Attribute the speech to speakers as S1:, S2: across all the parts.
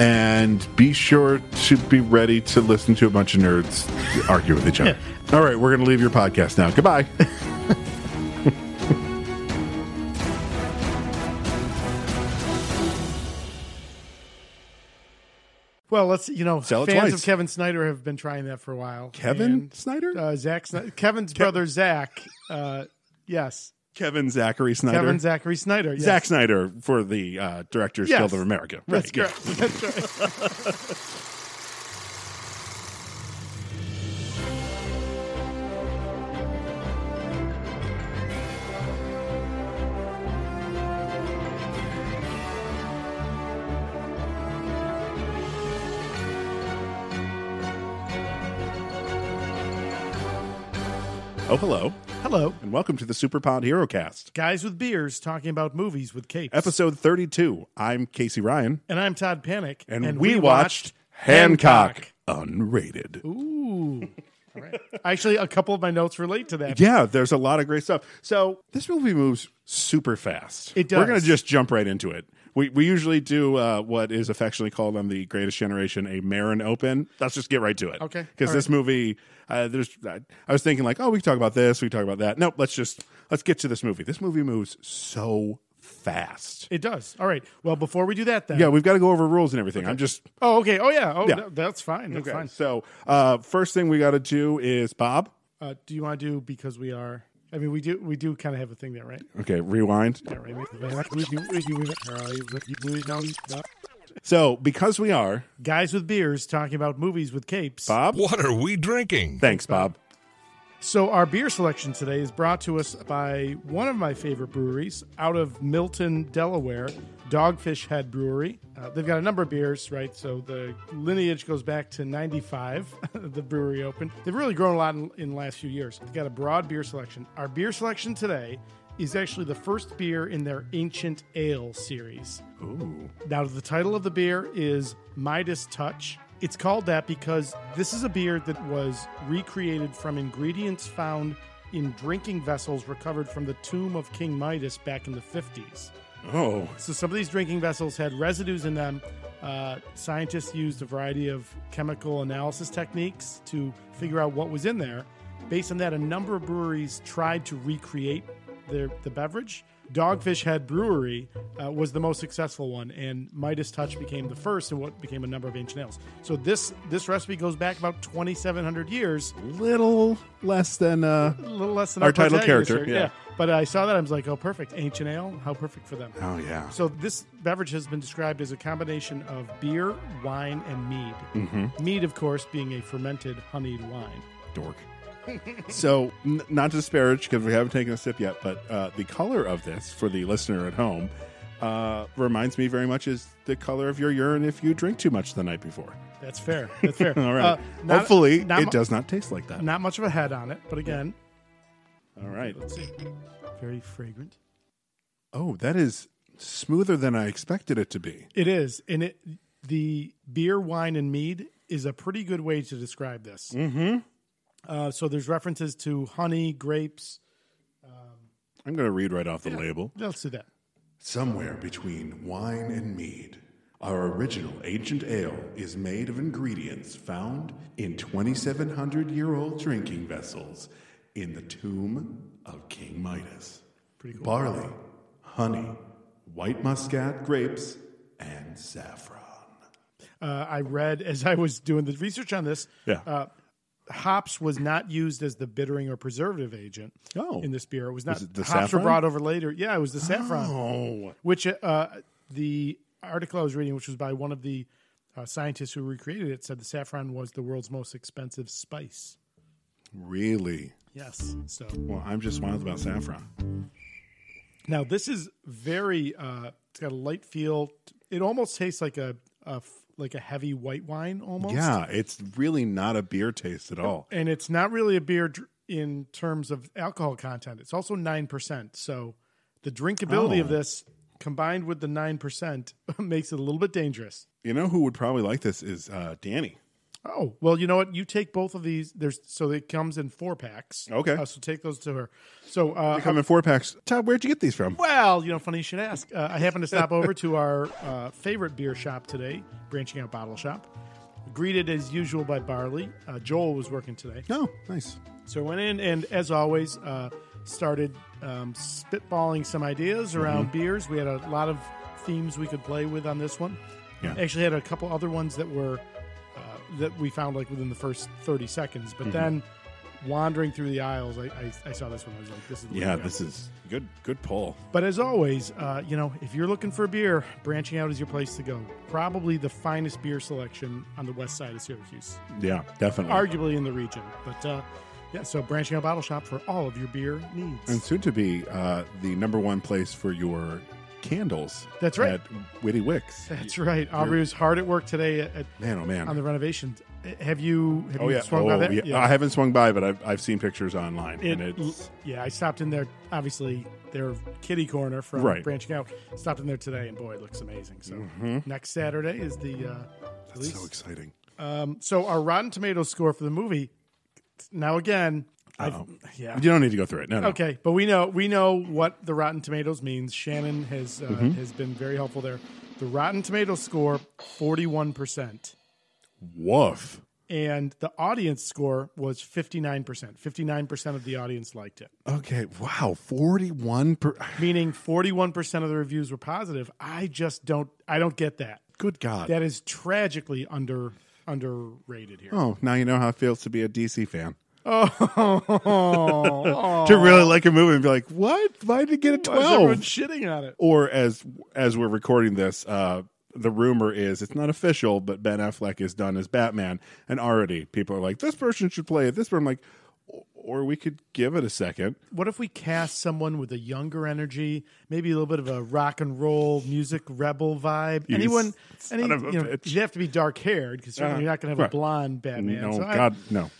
S1: and be sure to be ready to listen to a bunch of nerds argue with each other. All right, we're going to leave your podcast now. Goodbye.
S2: Well, let's, you know,
S1: Sell it
S2: fans
S1: twice.
S2: of Kevin Snyder have been trying that for a while.
S1: Kevin
S2: And,
S1: Snyder?
S2: uh, Zach Snyder, Kevin's brother, Zach. Uh, yes.
S1: Kevin Zachary Snyder.
S2: Kevin Zachary Snyder. Yes.
S1: Zack Snyder for the uh, Directors
S2: Yes.
S1: Guild of America. Right,
S2: That's
S1: good.
S2: correct. That's right.
S1: Oh, hello,
S2: Hello.
S1: and welcome to the Superpod Hero Cast,
S2: Guys with beers talking about movies with capes.
S1: episode 32. I'm Casey Ryan.
S2: And I'm Todd Panic.
S1: and, we, watched, Hancock, unrated.
S2: Ooh. All right. Actually, a couple of my notes relate to that.
S1: Yeah, there's a lot of great stuff. So this movie moves super fast.
S2: It
S1: We're gonna
S2: does.
S1: just jump right into it. We we usually do uh, what is affectionately called on the Greatest Generation a Marin Open. Let's just get right to it.
S2: Okay.
S1: Because
S2: All
S1: this movie, uh, there's I, I was thinking like, oh, we can talk about this, we can talk about that. Nope. Let's just let's get to this movie. This movie moves so fast.
S2: It does. All right. Well, before we do that, then.
S1: Yeah, we've got to go over rules and everything. I'm just
S2: Oh, okay. Oh, yeah. Oh,
S1: Yeah.
S2: no, that's fine. That's fine.
S1: So uh, first thing we got to do is Bob.
S2: Uh, do you want to do because we are? I mean, we do. We do kind of have a thing there, right?
S1: Okay, rewind.
S2: Yeah, right. We- we- we- we- we- we-
S1: So, because we are,
S2: Guys with beers talking about movies with capes.
S1: Bob,
S3: What are we drinking?
S1: thanks, Bob.
S2: So our beer selection today is brought to us by one of my favorite breweries out of Milton, Delaware, Dogfish Head Brewery. Uh, they've got a number of beers, right? So the lineage goes back to 95, the brewery opened. They've really grown a lot in, in the last few years. They've got a broad beer selection. Our beer selection today is actually the first beer in their Ancient Ale series. Now, the title of the beer is Midas Touch. It's called that because this is a beer that was recreated from ingredients found in drinking vessels recovered from the tomb of King Midas back in the 50s.
S1: Oh,
S2: So, some of these drinking vessels had residues in them. Uh, scientists used a variety of chemical analysis techniques to figure out what was in there. Based on that, a number of breweries tried to recreate their, the beverage. Dogfish Head Brewery uh, was the most successful one, and Midas Touch became the first in what became a number of ancient ales. So this this recipe goes back about 2,700 years,
S1: little less than uh
S2: a little less than
S1: Our
S2: our,
S1: title
S2: protagonist
S1: character,
S2: here.
S1: yeah.
S2: But I saw that I was like, oh, perfect, ancient ale, how perfect for them.
S1: Oh yeah.
S2: So this beverage has been described as a combination of beer, wine, and mead.
S1: Mm-hmm.
S2: Mead, of course, being a fermented honeyed wine.
S1: Dork. so, n- not to disparage because we haven't taken a sip yet, but uh the color of this for the listener at home uh reminds me very much is the color of your urine if you drink too much the night before.
S2: That's fair. That's fair.
S1: All right.
S2: Uh, not-
S1: Hopefully,
S2: not,
S1: it
S2: mu-
S1: does not taste like that.
S2: Not much of a head on it, but again,
S1: All right.
S2: let's see. Very fragrant.
S1: Oh, that is smoother than I expected it to be.
S2: It is, and it the beer, wine, and mead is a pretty good way to describe this. Mm-hmm. Uh, so there's references to honey, grapes.
S1: I'm going to read right off the label.
S2: Let's do that.
S1: Somewhere between wine and mead, our original ancient ale is made of ingredients found in 2,700 year old drinking vessels in the tomb of King Midas. Pretty cool. Barley, honey, white muscat grapes, and saffron.
S2: Uh, I read as I was doing the research on this.
S1: Yeah.
S2: Uh, hops was not used as the bittering or preservative agent
S1: Oh.
S2: in this beer. It was not
S1: Was it the
S2: hops
S1: saffron?
S2: were brought over later. Yeah, it was the saffron,
S1: Oh.
S2: which uh, the article I was reading, which was by one of the uh, scientists who recreated it, said the saffron was the world's most expensive spice.
S1: Really?
S2: Yes, so
S1: Well, I'm just wild about saffron.
S2: Now this is very. Uh, it's got a light feel. It almost tastes like a, a f- like a heavy white wine almost.
S1: Yeah, it's really not a beer taste at all.
S2: and it's not really a beer dr- in terms of alcohol content. It's also nine percent. So the drinkability of
S1: Oh.
S2: this combined with the nine percent makes it a little bit dangerous.
S1: You know who would probably like this is uh, Danny.
S2: Oh well, you know what? You take both of these. There's so it comes in four packs.
S1: Okay.
S2: Uh, so take those to her. So uh,
S1: Come in four packs. Todd, where'd you get these from?
S2: Well, you know, funny you should ask. Uh, I happened to stop over to our uh, favorite beer shop today, branching out bottle shop. Greeted as usual by Barley. Uh, Joel was working today.
S1: No, nice.
S2: So I went in and, as always, uh, started um, spitballing some ideas
S1: Mm-hmm.
S2: around beers. We had a lot of themes we could play with on this one.
S1: Yeah.
S2: Actually, had a couple other ones that were uh, that we found like within the first thirty seconds. But
S1: Mm-hmm.
S2: then, wandering through the aisles, I, I, I saw this one. I was like, "This is the one
S1: Yeah,
S2: we got.
S1: this is good. Good pull.
S2: But as always, uh, you know, if you're looking for a beer, branching out is your place to go. Probably the finest beer selection on the west side of Syracuse,
S1: Yeah, definitely.
S2: arguably in the region. But uh, yeah, so branching out bottle shop for all of your beer needs.
S1: and soon to be uh, the number one place for your candles.
S2: That's right.
S1: At Witty Wicks.
S2: That's right. Aubrey was hard at work today at,
S1: Man, oh man.
S2: on the renovations. Have you have
S1: oh
S2: you
S1: yeah.
S2: swung by
S1: Oh,
S2: that?
S1: yeah. I haven't swung by, but I've, I've seen pictures online,
S2: It-
S1: and it's
S2: yeah, I stopped in there. Obviously, their kitty corner from
S1: Right.
S2: branching out. Stopped in there today, and boy, it looks amazing. So next Saturday is the uh,
S1: it's
S2: release. Um,
S1: so exciting.
S2: So our Rotten Tomatoes score for the movie. Now again, I've, yeah,
S1: Oh. You don't need to go through it. No, no.
S2: okay, but we know we know what the Rotten Tomatoes means. Shannon has uh, has been very helpful there. The Rotten Tomatoes score forty one percent,
S1: Woof.
S2: and the audience score was fifty nine percent. Fifty nine percent of the audience liked it,
S1: Okay. Wow. Forty-one. Per-
S2: meaning forty one percent of the reviews were positive. I just don't I don't get that.
S1: Good God.
S2: That is tragically under underrated here.
S1: Oh, now you know how it feels to be a DC fan.
S2: Oh,
S1: to really like a movie and be like, "What? Why did it get a
S2: everyone's
S1: 12?
S2: shitting on it.
S1: Or as as we're recording this, uh, the rumor is it's not official, but Ben Affleck is done as Batman, and already people are like, "This person should play it." This person, I'm like, "O- or we could give it a second.
S2: What if we cast someone with a younger energy, maybe a little bit of a rock and roll music rebel vibe? Anyone?
S1: son
S2: Any,
S1: of a
S2: you know,
S1: bitch.
S2: you have to be dark haired because you're not going to have
S1: right.
S2: a blonde Batman.
S1: no,
S2: So I,
S1: God, no,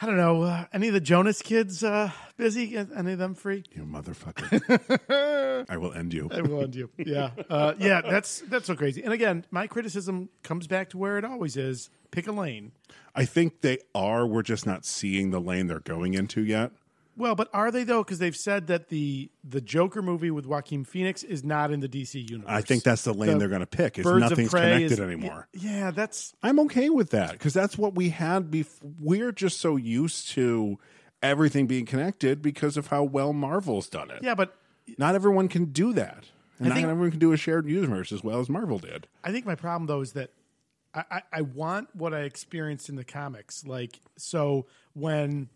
S2: I don't know. Uh, any of the Jonas kids uh, busy? Any of them free?
S1: you motherfucker! I will end you.
S2: Everyone, you. Yeah, uh, yeah. That's that's so crazy. And again, my criticism comes back to where it always is: pick a lane.
S1: I think they are. We're just not seeing the lane they're going into yet.
S2: Well, but are they though? Because they've said that the the Joker movie with Joaquin Phoenix is not in the DC universe.
S1: I think that's the lane they're going to pick. Is
S2: Birds of
S1: nothing's
S2: Prey
S1: connected
S2: is-
S1: anymore.
S2: yeah, that's
S1: I'm okay with that because that's what we had before. We're just so used to everything being connected because of how well Marvel's done it.
S2: yeah, but
S1: Not everyone can do that. And not
S2: think-
S1: everyone can do a shared universe as well as Marvel did.
S2: I think my problem though is that I, I, I want what I experienced in the comics. Like so when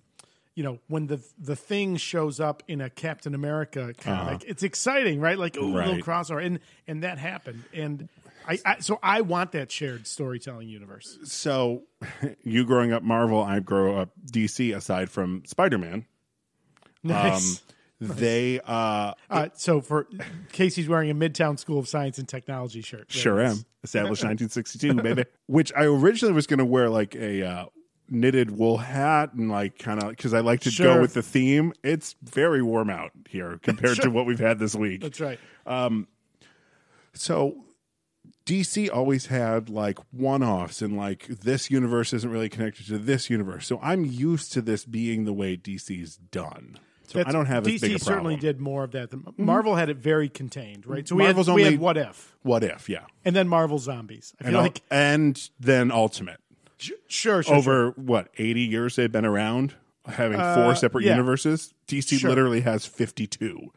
S2: you know when the the thing shows up in a Captain America comic, it's exciting, right? Like oh, little
S1: Uh-huh. Right.
S2: crossover, and and that happened, and I, I so I want that shared storytelling universe.
S1: Um, So, you growing up Marvel, I grow up DC aside from Spider Man.
S2: Nice.
S1: They uh,
S2: uh, so for Casey's wearing a Midtown School of Science and Technology shirt.
S1: Sure am. Established 1962, baby. Which I originally was going to wear like a uh, knitted wool hat and like kind of because I like to go
S2: Sure.
S1: with the theme. It's very warm out here compared to what we've had this week.
S2: That's right.
S1: So DC always had like one offs and like this universe isn't really connected to this universe. So I'm used to this being the way DC's done. So I
S2: That's-
S1: don't have as
S2: DC
S1: big a
S2: certainly
S1: problem. Mm-hmm.
S2: did more of that. Than, Marvel had it very contained, right? So we
S1: Marvel's
S2: had, we
S1: only-
S2: had what if,
S1: What if? Yeah.
S2: and then Marvel zombies. I feel
S1: And,
S2: like
S1: al- and then Ultimate.
S2: Sh- Sure, sure. sure. Uh,
S1: over what 80 years they've been around having four separate
S2: yeah.
S1: universes dc literally has 52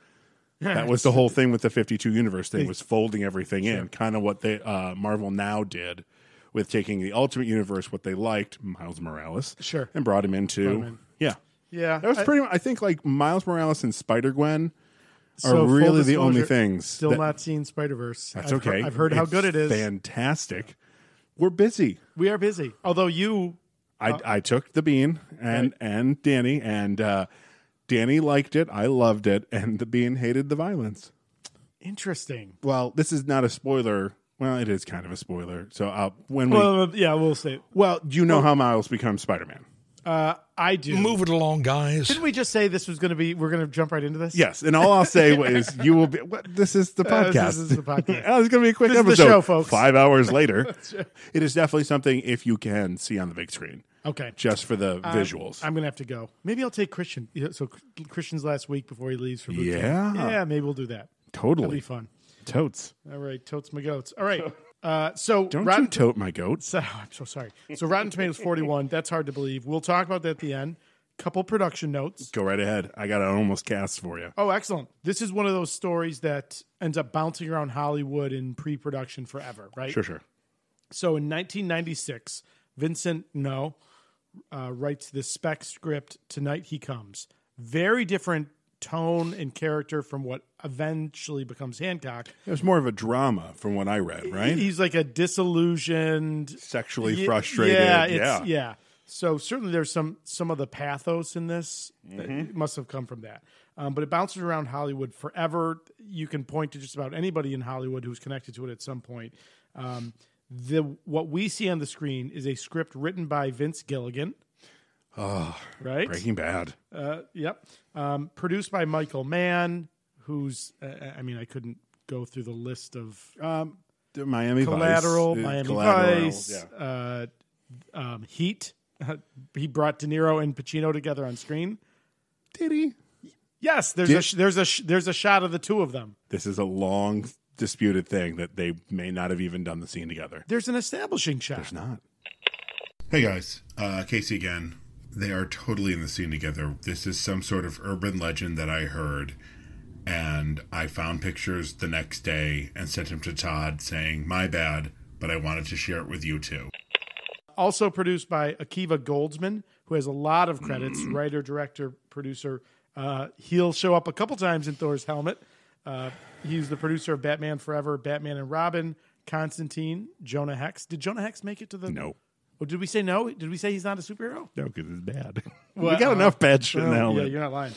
S1: that was the whole thing with the 52 universe thing was folding everything in kind of what they uh, marvel now did with taking the Ultimate Universe, what they liked, Miles Morales,
S2: Sure.
S1: and brought him into
S2: him in.
S1: yeah.
S2: Yeah,
S1: That was
S2: I-
S1: pretty. mu- I think like Miles Morales and Spider Gwen are
S2: So, full
S1: really the only
S2: disclosure,
S1: things.
S2: Still
S1: that-
S2: not seen Spider Verse.
S1: That's okay.
S2: I've heard how
S1: It's
S2: good it is.
S1: Fantastic. We're busy.
S2: we are busy. Although you,
S1: I, I took the bean and and Danny and uh, Danny liked it. I loved it, and the bean hated the violence.
S2: interesting.
S1: Well, this is not a spoiler. Well, it is kind of a spoiler. So uh, when we well,
S2: Well, yeah, we'll say.
S1: you know how Miles becomes Spider Man.
S2: Uh, I do.
S3: Move it along, guys.
S2: Didn't we just say this was going to be? We're going to jump right into this.
S1: Yes, and all I'll say is you will be. What, this is the
S2: Uh,
S1: podcast.
S2: this, this is the podcast.
S1: Oh, it's going to be a quick
S2: This is the
S1: episode.
S2: show, folks.
S1: Five hours later, it is definitely something if you can see on the big screen,
S2: Okay,
S1: just for the visuals.
S2: I'm going to have to go. Maybe I'll take Christian. Yeah, So Christian's last week before he leaves for boot
S1: Yeah.
S2: camp. yeah. Maybe we'll do that. That'll be
S1: totally
S2: fun.
S1: totes.
S2: All right, totes my goats. All right. Uh, so
S1: Don't
S2: Rotten
S1: you tote my goats?
S2: So I'm so sorry. So Rotten Tomatoes 41. That's hard to believe. We'll talk about that at the end. Couple production notes.
S1: Go right ahead. I got an almost cast for you.
S2: Oh, excellent. This is one of those stories that ends up bouncing around Hollywood in pre-production forever, right?
S1: Sure, sure.
S2: So in 1996, Vincent No uh, writes the spec script Tonight He Comes. Very different tone and character from what eventually becomes Hancock.
S1: It was more of a drama from what I read, right?
S2: He's like a disillusioned
S1: Sexually
S2: Ye-
S1: frustrated.
S2: Yeah,
S1: Yeah,
S2: it's, yeah, So certainly there's some some of the pathos in this that must have come from that. Um, but it bounces around Hollywood forever. You can point to just about anybody in Hollywood who's connected to it at some point. Um, the what we see on the screen is a script written by Vince Gilligan. Oh, right.
S1: Breaking Bad.
S2: Uh, yep. Um, produced by Michael Mann, who's uh, I mean I couldn't go through the list of
S1: The Miami
S2: Collateral,
S1: Vice. Uh,
S2: Miami
S1: Collateral,
S2: Vice,
S1: yeah.
S2: uh, um, Heat. he brought De Niro and Pacino together on screen.
S1: Did he?
S2: Yes, there's a sh- there's a sh- there's a shot of the two of them.
S1: This is a long disputed thing that they may not have even done the scene together.
S2: There's an establishing shot.
S1: It's not.
S4: Hey guys, uh, Casey again. They are totally in the scene together. This is some sort of urban legend that I heard, and I found pictures the next day and sent them to Todd saying, My bad, but I wanted to share it with you too.
S2: Also produced by Akiva Goldsman, who has a lot of credits:
S1: Mm.
S2: writer, director, producer. Uh, he'll show up a couple times in Thor's helmet. Uh, he's the producer of Batman Forever, Batman and Robin, Constantine, Jonah Hex. Did Jonah Hex make it to the?
S1: No.
S2: Oh, did we say no? Did we say he's not a superhero?
S1: No, because it's bad.
S2: Well,
S1: we got
S2: uh,
S1: enough bad shit
S2: Oh,
S1: now.
S2: yeah, you're not lying.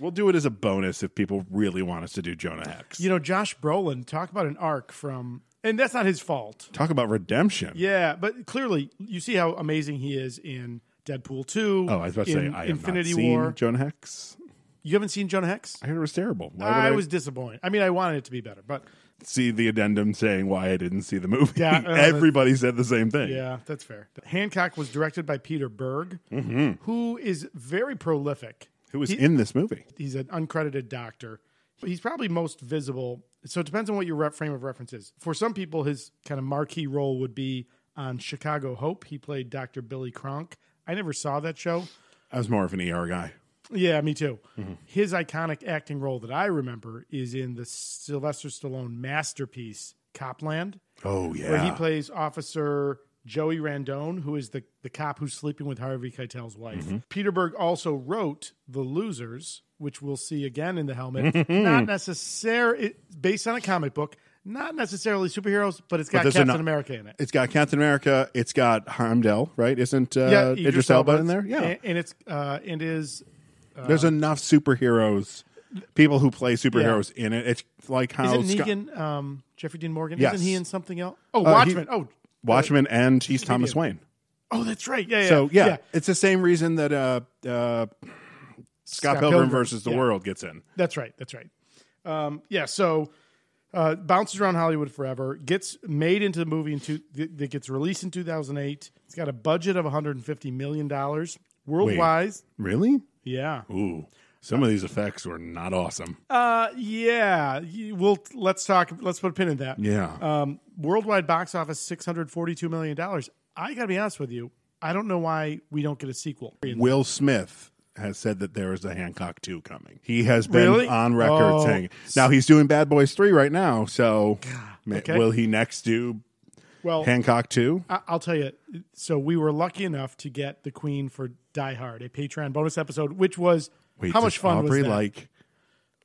S1: We'll do it as a bonus if people really want us to do Jonah Hex.
S2: You know, Josh Brolin, talk about an arc from, and that's not his fault.
S1: Talk about redemption.
S2: Yeah, but clearly, you see how amazing he is in Deadpool 2.
S1: Oh, I was about to
S2: in
S1: say, I have
S2: Infinity
S1: not seen
S2: War.
S1: Jonah Hex.
S2: you haven't seen Jonah Hex?
S1: I heard it was terrible. Why would
S2: I, was disappointed. I mean, I wanted it to be better, but
S1: see the addendum saying why I didn't see the movie.
S2: Yeah, uh,
S1: Everybody said the same thing.
S2: yeah, that's fair. Hancock was directed by Peter Berg,
S1: Mm-hmm.
S2: who is very prolific.
S1: Who was in this movie?
S2: he's an uncredited doctor. He's probably most visible. So it depends on what your re- frame of reference is. For some people, his kind of marquee role would be on Chicago Hope. He played Dr. Billy Cronk. I never saw that show.
S1: I was more of an ER guy.
S2: Yeah, me too. His iconic acting role that I remember is in the Sylvester Stallone masterpiece, Copland,
S1: Oh yeah.
S2: where he plays Officer Joey Randone, who is the, the cop who's sleeping with Harvey Keitel's wife.
S1: Mm-hmm.
S2: Peter Berg also wrote The Losers, which we'll see again in the helmet. not necessarily based on a comic book, not necessarily superheroes, but it's got
S1: there's
S2: Captain
S1: an- uh,
S2: America in it.
S1: it's got Captain America. It's got Heimdall, right? Isn't uh, Idris, Elba, in there? Yeah.
S2: and, uh, and it's uh, and is
S1: There's enough superheroes, people who play superheroes in it. It's like how
S2: Isn't
S1: Oh, Scott-
S2: Negan um, Jeffrey Dean Morgan?
S1: Yes. Uh,
S2: Isn't he in something else? Oh,
S1: he-
S2: Watchmen. oh,
S1: Watchmen and he's Thomas Wayne.
S2: oh, that's right. Yeah, yeah.
S1: So yeah, it's the same reason that uh, uh, Scott, Pilgrim, versus the
S2: yeah.
S1: World gets in.
S2: That's right. That's right. Um, yeah. So uh, bounces around Hollywood forever. Gets made into the movie in two, that that gets released in 2008. It's got a budget of 150 million dollars worldwide.
S1: Really?
S2: Yeah.
S1: Ooh, some of these effects were not awesome.
S2: Uh, yeah. You- We'll let's talk. Let's put a pin in that.
S1: yeah.
S2: Um, worldwide box office 642 million dollars. I gotta be honest with you. I don't know why we don't get a sequel.
S1: Uh, Will Smith has said that there is a Hancock 2 coming. He has been
S2: Really?
S1: on record
S2: Oh.
S1: saying. Now he's doing Bad Boys 3 right now, so ma-
S2: Okay.
S1: will he next do
S2: Well,
S1: Hancock too.
S2: I- I'll tell you. So we were lucky enough to get the Queen for Die Hard, a Patreon bonus episode, which was
S1: Wait,
S2: how much
S1: does
S2: fun
S1: Aubrey
S2: was that?
S1: like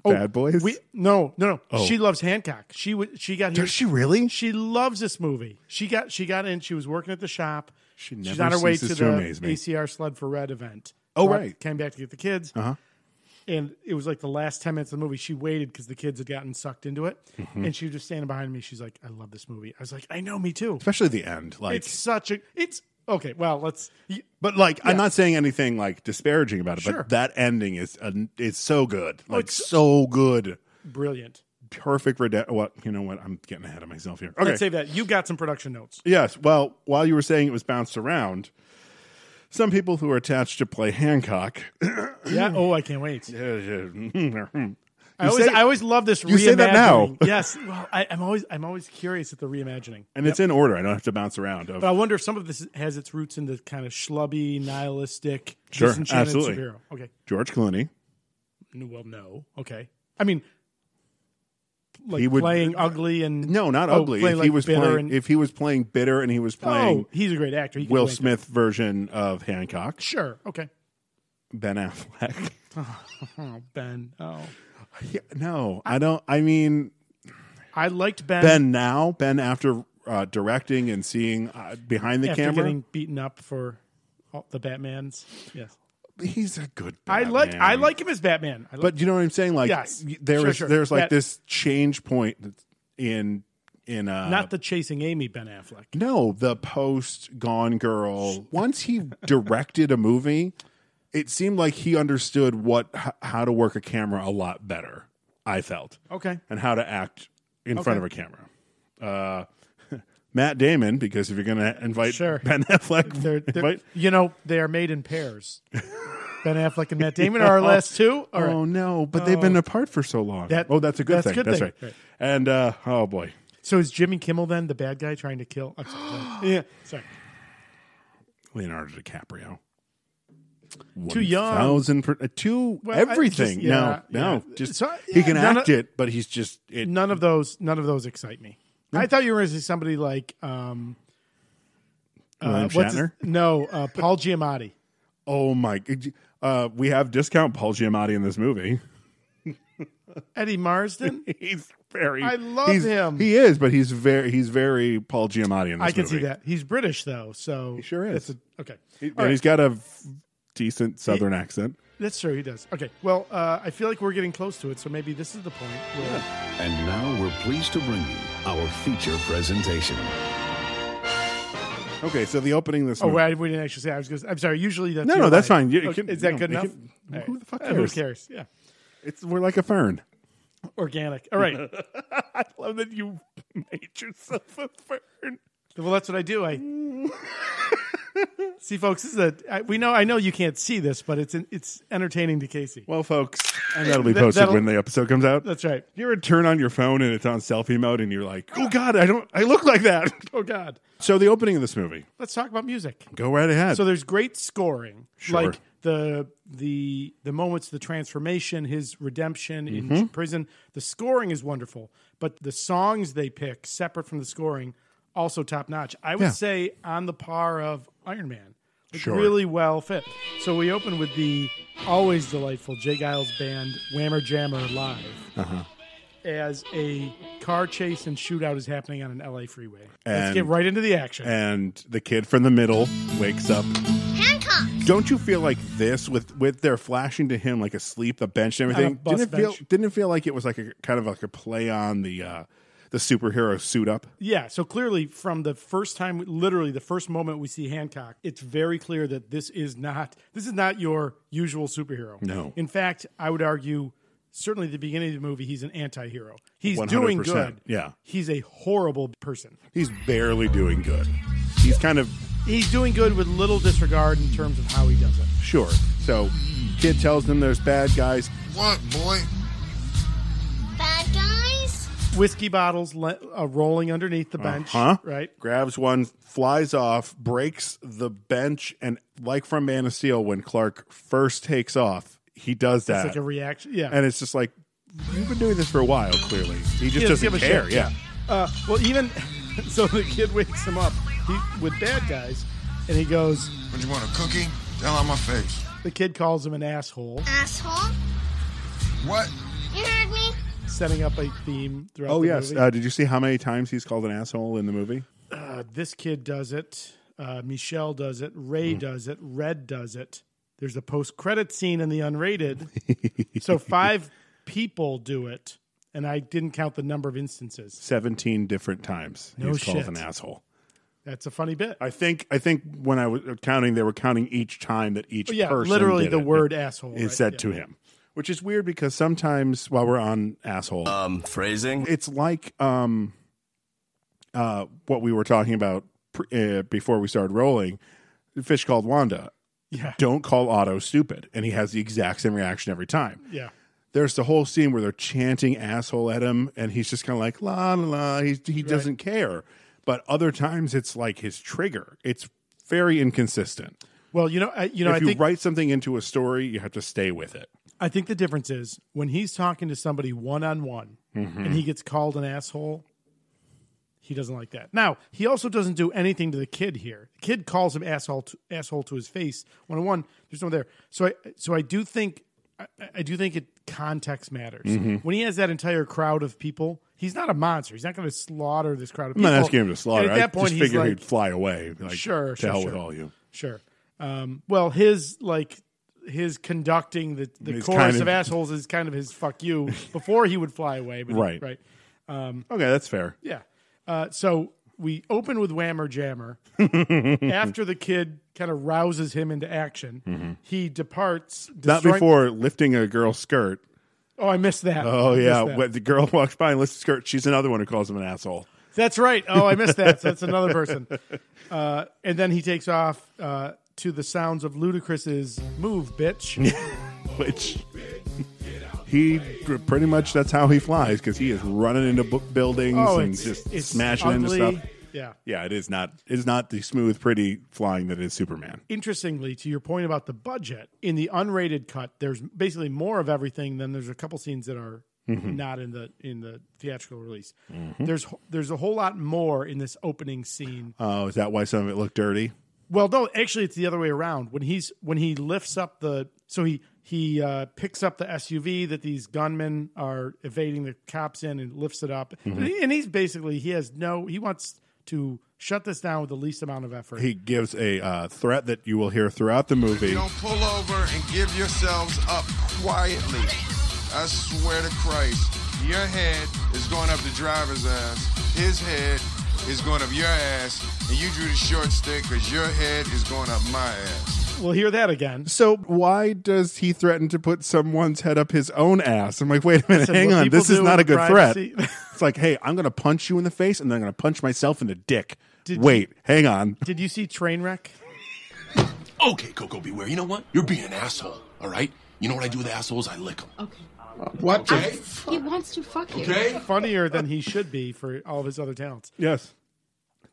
S2: Oh,
S1: Bad Boys? Oh.
S2: We no, no, no. She loves Hancock. She was she got here.
S1: Does she really?
S2: She loves this movie. She got she got in. She was working at the shop.
S1: She
S2: She's
S1: never
S2: on her way to
S1: ceases
S2: the
S1: to amaze me.
S2: ACR Sled for Red event.
S1: Oh,
S2: Brought-
S1: right. Uh-huh.
S2: Came back to get the kids. Uh huh. And it was like the last ten minutes of the movie. She waited because the kids had gotten sucked into it,
S1: Mm-hmm.
S2: and she was just standing behind me. She's like, "I love this movie." I was like, "I know, me too."
S1: Especially the end. Like
S2: It's such a. It's okay. Well, let's. y-
S1: But like, I'm not saying anything like disparaging about it.
S2: Sure.
S1: But that ending is uh, Oh, it's so good, like
S2: it's-
S1: so good,
S2: Brilliant.
S1: perfect. Rede- what you know? What I'm getting ahead of myself here. Okay.
S2: Let's save that. You got some production notes.
S1: yes. Well, while you were saying it was bounced around, some people who are attached to play Hancock.
S2: Yeah. Oh, I can't wait. I
S1: You
S2: always,
S1: say-
S2: I always love this.
S1: you say that now.
S2: reimagining. yes. Well, I, I'm always, I'm always curious at the reimagining.
S1: and it's in order. I don't have to bounce around. Of,
S2: But I wonder if some of this has its roots in the kind of schlubby, nihilistic,
S1: Sure,
S2: disenchanted
S1: absolutely.
S2: superhero. Okay.
S1: George Clooney.
S2: N- Well, no. Okay. I mean, like
S1: He would-
S2: playing ugly and
S1: No, not
S2: oh,
S1: ugly.
S2: playing,
S1: If he
S2: like,
S1: was
S2: bitter
S1: playing,
S2: and-
S1: if he was playing bitter, and he was playing
S2: oh, he's a great actor. He can
S1: Will
S2: play-
S1: Smith version of Hancock.
S2: Sure. Okay.
S1: Ben Affleck.
S2: Oh, Ben. Oh,
S1: Yeah, no, I don't. I mean,
S2: I liked Ben.
S1: Ben now, Ben after uh, directing and seeing uh, behind the
S2: after
S1: camera,
S2: getting beaten up for all the Batman's. Yes.
S1: he's a good.
S2: I like,
S1: Batman.
S2: I like him as Batman. I like
S1: but you know what I'm saying? Like,
S2: Yes.
S1: y- there
S2: Sure,
S1: is-
S2: sure.
S1: there's like
S2: That-
S1: this change point in in uh,
S2: not the chasing Amy Ben Affleck.
S1: no the post Gone Girl. Once he directed a movie, it seemed like he understood what h- how to work a camera a lot better. I felt
S2: Okay.
S1: and how to act in front of a camera. Uh, Matt Damon, because if you're going to invite
S2: Sure.
S1: Ben Affleck,
S2: They're, they're-
S1: invite-
S2: you know, they are made in pairs. ben Affleck and Matt Damon are our last two. All right.
S1: oh no, but they've been apart for so long.
S2: That-
S1: oh, that's a good
S2: that's a
S1: thing.
S2: good
S1: that's
S2: thing.
S1: right.
S2: Right.
S1: And uh, oh boy,
S2: So is Jimmy Kimmel then the bad guy trying to kill? I'm sorry. yeah. Sorry.
S1: Leonardo DiCaprio.
S2: Too young.
S1: thousand per, uh, two
S2: Well, I-
S1: everything.
S2: just- yeah,
S1: no, no,
S2: yeah.
S1: just
S2: So,
S1: he
S2: yeah,
S1: can
S2: none
S1: act
S2: of-
S1: it, but he's just it.
S2: None of those. None of those excite me. I thought you were going to say somebody like um,
S1: William
S2: uh, what's his-
S1: Shatner.
S2: no, uh, Paul Giamatti.
S1: oh my, uh, we have discount Paul Giamatti in this movie.
S2: Eddie Marsden.
S1: He's very.
S2: I love
S1: he's-
S2: him.
S1: He is, but he's very. He's very Paul Giamatti in this
S2: I can
S1: movie.
S2: see that he's British though, so he
S1: sure is.
S2: okay,
S1: And
S2: All right.
S1: he's got a f- decent Southern accent.
S2: that's true. He does. Okay, well, uh, I feel like we're getting close to it, so maybe this is the point. Where,
S3: And now we're pleased to bring you our feature presentation.
S1: Okay, so the opening of this.
S2: Oh,
S1: movie,
S2: wait, we didn't actually say. I was going. to I'm sorry. Usually that's
S1: No,
S2: your
S1: no, that's
S2: line.
S1: fine. You- you
S2: Okay,
S1: can-
S2: is that
S1: no,
S2: good
S1: you
S2: enough?
S1: can-
S2: All right.
S1: who the fuck
S2: Who
S1: cares?
S2: cares? Yeah,
S1: it's we're like a fern.
S2: organic. All right.
S1: I love that you made yourself a fern.
S2: well, that's what I do. I see, folks. This is a I, we know. I know you can't see this, but it's it's entertaining to Casey.
S1: Well, folks, and that'll be
S2: That-
S1: posted
S2: that'll-
S1: when the episode comes out.
S2: That's right.
S1: You ever turn on your phone and it's on selfie mode, and you're like, "Oh God, I don't. I look like that."
S2: Oh God.
S1: so the opening of this movie.
S2: Let's talk about music.
S1: Go right ahead.
S2: So there's great scoring,
S1: Sure.
S2: like the the the moments, the transformation, his redemption
S1: Mm-hmm.
S2: in prison. The scoring is wonderful, but the songs they pick, separate from the scoring, also top notch. I would
S1: Yeah.
S2: say on the par of Iron Man. Like,
S1: Sure.
S2: Really well fit. So we open with the always delightful Jay Giles band Whammer Jammer live.
S1: Uh-huh.
S2: As a car chase and shootout is happening on an LA freeway. Let's
S1: And-
S2: get right into the action.
S1: and the kid from the middle wakes up.
S5: Hancock!
S1: Don't you feel like this with with their flashing to him like asleep, the bench and
S2: a
S1: everything?
S2: bus
S1: didn't it feel
S2: bench.
S1: didn't it feel like it was like a kind of like a play on the uh the superhero suit up?
S2: Yeah, so clearly from the first time literally the first moment we see Hancock, it's very clear that this is not this is not your usual superhero.
S1: No.
S2: In fact, I would argue certainly at the beginning of the movie he's an anti-hero. He's doing
S1: 100%,
S2: good.
S1: yeah.
S2: He's a horrible person.
S1: He's barely doing good. He's kind of
S2: He's doing good with little disregard in terms of how he does it.
S1: sure. So kid tells them there's bad guys.
S6: What, boy?
S5: Bad guys?
S2: Whiskey bottles le- uh, rolling underneath the bench,
S1: Huh?
S2: right?
S1: Grabs one, flies off, breaks the bench, and like from Man of Steel, when Clark first takes off, he does that.
S2: It's like a reaction. Yeah.
S1: and it's just like you've been doing this for a while, clearly. He just
S2: He doesn't
S1: doesn't
S2: give a
S1: care.
S2: shit.
S1: Yeah.
S2: Uh, well, even so the kid wakes him up he, with bad guys, and he goes.
S6: What you want, a cookie? Down on my face.
S2: The kid calls him an asshole,
S5: Asshole.
S6: What?
S5: You heard me?
S2: setting up a theme throughout.
S1: Oh
S2: the
S1: yes.
S2: movie.
S1: Uh, did you see how many times he's called an asshole in the movie?
S2: Uh, this kid does it. Uh, Michelle does it. Ray
S1: Hmm.
S2: does it. Red does it. There's a post credit scene in the unrated. so five people do it, and I didn't count the number of instances.
S1: Seventeen different times
S2: No
S1: he's called
S2: shit.
S1: an asshole.
S2: That's a funny bit.
S1: I think I think when I was counting, they were counting each time that each
S2: Oh, yeah,
S1: person
S2: literally
S1: did
S2: the
S1: it.
S2: word asshole.
S1: is
S2: right?
S1: said
S2: Yeah.
S1: to him, which is weird because sometimes while we're on asshole,
S7: Um, phrasing?
S1: it's like um, uh, what we were talking about pre- uh, before we started rolling. The fish called Wanda.
S2: Yeah.
S1: Don't call Otto stupid, and he has the exact same reaction every time.
S2: Yeah.
S1: There's the whole scene where they're chanting asshole at him, and he's just kind of like la la la. He he doesn't care. But other times it's like his trigger. It's very inconsistent.
S2: Well, you know, I, you know, I
S1: if you
S2: think
S1: write something into a story, you have to stay with it.
S2: I think the difference is when he's talking to somebody one on one
S1: Mm-hmm.
S2: and he gets called an asshole, he doesn't like that. Now, he also doesn't do anything to the kid here. The kid calls him asshole to, asshole to his face one on one. There's no one there. So I so I do think I, I do think it context matters.
S1: Mm-hmm.
S2: When he has that entire crowd of people, he's not a monster. He's not going to slaughter this crowd of
S1: I'm
S2: people.
S1: not asking him to slaughter.
S2: And at that point,
S1: I just
S2: he's
S1: figured
S2: like,
S1: he'd fly away. Like,
S2: Sure,
S1: to
S2: sure,
S1: hell
S2: sure.
S1: with all you.
S2: Sure. Um, well, his like his conducting the the
S1: He's
S2: chorus
S1: kind
S2: of,
S1: of-
S2: assholes is kind of his fuck you before he would fly away. But
S1: Right.
S2: Right.
S1: Okay, that's fair.
S2: Yeah. Uh, so we open with Whammer Jammer. After the kid kind of rouses him into action, he departs.
S1: Mm-hmm. Not
S2: destroying-
S1: before lifting a girl's skirt.
S2: Oh, I missed that.
S1: Oh
S2: I missed
S1: yeah,
S2: that.
S1: when the girl walks by and lifts the skirt. She's another one who calls him an asshole.
S2: That's right. Oh, I missed that. So that's another person. Uh, and then he takes off uh, to the sounds of Ludacris's "Move, Bitch."
S1: Which he pretty much that's how he flies because he is running into book buildings
S2: Oh,
S1: and just smashing into stuff.
S2: Yeah.
S1: Yeah, it is not. It is not the smooth, pretty flying that is Superman.
S2: Interestingly, to your point about the budget, in the unrated cut, there's basically more of everything than there's a couple scenes that are
S1: Mm-hmm.
S2: not in the in the theatrical release. There's there's a whole lot more in this opening scene.
S1: Oh, is that why some of it looked dirty?
S2: Well, no, actually, it's the other way around. When he's when he lifts up the so he he uh, picks up the SUV that these gunmen are evading the cops in and lifts it up,
S1: Mm-hmm.
S2: and, he- and he's basically he has no he wants to shut this down with the least amount of effort.
S1: He gives a uh, threat that you will hear throughout the movie.
S6: You don't pull over and give yourselves up quietly. I swear to Christ, your head is going up the driver's ass. His head is going up your ass, and you drew the short stick because your head is going up my ass.
S2: we'll hear that again.
S1: So why does he threaten to put someone's head up his own ass? I'm like, wait a minute, hang
S2: what
S1: on,
S2: people
S1: this is
S2: do
S1: not
S2: in
S1: a good
S2: privacy-
S1: threat. It's like, hey, I'm gonna punch you in the face and then I'm gonna punch myself in the dick.
S2: Did
S1: wait, hang on.
S2: Did you see Trainwreck?
S8: Okay, Coco Beware, you know what? You're being an asshole, all right? You know what I do with assholes? I lick them.
S9: Okay.
S8: What? Okay?
S9: He wants to fuck you.
S8: okay?
S2: Funnier than he should be for all of his other talents.
S1: Yes.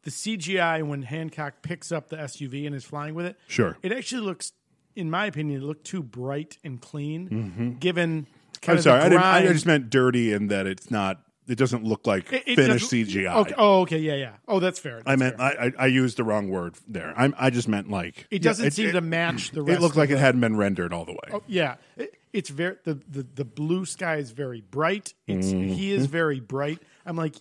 S2: The CGI when Hancock picks up the SUV and is flying with it.
S1: Sure.
S2: It actually looks, in my opinion, it looked too bright and clean, given kind
S1: Mm-hmm. I'm
S2: of
S1: sorry, I
S2: the
S1: didn't I
S2: grind.
S1: I just meant dirty in that it's not it doesn't look like
S2: It- it
S1: finished
S2: doesn't-
S1: CGI.
S2: Okay, oh, okay, yeah, yeah. Oh, that's fair.
S1: I
S2: that's
S1: meant
S2: fair.
S1: I, I I used the wrong word there. I'm I just meant like
S2: it doesn't
S1: Yeah,
S2: seem
S1: it,
S2: to match the
S1: it,
S2: rest.
S1: it looked
S2: of
S1: like
S2: the- Oh.
S1: it hadn't been rendered all the way.
S2: Yeah, It- it's very the, the the blue sky is very bright. It's he
S1: Mm-hmm.
S2: is very bright. I'm like,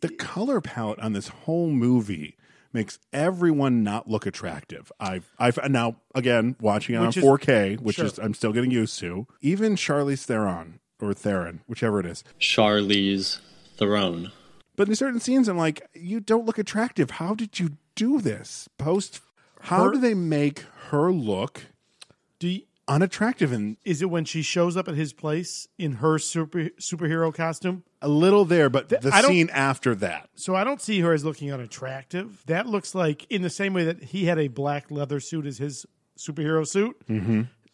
S1: the color palette on this whole movie makes everyone not look attractive. I've I've now again watching it
S2: Which
S1: on
S2: is-
S1: 4K, which
S2: sure.
S1: is I'm still getting used to. Even Charlize Theron or Theron, whichever it is.
S10: Charlize Theron.
S1: But in certain scenes, I'm like, you don't look attractive. How did you do this? Post, how
S2: Her-
S1: do they make her look
S2: do you,
S1: unattractive? And
S2: is it when she shows up at his place in her super superhero costume?
S1: a little there, but the
S2: I don't-
S1: scene after that,
S2: So I don't see her as looking unattractive. That looks like in the same way that he had a black leather suit as his superhero suit.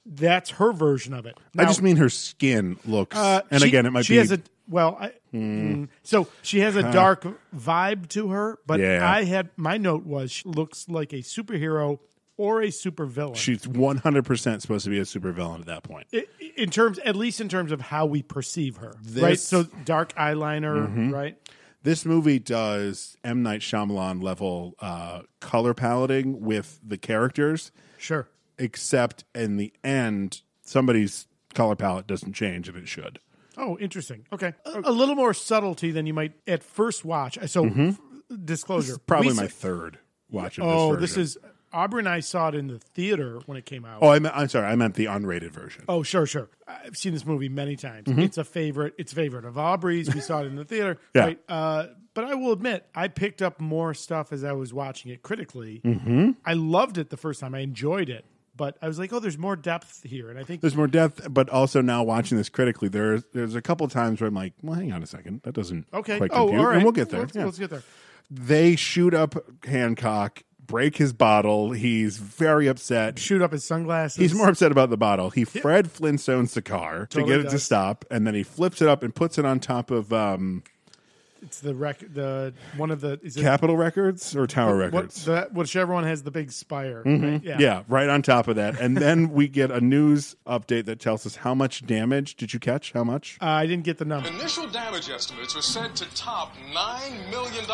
S2: That's her version of it.
S1: Mm-hmm. I
S2: Now,
S1: just mean her skin looks.
S2: uh,
S1: and
S2: she-
S1: again, it might
S2: she
S1: be Hmm.
S2: has a well. I, mm, so she has a dark vibe to her, but
S1: Yeah.
S2: I had my note was she looks like a superhero or a supervillain.
S1: she's 100 percent supposed to be a supervillain at that point.
S2: I- in terms, at least in terms of how we perceive her, right?
S1: This- Mm-hmm.
S2: So dark eyeliner, right?
S1: This movie does M Night Shyamalan level uh, color paletting with the characters,
S2: Sure.
S1: except in the end, somebody's color palette doesn't change, and it should.
S2: Oh, interesting. Okay. A, a little more subtlety than you might at first watch. So, f- disclosure.
S1: Mm-hmm. Probably
S2: we
S1: my
S2: s-
S1: third watch of
S2: Oh,
S1: this.
S2: this,
S1: version.
S2: is. Aubrey and I saw it in the theater when it came out.
S1: Oh, I meant, I'm sorry. I meant the unrated version.
S2: Oh, sure, sure. I've seen this movie many times.
S1: Mm-hmm.
S2: It's a favorite. It's a favorite of Aubrey's. We saw it in the theater.
S1: Yeah.
S2: Right. Uh, but I will admit, I picked up more stuff as I was watching it critically.
S1: Mm-hmm.
S2: I loved it the first time. I enjoyed it, but I was like, "Oh, there's more depth here." And I think
S1: There's more depth, but also now watching this critically, there's there's a couple times where I'm like, well, hang on a second, that doesn't
S2: okay.
S1: quite
S2: oh,
S1: compute,
S2: all right.
S1: and we'll get there.
S2: Let's,
S1: Yeah.
S2: let's get there.
S1: They shoot up Hancock, break his bottle. He's very upset.
S2: Shoot up his sunglasses.
S1: He's more upset about the bottle. He Fred Flintstones the car to
S2: Totally
S1: get it to
S2: does.
S1: stop, and then he flips it up and puts it on top of um,
S2: It's the rec. The one of the is it
S1: Capitol Records or Tower
S2: what
S1: Records. Mm-hmm.
S2: the whichever one has the big spire. Right? Yeah.
S1: yeah, right on top of that. And then we get a news update that tells us how much damage did you catch? How much?
S2: Uh, I didn't get the number.
S7: Initial damage estimates are said to top $9 million.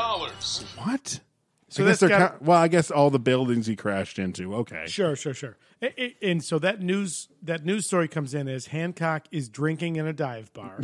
S1: What?
S2: So
S1: I guess
S2: that's
S1: they're co-
S2: gotta-
S1: well. I guess all the buildings he crashed into. Okay,
S2: Sure, sure, sure. A- a- And so that news that news story comes in as Hancock is drinking in a dive bar.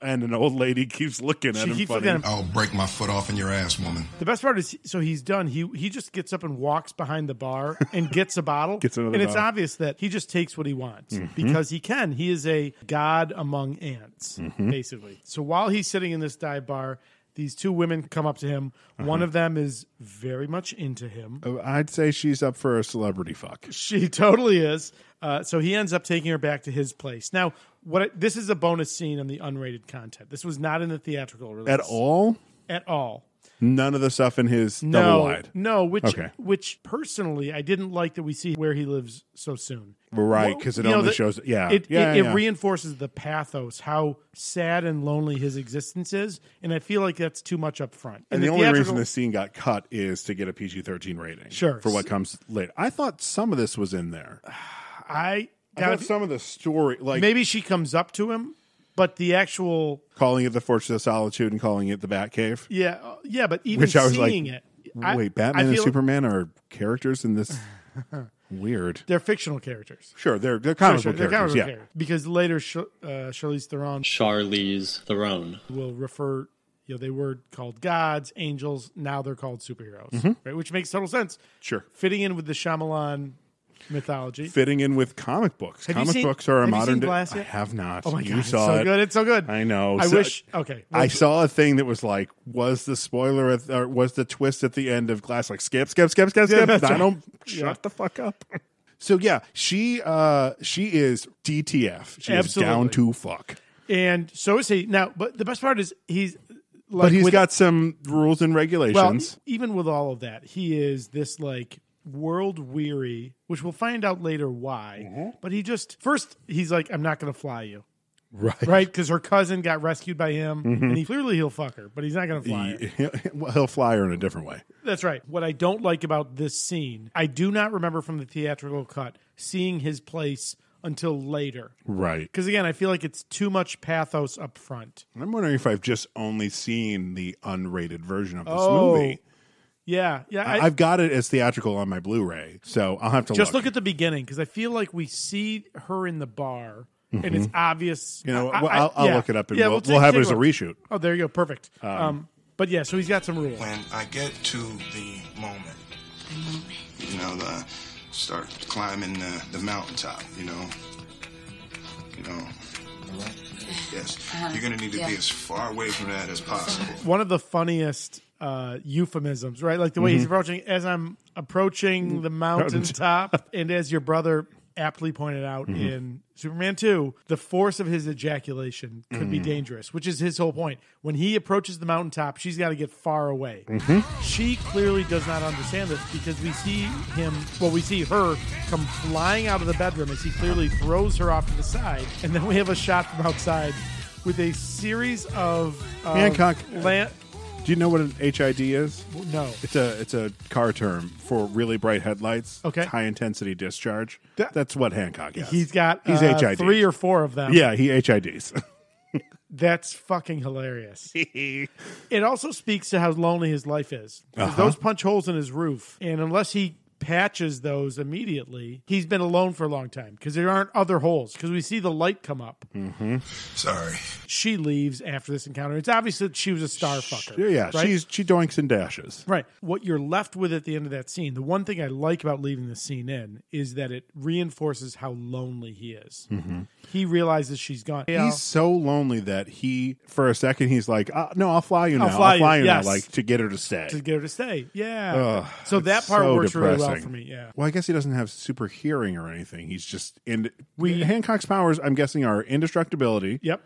S1: and an old lady keeps looking at
S2: She
S1: him.
S2: keeps
S1: funny.
S2: looking at him.
S6: I'll break my foot off in your ass, woman.
S2: The best part is, so he's done. He he just gets up and walks behind the bar and gets a bottle.
S1: Gets another
S2: and it's
S1: bottle. Mm-hmm.
S2: obvious that he just takes what he wants because he can. He is a god among ants,
S1: Mm-hmm.
S2: basically. So while he's sitting in this dive bar, these two women come up to him.
S1: Uh-huh.
S2: One of them is very much into him.
S1: I'd say she's up for a celebrity fuck.
S2: She totally is. Uh, so he ends up taking her back to his place. Now, what I- this is a bonus scene on the unrated content. This was not in the theatrical release
S1: At all,
S2: At all.
S1: none of the stuff in his
S2: no,
S1: double wide.
S2: no. Which,
S1: Okay.
S2: which personally, I didn't like that we see where he lives so soon.
S1: Right,
S2: Well,
S1: 'cause it
S2: you know,
S1: only
S2: the-
S1: shows- yeah.
S2: it,
S1: Yeah,
S2: it, it
S1: yeah.
S2: reinforces the pathos, how sad and lonely his existence is, and I feel like that's too much up front.
S1: And
S2: In
S1: the, only reason
S2: theatrical-
S1: this scene got cut is to get a PG thirteen rating.
S2: Sure.
S1: For what comes later. I thought some of this was in there.
S2: I
S1: I thought
S2: got
S1: some of the story, like
S2: maybe she comes up to him, but the actual
S1: calling it the Fortress of Solitude and calling it the Batcave.
S2: Yeah, uh, yeah, but even
S1: Which I was like,
S2: seeing it, I-
S1: Wait,
S2: I
S1: Batman and
S2: feel
S1: Superman are characters in this. Weird.
S2: They're fictional characters.
S1: Sure, they're they're comic
S2: Sure,
S1: book
S2: they're
S1: characters.
S2: comic book
S1: yeah.
S2: characters. because later Sh- uh, Charlize Theron
S10: Charlize Theron.
S2: will refer. You know, they were called gods, angels. Now they're called superheroes, right? Which makes total sense.
S1: Mm-hmm. Sure.
S2: fitting in with the Shyamalan mythology.
S1: fitting in with comic books.
S2: Have you
S1: comic
S2: seen-
S1: books are a
S2: have you
S1: modern.
S2: seen
S1: day-
S2: Glass yet?
S1: I have not.
S2: Oh my
S1: you
S2: God, it's
S1: saw
S2: so
S1: it.
S2: good. It's so good.
S1: I know.
S2: I
S1: So-
S2: wish- okay, well-
S1: I saw a thing that was like, was the spoiler at, or was the twist at the end of Glass like skip, skip, skip, skip, skip?
S2: that's
S1: I
S2: right.
S1: don't shut the fuck up. So yeah, she uh she is DTF. She is
S2: Absolutely.
S1: down to fuck.
S2: and so is he now. But the best part is he's like
S1: But he's
S2: with-
S1: got some rules and
S2: well,
S1: regulations.
S2: even with all of that, he is this like world weary, which we'll find out later why.
S1: Mm-hmm.
S2: But he just first he's like, I'm not going to fly you.
S1: right.
S2: right? Because her cousin got rescued by him, and he clearly he'll fuck her, but he's not gonna fly. her.
S1: Mm-hmm. He, will he'll fly her in a different way.
S2: That's right. What I don't like about this scene, I do not remember from the theatrical cut seeing his place until later.
S1: Right.
S2: Because again, I feel like it's too much pathos up front.
S1: I'm wondering if I've just only seen the unrated version of this
S2: Oh.
S1: movie.
S2: Yeah, yeah.
S1: I,
S2: I,
S1: I've got it as theatrical on my Blu-ray, so I'll have to
S2: just look. at the beginning because I feel like we see her in the bar. And it's obvious.
S1: Mm-hmm. You know,
S2: I-
S1: well,
S2: I-
S1: I'll- I'll
S2: yeah.
S1: look it up and
S2: Yeah,
S1: we'll-
S2: take-
S1: we'll have it
S2: take
S1: as a
S2: look.
S1: reshoot.
S2: Oh, there you go. Perfect. Um, but yeah, so he's got some rules.
S6: When I get to the moment, you know, the, start climbing the, the mountaintop, you know, you know. Yes, you're gonna need to be as far away from that as possible.
S2: one of the funniest uh, euphemisms, right? Like the way he's approaching, as I'm approaching the mountaintop, and as your brother aptly pointed out in Superman 2, the force of his ejaculation could be dangerous, which is his whole point. When he approaches the mountaintop, she's got to get far away. She clearly does not understand this because we see him, well, we see her come flying out of the bedroom as he clearly throws her off to the side. And then we have a shot from outside. With a series of, of
S1: Hancock.
S2: la-
S1: Do you know what an HID is?
S2: no.
S1: It's a it's a car term for really bright headlights.
S2: Okay.
S1: It's high intensity discharge.
S2: That-
S1: That's what Hancock is.
S2: He's got
S1: He's
S2: uh,
S1: HID.
S2: three or four of them.
S1: yeah, he HIDs.
S2: That's fucking hilarious. it also speaks to how lonely his life is. 'Cause Those punch holes in his roof, and unless he patches those immediately, he's been alone for a long time because there aren't other holes. Because we see the light come up.
S6: Sorry.
S2: She leaves after this encounter. It's obvious that she was a star fucker.
S1: Yeah, yeah.
S2: right?
S1: She's she doinks and dashes.
S2: Right. What you're left with at the end of that scene, the one thing I like about leaving the scene in is that it reinforces how lonely he is.
S1: Mm-hmm.
S2: He realizes she's gone. Yeah.
S1: He's so lonely that he, for a second, he's like, uh, "No, I'll fly you now. I'll fly,
S2: fly you,"
S1: you,
S2: yes.
S1: now," like to get her to stay.
S2: to get her to stay. Yeah. so that part
S1: so
S2: works really well
S1: depressing.
S2: for me. Yeah.
S1: Well, I guess he doesn't have super hearing or anything. He's just in. We Hancock's powers, I'm guessing, are indestructibility
S2: Yep.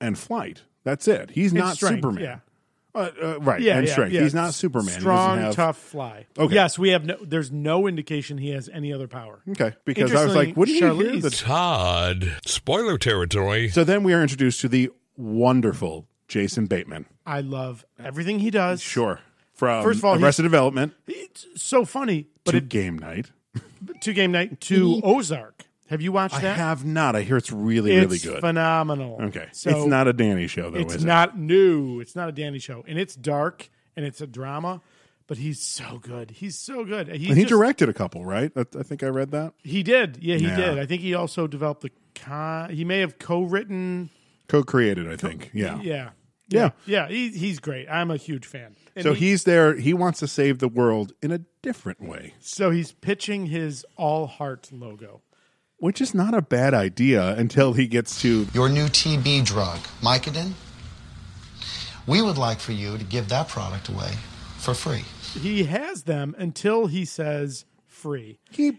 S1: and flight. That's it. He's
S2: And
S1: not
S2: strength,
S1: Superman.
S2: Yeah.
S1: Uh, uh, right.
S2: Yeah.
S1: and
S2: yeah,
S1: strength.
S2: yeah.
S1: He's not Superman. He doesn't
S2: Strong,
S1: have-
S2: tough fly.
S1: Okay.
S2: Yes, we have no. There's no indication he has any other power.
S1: Okay. Because I was
S2: Interestingly,
S1: like, "What do you hear?"
S2: Charlize-
S1: The
S9: Todd. Spoiler territory.
S1: So then we are introduced to the wonderful Jason Bateman.
S2: I love everything he does.
S1: Sure. From
S2: First of all, he's-
S1: Arrested Development
S2: It's so funny. But
S1: to
S2: it,
S1: Game Night.
S2: to game night to Ozark. Have you watched
S1: I
S2: that?
S1: have not. I hear it's really,
S2: it's
S1: really good.
S2: phenomenal.
S1: Okay.
S2: So
S1: it's not a Danny show, though,
S2: It's
S1: is
S2: not new. It's not a Danny show, and it's dark and it's a drama. But he's so good. He's so good. He's
S1: it? And he
S2: just-
S1: directed a couple, right? I, I think I read that.
S2: He did. Yeah, he
S1: Yeah.
S2: did. I think he also developed the con. He may have co-written.
S1: Co created, I think. Yeah.
S2: Yeah.
S1: Oh. Yeah.
S2: Yeah. He, he's great. I'm a huge fan. And
S1: So
S2: he-
S1: he's there. He wants to save the world in a different way,
S2: so he's pitching his all heart logo.
S1: which is not a bad idea until he gets to
S9: Your new TB drug, Mycodin. We would like for you to give that product away for free.
S2: He has them until he says free.
S1: he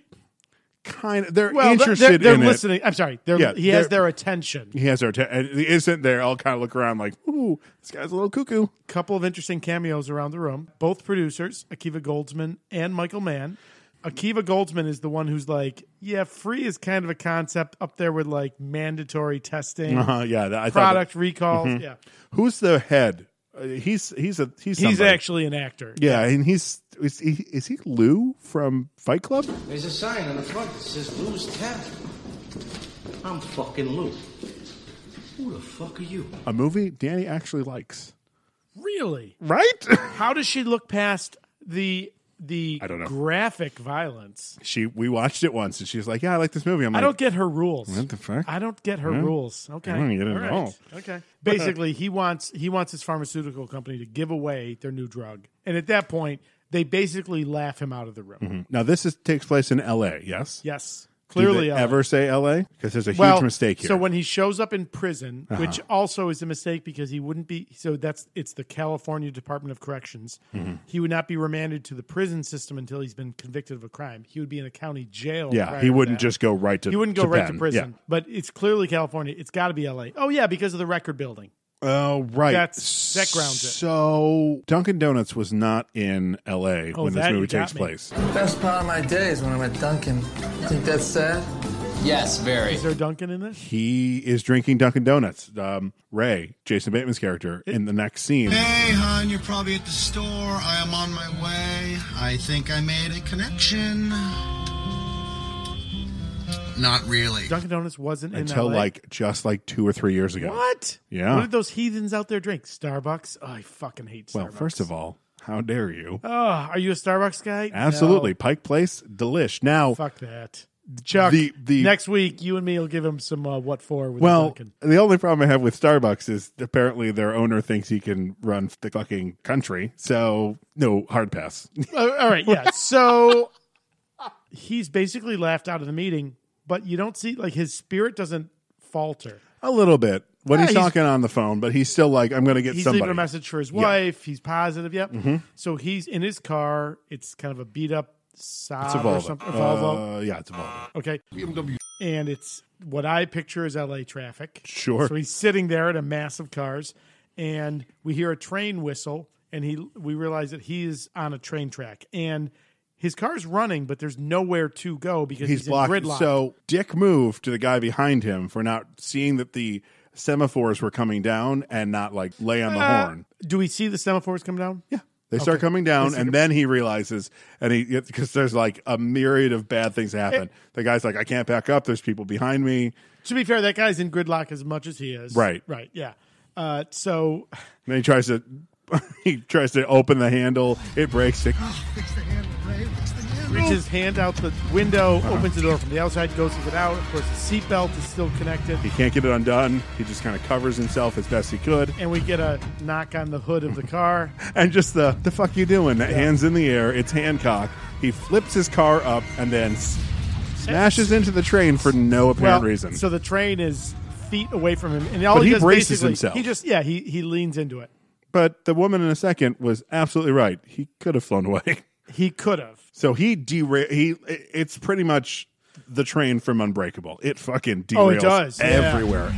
S1: kind of they're
S2: Well, they're,
S1: interested
S2: they're, they're
S1: in it.
S2: listening. I'm sorry. They're,
S1: Yeah,
S2: he has
S1: they're-
S2: their attention.
S1: He has our te- and he isn't there. I'll kind of look around like, ooh, this guy's a little cuckoo.
S2: couple of interesting cameos around the room. Both producers, Akiva Goldsman and Michael Mann. Akiva Goldsman is the one who's like, yeah, free is kind of a concept up there with like mandatory testing,
S1: Uh, yeah, that- I thought
S2: product recalls.
S1: Mm-hmm.
S2: Yeah.
S1: that- who's the head? Uh, he's he's a he's
S2: He's
S1: somebody.
S2: actually an actor.
S1: yeah, and he's is he, is he Lou from Fight Club?
S9: There's a sign on the front that says Lou's Tap. I'm fucking Lou. Who the fuck are you?
S1: A movie Danny actually likes,
S2: Really?
S1: right?
S2: How does she look past the the
S1: I don't know.
S2: graphic violence?
S1: she we watched it once, and she was like, "Yeah, I like this movie." I'm
S2: I
S1: like,
S2: don't get her rules.
S1: What the fuck?
S2: I don't get her rules. Okay.
S1: don't get it
S2: All
S1: at
S2: right.
S1: all.
S2: Okay. Basically, he wants he wants his pharmaceutical company to give away their new drug. And at that point, they basically laugh him out of the room.
S1: now this is takes place in L.A. Yes,
S2: Yes.
S1: Mm-hmm. Do they
S2: Clearly uh,
S1: ever say L.A. because there's a
S2: well,
S1: huge mistake here. Uh-huh.
S2: So when he shows up in prison, which also is a mistake because he wouldn't be so that's it's the California Department of Corrections.
S1: Mm-hmm.
S2: He would not be remanded to the prison system until he's been convicted of a crime. He would be in a county jail.
S1: yeah,
S2: prior
S1: he
S2: to
S1: wouldn't
S2: that.
S1: just go right to
S2: He wouldn't go right
S1: Penn.
S2: to prison,
S1: Yeah.
S2: but it's clearly California. It's got to be L.A. Oh yeah, because of the record building.
S1: Oh, right.
S2: That's- that grounds it.
S1: So Dunkin' Donuts was not in L.A.
S2: Oh,
S1: when this
S2: that you
S1: movie
S2: got
S1: takes
S2: me.
S1: place.
S9: Best part of my day is when I'm at Dunkin'. You think that's sad?
S10: Yes, very.
S2: Is there Duncan in this?
S1: He is drinking Dunkin' Donuts. Um, Ray, Jason Bateman's character, in the next scene.
S9: Hey, hon, you're probably at the store. I am on my way. I think I made a connection. Not really.
S2: Dunkin' Donuts wasn't in
S1: Until
S2: LA?
S1: like just like two or three years ago.
S2: what?
S1: Yeah.
S2: What did those heathens out there drink? Starbucks. Oh, I fucking hate Starbucks.
S1: Well, first of all, how dare you?
S2: oh, are you a Starbucks guy?
S1: Absolutely,
S2: No.
S1: Pike Place, delish. Now,
S2: Fuck that, Chuck.
S1: The- the-
S2: next week, you and me will give him some uh, what for with
S1: well,
S2: Dunkin'.
S1: the only problem I have with Starbucks is apparently their owner thinks he can run the fucking country. So no hard pass.
S2: Uh, all right, yeah. So he's basically laughed out of the meeting, but you don't see like his spirit doesn't falter.
S1: a little bit when
S2: Yeah,
S1: he's
S2: he's-
S1: talking on the phone, but he's still like, "I'm going to get
S2: he's
S1: somebody." Mm-hmm.
S2: leaving a message for his wife. He's positive. Yep. So he's in his car. It's kind of a beat up
S1: It's a
S2: Saab or
S1: Volvo.
S2: something. Volvo.
S1: Uh, yeah, it's a Volvo.
S2: Okay. BMW. And it's what I picture is LA traffic.
S1: Sure.
S2: So he's sitting there in a mass of cars, and we hear a train whistle, and he we realize that he is on a train track, and his car's running, but there's nowhere to go because he's,
S1: He's blocked.
S2: in gridlock.
S1: So Dick moved to the guy behind him for not seeing that the semaphores were coming down and not like lay on the
S2: Uh,
S1: horn.
S2: Do we see the semaphores come down? Yeah.
S1: They start coming down, and then he realizes, and he because there's like a myriad of bad things happen. the guy's like, "I can't back up. There's people behind me."
S2: To be fair, that guy's in gridlock as much as he is.
S1: Right.
S2: Right. Yeah. Uh, so
S1: then he tries to he tries to open the handle. It breaks. It
S11: Fix the handle, Ray. Fix the handle.
S2: reaches hand out the window,
S1: Uh-huh.
S2: opens the door from the outside, goes with it out. Of course, the seatbelt is still connected,
S1: he can't get it undone. He just kind of covers himself as best he could.
S2: and we get a knock on the hood of the car.
S1: And just the the fuck you doing? That hands in the air. It's Hancock. He flips his car up and then s- smashes into the train for no apparent
S2: Well,
S1: reason.
S2: So the train is feet away from him, and all
S1: But
S2: he,
S1: he
S2: does
S1: braces
S2: basically-
S1: himself.
S2: He just yeah, he he leans into it.
S1: but the woman in a second was absolutely right. He could have flown away.
S2: He could have.
S1: So he derail. He it- it's pretty much the train from Unbreakable. It fucking derails
S2: Oh, it does, yeah.
S1: everywhere.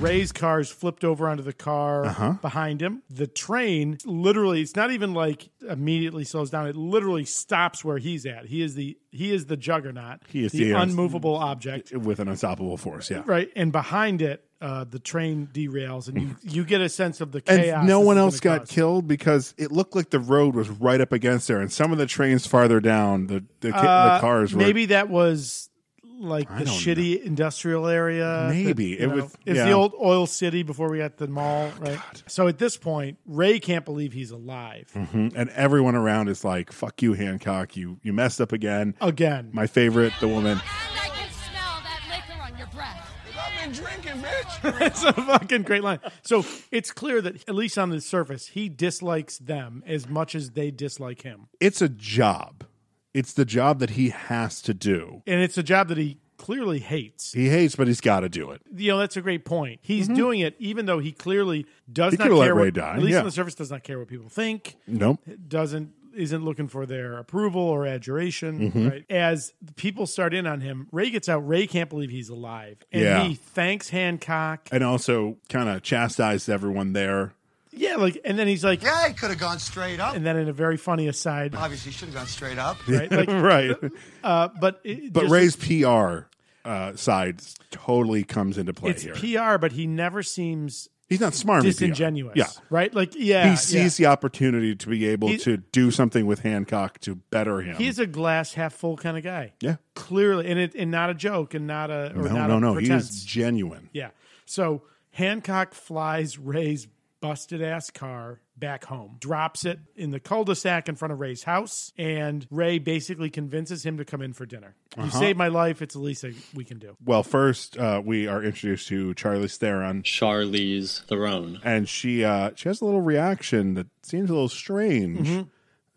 S2: Ray's car's flipped over onto the car
S1: Uh-huh.
S2: behind him. The train literally it's not even like immediately slows down. It literally stops where he's at. He is the he is the juggernaut.
S1: He is
S2: the,
S1: the- uh,
S2: unmovable object.
S1: with an unstoppable force. Yeah.
S2: Right. And behind it, uh, the train derails and you, you get a sense of the
S1: Mm. And
S2: chaos.
S1: no
S2: this
S1: one
S2: is
S1: else
S2: gonna
S1: got
S2: cause.
S1: killed because it looked like the road was right up against there, and some of the trains farther down, the the, ca-
S2: Uh,
S1: the cars were
S2: maybe that was like the
S1: don't
S2: shitty industrial area.
S1: Maybe.
S2: that,
S1: It
S2: you know,
S1: was-
S2: it's
S1: yeah. Oh,
S2: the old oil city before we got the mall, right? So at this point, Ray can't believe he's alive
S1: Mhm. and everyone around is like, "Fuck you, Hancock! You you messed up again."
S2: again.
S1: My favorite, the woman.
S5: I can smell that liquor on your breath.
S6: I've been drinking, bitch.
S2: it's a fucking great line. So it's clear that at least on the surface, he dislikes them as much as they dislike him,
S1: It's a job. It's the job that he has to do.
S2: and it's a job that he clearly hates.
S1: He hates, but he's got to do it.
S2: you know that's a great point. He's doing it even though he clearly
S1: Mm-hmm.
S2: does
S1: He
S2: not
S1: could've let
S2: care.
S1: Ray
S2: what,
S1: die,
S2: At least
S1: yeah.
S2: on the surface, does not care what people think.
S1: Nope.
S2: Doesn't isn't looking for their approval or adjuration.
S1: Mhm.
S2: Right? As people start in on him, Ray gets out. Ray can't believe he's alive, and
S1: Yeah.
S2: he thanks Hancock.
S1: And also kind of chastised everyone there.
S2: Yeah, like and then he's like,
S11: Yeah, he could have gone straight up.
S2: and then in a very funny aside, uh,
S11: Obviously, should have gone straight up.
S2: right? Like,
S1: right.
S2: uh, but it,
S1: But
S2: just-
S1: Ray's PR uh, side totally comes into play
S2: it's
S1: here.
S2: PR, but he never seems
S1: he's not smart.
S2: disingenuous.
S1: Yeah.
S2: right. Like yeah,
S1: he sees the opportunity to be able
S2: He-
S1: to do something with Hancock to better him.
S2: yeah. he's a glass half full kind of guy.
S1: yeah.
S2: clearly and it and not a joke and not a or
S1: No,
S2: not
S1: no,
S2: a
S1: no. He
S2: pretense.
S1: is genuine.
S2: yeah so hancock flies ray's busted ass car back home drops it in the cul-de-sac in front of ray's house and ray basically convinces him to come in for dinner you
S1: Uh-huh.
S2: saved my life it's the least I- we can do
S1: Well, first uh, we are introduced to Charlie Theron,
S10: Charlize Theron.
S1: and she uh, she has a little reaction that seems a little strange.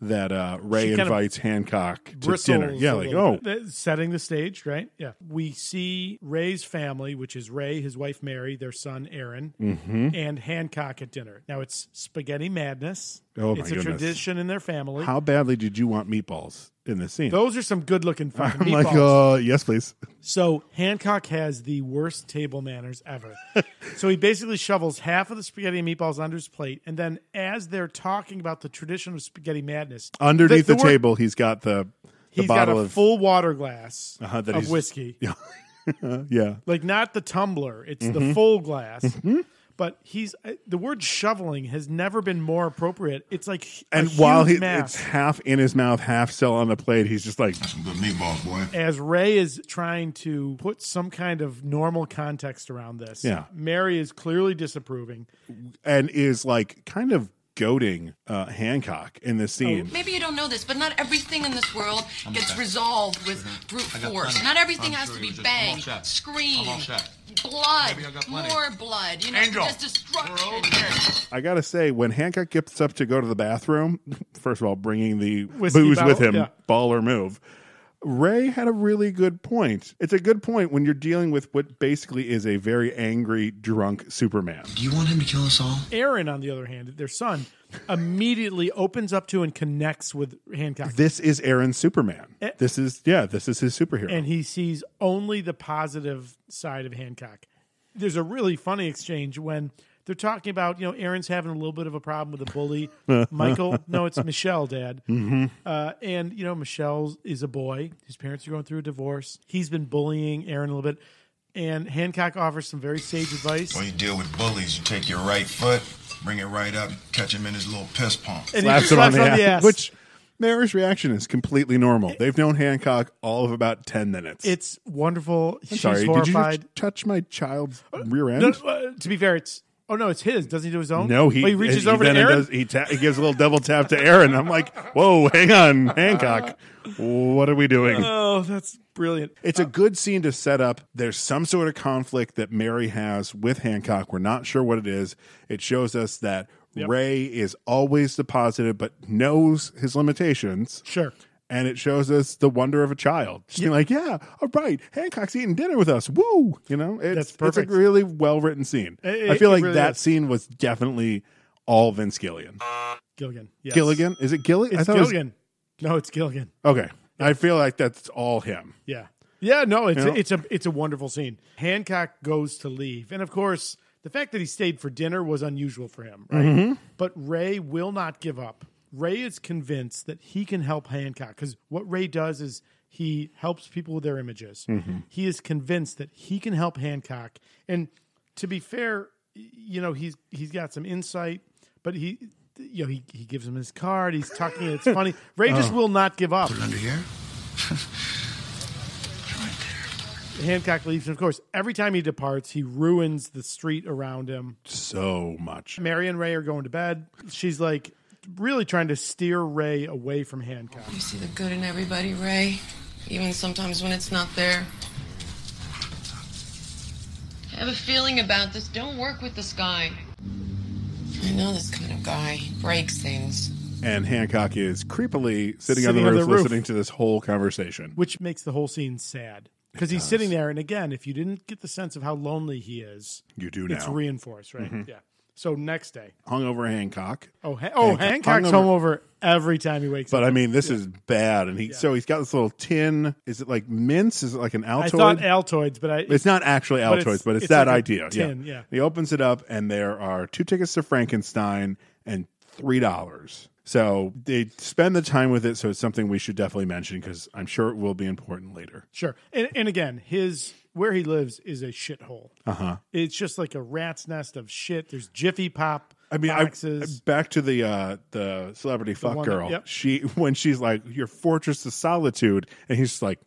S1: That uh, Ray
S2: Mm-hmm. She kind of
S1: invites Hancock to
S2: bristles
S1: dinner. Yeah,
S2: a
S1: like
S2: little
S1: oh,
S2: bit. That- setting the stage right yeah we see ray's family which is ray his wife mary their son aaron
S1: Mm-hmm.
S2: and hancock at dinner now it's spaghetti madness
S1: Oh, my
S2: it's a
S1: goodness.
S2: tradition in their family
S1: how badly did you want meatballs in this scene?
S2: Those are some good looking fucking
S1: I'm like,
S2: meatballs.
S1: uh, yes, please.
S2: so Hancock has the worst table manners ever. so he basically shovels half of the spaghetti and meatballs under his plate, and then as they're talking about the tradition of spaghetti madness,
S1: Underneath the,
S2: the word-
S1: table, he's got the, the
S2: he's got
S1: bottle
S2: a
S1: of
S2: full water glass
S1: Uh-huh, that
S2: of
S1: he's-
S2: whiskey.
S1: yeah.
S2: Like not the tumbler, it's
S1: Mm-hmm.
S2: the full glass. But he's uh, the word shoveling has never been more appropriate. It's like h- a
S1: And while
S2: huge
S1: he,
S2: mass.
S1: it's half in his mouth, half still on the plate, he's just like,
S6: Some good meatballs, boy.
S2: as Ray is trying to put some kind of normal context around this,
S1: Yeah.
S2: Mary is clearly disapproving.
S1: and is like kind of goading uh, Hancock in
S2: Oh,
S1: this scene.
S12: Maybe you don't know this, but not everything in this world gets resolved with
S1: Mm-hmm.
S12: brute force. Not everything has to be bang, scream, blood, more blood. You know,
S6: Angel.
S12: there's destruction.
S1: I gotta say, when Hancock gets up to go to the bathroom, first of all, bringing the
S2: Whiskey
S1: booze
S2: bottle,
S1: with him,
S2: yeah.
S1: baller move. Ray had a really good point. It's a good point when you're dealing with what basically is a very angry, drunk Superman.
S9: Do you want him to kill us all?
S2: Aaron, on the other hand, their son, immediately opens up to and connects with Hancock.
S1: This is Aaron's Superman.
S2: Eh.
S1: This is yeah, this is his superhero.
S2: and he sees only the positive side of Hancock. There's a really funny exchange when they're talking about, you know, Aaron's having a little bit of a problem with a bully. Michael, no, it's Michelle, Dad.
S1: Mm-hmm.
S2: Uh, and, you know, Michelle is a boy. His parents are going through a divorce. He's been bullying Aaron a little bit. And Hancock offers some very sage advice.
S6: Well, you deal with bullies. You take your right foot, bring it right up, catch him in his little piss pump.
S2: And he
S1: slaps
S2: just
S1: him on
S2: slaps
S1: the, ass,
S2: Which
S1: Which Mary's reaction is completely normal. They've known Hancock all of about ten minutes.
S2: it's wonderful. She's
S1: Sorry, did you
S2: horrified.
S1: just touch my child's rear end?
S2: No, uh, to be fair, it's Oh no, it's his. Doesn't he do his own?
S1: No, he,
S2: Oh, he reaches
S1: he-
S2: over
S1: then
S2: to
S1: he
S2: Aaron.
S1: does- he, ta- he gives a little double tap to Aaron. I'm like, whoa, hang on, Hancock. What are we doing?
S2: Oh, that's brilliant.
S1: It's a good scene to set up. There's some sort of conflict that Mary has with Hancock. We're not sure what it is. It shows us that
S2: Yep.
S1: Ray is always the positive, but knows his limitations.
S2: Sure.
S1: And it shows us the wonder of a child. Just being like, yeah, all right, Hancock's eating dinner with us. Woo! You know, it's,
S2: That's
S1: it's
S2: perfect.
S1: a really well written scene.
S2: It-
S1: I feel
S2: it
S1: like
S2: really
S1: that
S2: is.
S1: scene was definitely all Vince Gillian.
S2: Gilligan. Yes.
S1: Gilligan? Is it Gilligan?
S2: It's Gilligan. No, it's Gilligan.
S1: Okay. I feel like that's all him.
S2: Yeah. Yeah, no, it's
S1: You know?
S2: it's a it's a wonderful scene. Hancock goes to leave. And of course, the fact that he stayed for dinner was unusual for him, right?
S11: Mm-hmm.
S1: Mhm.
S2: But Ray will not give up. Ray is convinced that he can help Hancock cuz what Ray does is he helps people with their images.
S11: Mm-hmm.
S13: Mhm.
S2: He is convinced that he can help Hancock. And to be fair, y- you know, he's he's got some insight, but he you know, he, he gives him his card. He's talking. It's funny. Ray just
S11: Oh.
S2: will not give up.
S11: Put it under here.
S2: Hancock leaves, and of course, every time he departs, he ruins the street around him.
S1: So much.
S2: Mary and Ray are going to bed. She's like really trying to steer Ray away from Hancock.
S12: You see the good in everybody, Ray, even sometimes when it's not there. I have a feeling about this. Don't work with this guy. I know this kind of guy. He breaks things.
S1: and Hancock is creepily sitting,
S2: Sitting
S1: on
S2: on
S1: the
S2: the
S1: roof,
S2: roof.
S1: listening to this whole conversation.
S2: which makes the whole scene sad because he's sitting there. And again, if you didn't get the sense of how lonely he is,
S1: You do
S2: It's
S1: now.
S2: reinforced, right?
S1: Mhm.
S2: Yeah. So next day,
S1: Hungover Hancock.
S2: oh, ha- oh,
S1: Hancock-
S2: Hancock's
S1: hungover-
S2: home over every time he wakes
S1: But
S2: up.
S1: I mean, this is bad. And he so he's got this little tin. Is it like mince? Is it like an Altoid?
S2: I thought Altoids, but I,
S1: it's not actually Altoids, but it's, that
S2: like a
S1: idea.
S2: Tin,
S1: yeah.
S2: yeah.
S1: He opens it up, and there are two tickets to Frankenstein and three dollars. So they spend the time with it. So it's something we should definitely mention because I'm sure it will be important later.
S2: Sure. And, and again, his where he lives is a shithole.
S1: Uh huh.
S2: It's just like a rat's nest of shit. There's Jiffy Pop.
S1: I mean, I,
S2: boxes.
S1: back to the uh, the celebrity fuck
S2: one that-
S1: girl.
S2: yep.
S1: She when she's like your fortress of solitude, and he's just like,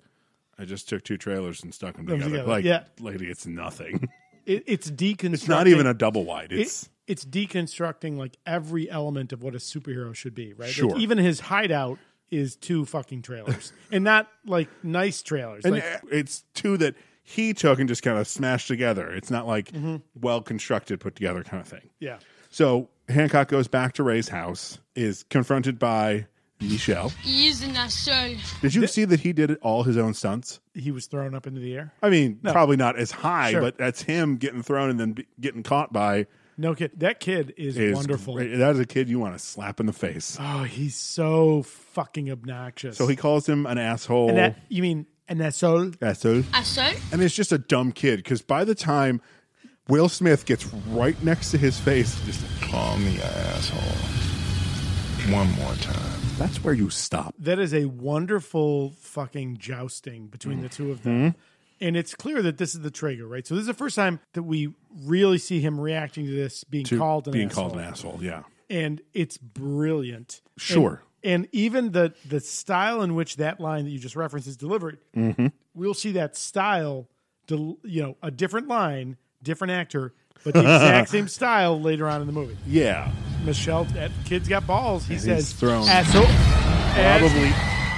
S1: I just took two trailers and stuck them
S2: Them
S1: together.
S2: together,
S1: Like,
S2: yeah.
S1: lady, it's nothing.
S2: it, it's deconstructing. It's
S1: not even a double wide.
S2: It-
S1: It's-
S2: it's deconstructing like every element of what a superhero should be, right? Like,
S1: Sure.
S2: even his hideout is two fucking trailers, and not like nice trailers.
S1: and
S2: like,
S1: uh, it's two that he took and just kind of smashed together. It's not like
S2: Mm-hmm.
S1: well constructed, put together kind of thing.
S2: yeah.
S1: So Hancock goes back to Ray's house, is confronted by Michelle.
S5: Using that show.
S1: Did you see that he did all his own stunts?
S2: He was thrown up into the air.
S1: I mean,
S2: No.
S1: probably not as high,
S2: Sure.
S1: but that's him getting thrown and then be, getting caught by
S2: No kid. That kid is,
S1: is
S2: wonderful.
S1: great. That is a kid you want to slap in the face.
S2: Oh, he's so fucking obnoxious.
S1: So he calls him an asshole.
S2: And that you mean an asshole?
S1: asshole.
S5: Asshole?
S1: I mean, it's just a dumb kid because by the time Will Smith gets right next to his face, just call me an asshole one more time. That's where you stop.
S2: That is a wonderful fucking jousting between the two of
S1: Hmm?
S2: them. And it's clear that this is the trigger, right? So this is the first time that we really see him reacting to this being
S1: To
S2: called an
S1: being
S2: asshole.
S1: called an asshole. Yeah.
S2: And it's brilliant. And-
S1: Sure.
S2: And, even the the style in which that line that you just referenced is delivered,
S1: Mm-hmm.
S2: we'll see that style, del- you know, a different line, different actor, but the exact same style later on in the movie.
S1: Yeah.
S2: Michelle, that kid's got balls. He
S1: And he's
S2: says,
S1: thrown.
S2: asshole.
S1: Probably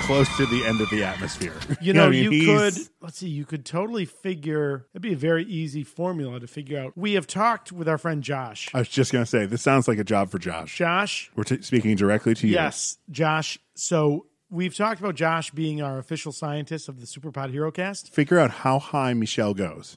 S1: close to the end of the atmosphere.
S2: You know,
S1: what I mean?
S2: you
S1: He's-
S2: could let's see, you could totally figure it'd be a very easy formula to figure out. We have talked with our friend Josh.
S1: I was just going to say, this sounds like a job for Josh.
S2: Josh.
S1: We're t- speaking directly to you.
S2: Yes, Josh. So we've talked about Josh being our official scientist of the Superpod Hero Cast.
S1: Figure out how high Michelle goes.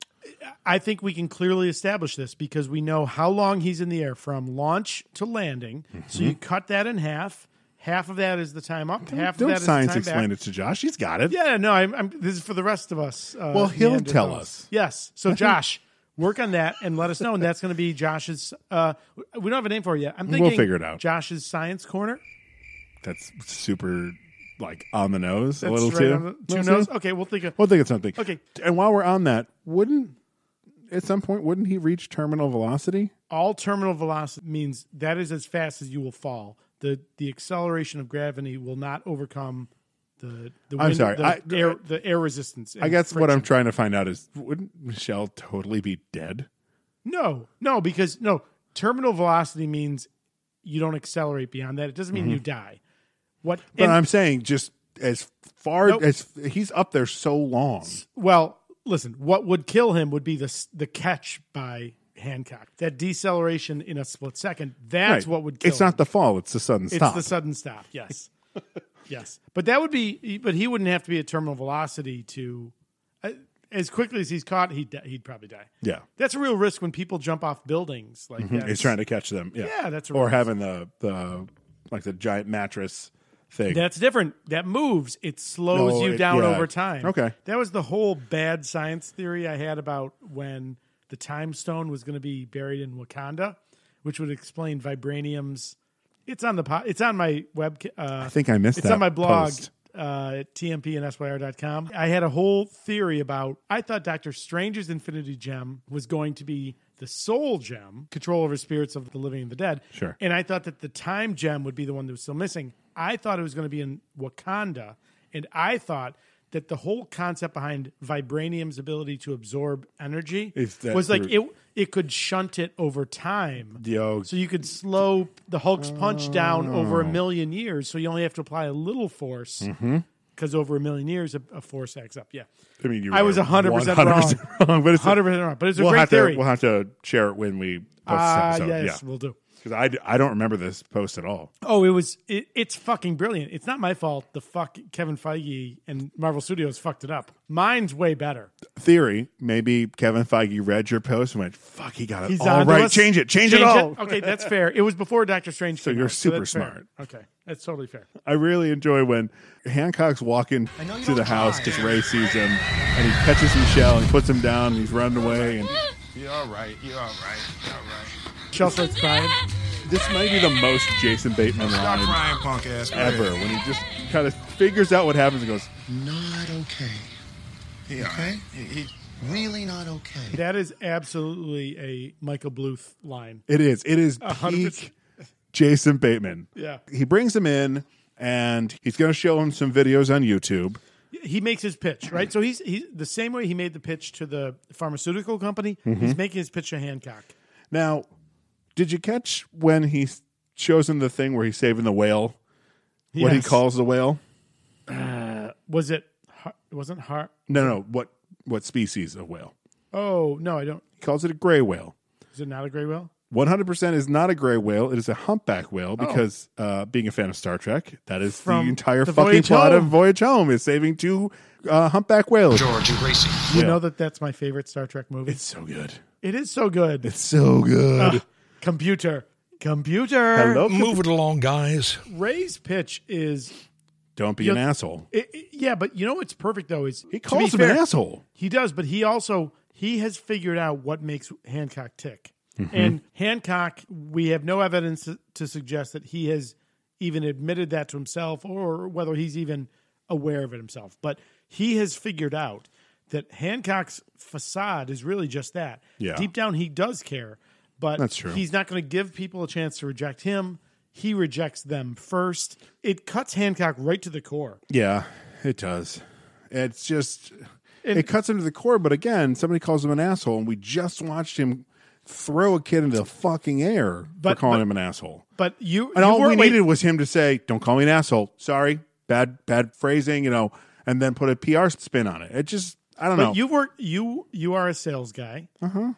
S2: I think we can clearly establish this because we know how long he's in the air from launch to landing. So you cut that in half. Half of that is the time up. half
S1: Mm-hmm. Don't
S2: of that is
S1: science
S2: the time
S1: explain
S2: back.
S1: it to Josh. He's got it.
S2: Yeah, no, I'm, I'm. This is for the rest of us. Uh,
S1: Well, he'll
S2: Neanderthals.
S1: tell us.
S2: Yes. So, Josh, work on that and let us know. And that's going to be Josh's. Uh, we don't have a name for it yet. I'm
S1: We'll
S2: thinking
S1: figure it out.
S2: Josh's science corner.
S1: That's super like on the nose
S2: That's
S1: a little
S2: right
S1: too.
S2: on the- two
S1: Little
S2: nose?
S1: too?
S2: Okay, we'll think of-
S1: We'll think of something.
S2: Okay.
S1: And while we're on that, wouldn't at some point wouldn't he reach terminal velocity?
S2: All terminal velocity means that is as fast as you will fall. the The acceleration of gravity will not overcome the. the
S1: I'm
S2: wind-
S1: sorry,
S2: The,
S1: I-
S2: air, the air resistance. and
S1: I guess what I'm
S2: friction.
S1: trying to find out is wouldn't Michelle totally be dead?
S2: No, no, because no, terminal velocity means you don't accelerate beyond that. It doesn't mean you die. What?
S1: Mm-hmm. But
S2: and-
S1: I'm saying just as far
S2: Nope.
S1: as he's up there so long.
S2: Well, listen, what would kill him would be the s- the catch by Hancock. That deceleration in a split second. That's
S1: Right.
S2: what would kill.
S1: It's not
S2: him.
S1: the fall, it's the sudden
S2: It's
S1: stop.
S2: the sudden stop. Yes. yes. But that would be but he wouldn't have to be at terminal velocity to uh, as quickly as he's caught he'd di- he'd probably die.
S1: yeah.
S2: That's a real risk when people jump off buildings like
S1: Mhm.
S2: that.
S1: He's trying to catch them. Yeah.
S2: Yeah, that's a
S1: Or
S2: risk.
S1: having the the like the giant mattress thing.
S2: That's different. That moves. It slows
S1: No,
S2: you
S1: it-
S2: down
S1: yeah.
S2: over time.
S1: Okay.
S2: That was the whole bad science theory I had about when the time stone was going to be buried in Wakanda, which would explain vibranium's. It's on the po- it's on my web. Uh, I
S1: think I missed
S2: It's
S1: that
S2: on my blog
S1: post.
S2: uh, at tmpandsyr.com. I had a whole theory about. I thought Doctor Strange's Infinity Gem was going to be the Soul Gem, control over spirits of the living and the dead.
S1: Sure.
S2: And I thought that the time gem would be the one that was still missing. I thought it was going to be in Wakanda. And I thought that the whole concept behind vibranium's ability to absorb energy
S1: Is that
S2: was like
S1: the-
S2: it it could shunt it over time.
S1: Yo.
S2: So you could slow the Hulk's punch down over a
S1: Oh.
S2: million years. So you only have to apply a little force
S1: Mhm.
S2: because over a million years, a, a force acts up. Yeah.
S1: I mean, you
S2: I was
S1: are
S2: 100% wrong.
S1: but it's
S2: 100% wrong, but it's a
S1: we'll
S2: great
S1: have
S2: theory.
S1: To, we'll have to share it when we post
S2: Ah,
S1: this episode.
S2: yes,
S1: yeah.
S2: we'll do.
S1: Because I, d- I don't remember this post at all.
S2: Oh, it was it, it's fucking brilliant. It's not my fault. The fuck Kevin Feige and Marvel Studios fucked it up. Mine's way better.
S1: Theory, maybe Kevin Feige read your post and went, fuck, he got it
S2: He's
S1: all
S2: on
S1: right. Change it. Change, it all.
S2: Okay, that's fair. It was before Doctor Strange.
S1: So
S2: came
S1: you're
S2: out,
S1: super
S2: that's fair.
S1: smart.
S2: Okay, that's totally fair.
S1: I really enjoy when Hancock's walking to the house because Ray sees him and he catches Michelle and puts him down and he's running away. And
S6: You're all right. You're all right. You're all right.
S2: Michelle starts crying.
S1: this might be the most Jason Bateman
S6: Stop
S1: line
S6: crying, punk ass. Go
S1: ever
S6: ahead.
S1: when he just kind of figures out what happens and goes,
S11: Not okay.
S6: He all
S11: okay?
S6: right. He- he-
S11: Really not okay.
S2: That is absolutely a Michael Bluth line.
S1: It is. It is
S2: A hundred
S1: peak Jason Bateman.
S2: Yeah.
S1: He brings him in and he's going to show him some videos on YouTube.
S2: He makes his pitch right. So he's he's the same way he made the pitch to the pharmaceutical company.
S1: Mhm.
S2: He's making his pitch to Hancock.
S1: Now, did you catch when he shows him the thing where he's saving the whale? What he
S2: Yes.
S1: calls the whale?
S2: Uh, was it? Har- It wasn't hard.
S1: No, no. What what species of whale?
S2: Oh no, I don't.
S1: He calls it a gray whale.
S2: Is it not a gray whale?
S1: 100% is not a gray whale. It is a humpback whale
S2: Oh.
S1: because, uh, being a fan of Star Trek, that is
S2: From
S1: the entire
S2: the
S1: fucking
S2: Voyage
S1: plot
S2: Home.
S1: of Voyage Home is saving two uh, humpback whales.
S11: Racing.
S2: You
S1: Yeah.
S2: know that that's my favorite Star Trek movie. It's
S1: so good.
S2: It is so good. It's
S1: so good.
S2: Uh, computer, computer.
S13: Move it along, guys.
S2: Ray's pitch is
S1: Don't be
S2: you
S1: an
S2: know,
S1: asshole.
S2: it- it- yeah, but you know what's perfect though is he
S1: calls him an asshole.
S2: He does, but he also he has figured out what makes Hancock tick.
S1: Mhm.
S2: And Hancock, we have no evidence to- to suggest that he has even admitted that to himself, or whether he's even aware of it himself. But he has figured out that Hancock's facade is really just that.
S1: Yeah.
S2: Deep down, he does care, but
S1: That's true.
S2: he's not going to give people a chance to reject him. He rejects them first. It cuts Hancock right to the core.
S1: Yeah, it does. It's just
S2: And-
S1: it cuts him to the core. But again, somebody calls him an asshole, and we just watched him throw a kid into the fucking air
S2: But-
S1: for calling
S2: but-
S1: him an asshole.
S2: But you,
S1: And
S2: you
S1: all
S2: were-
S1: we
S2: wait,
S1: needed was him to say, "Don't call me an asshole." Sorry, bad bad phrasing, you know, and then put a PR spin on it. It just I don't
S2: but
S1: know.
S2: You work. You you are a sales guy.
S1: Uh-huh.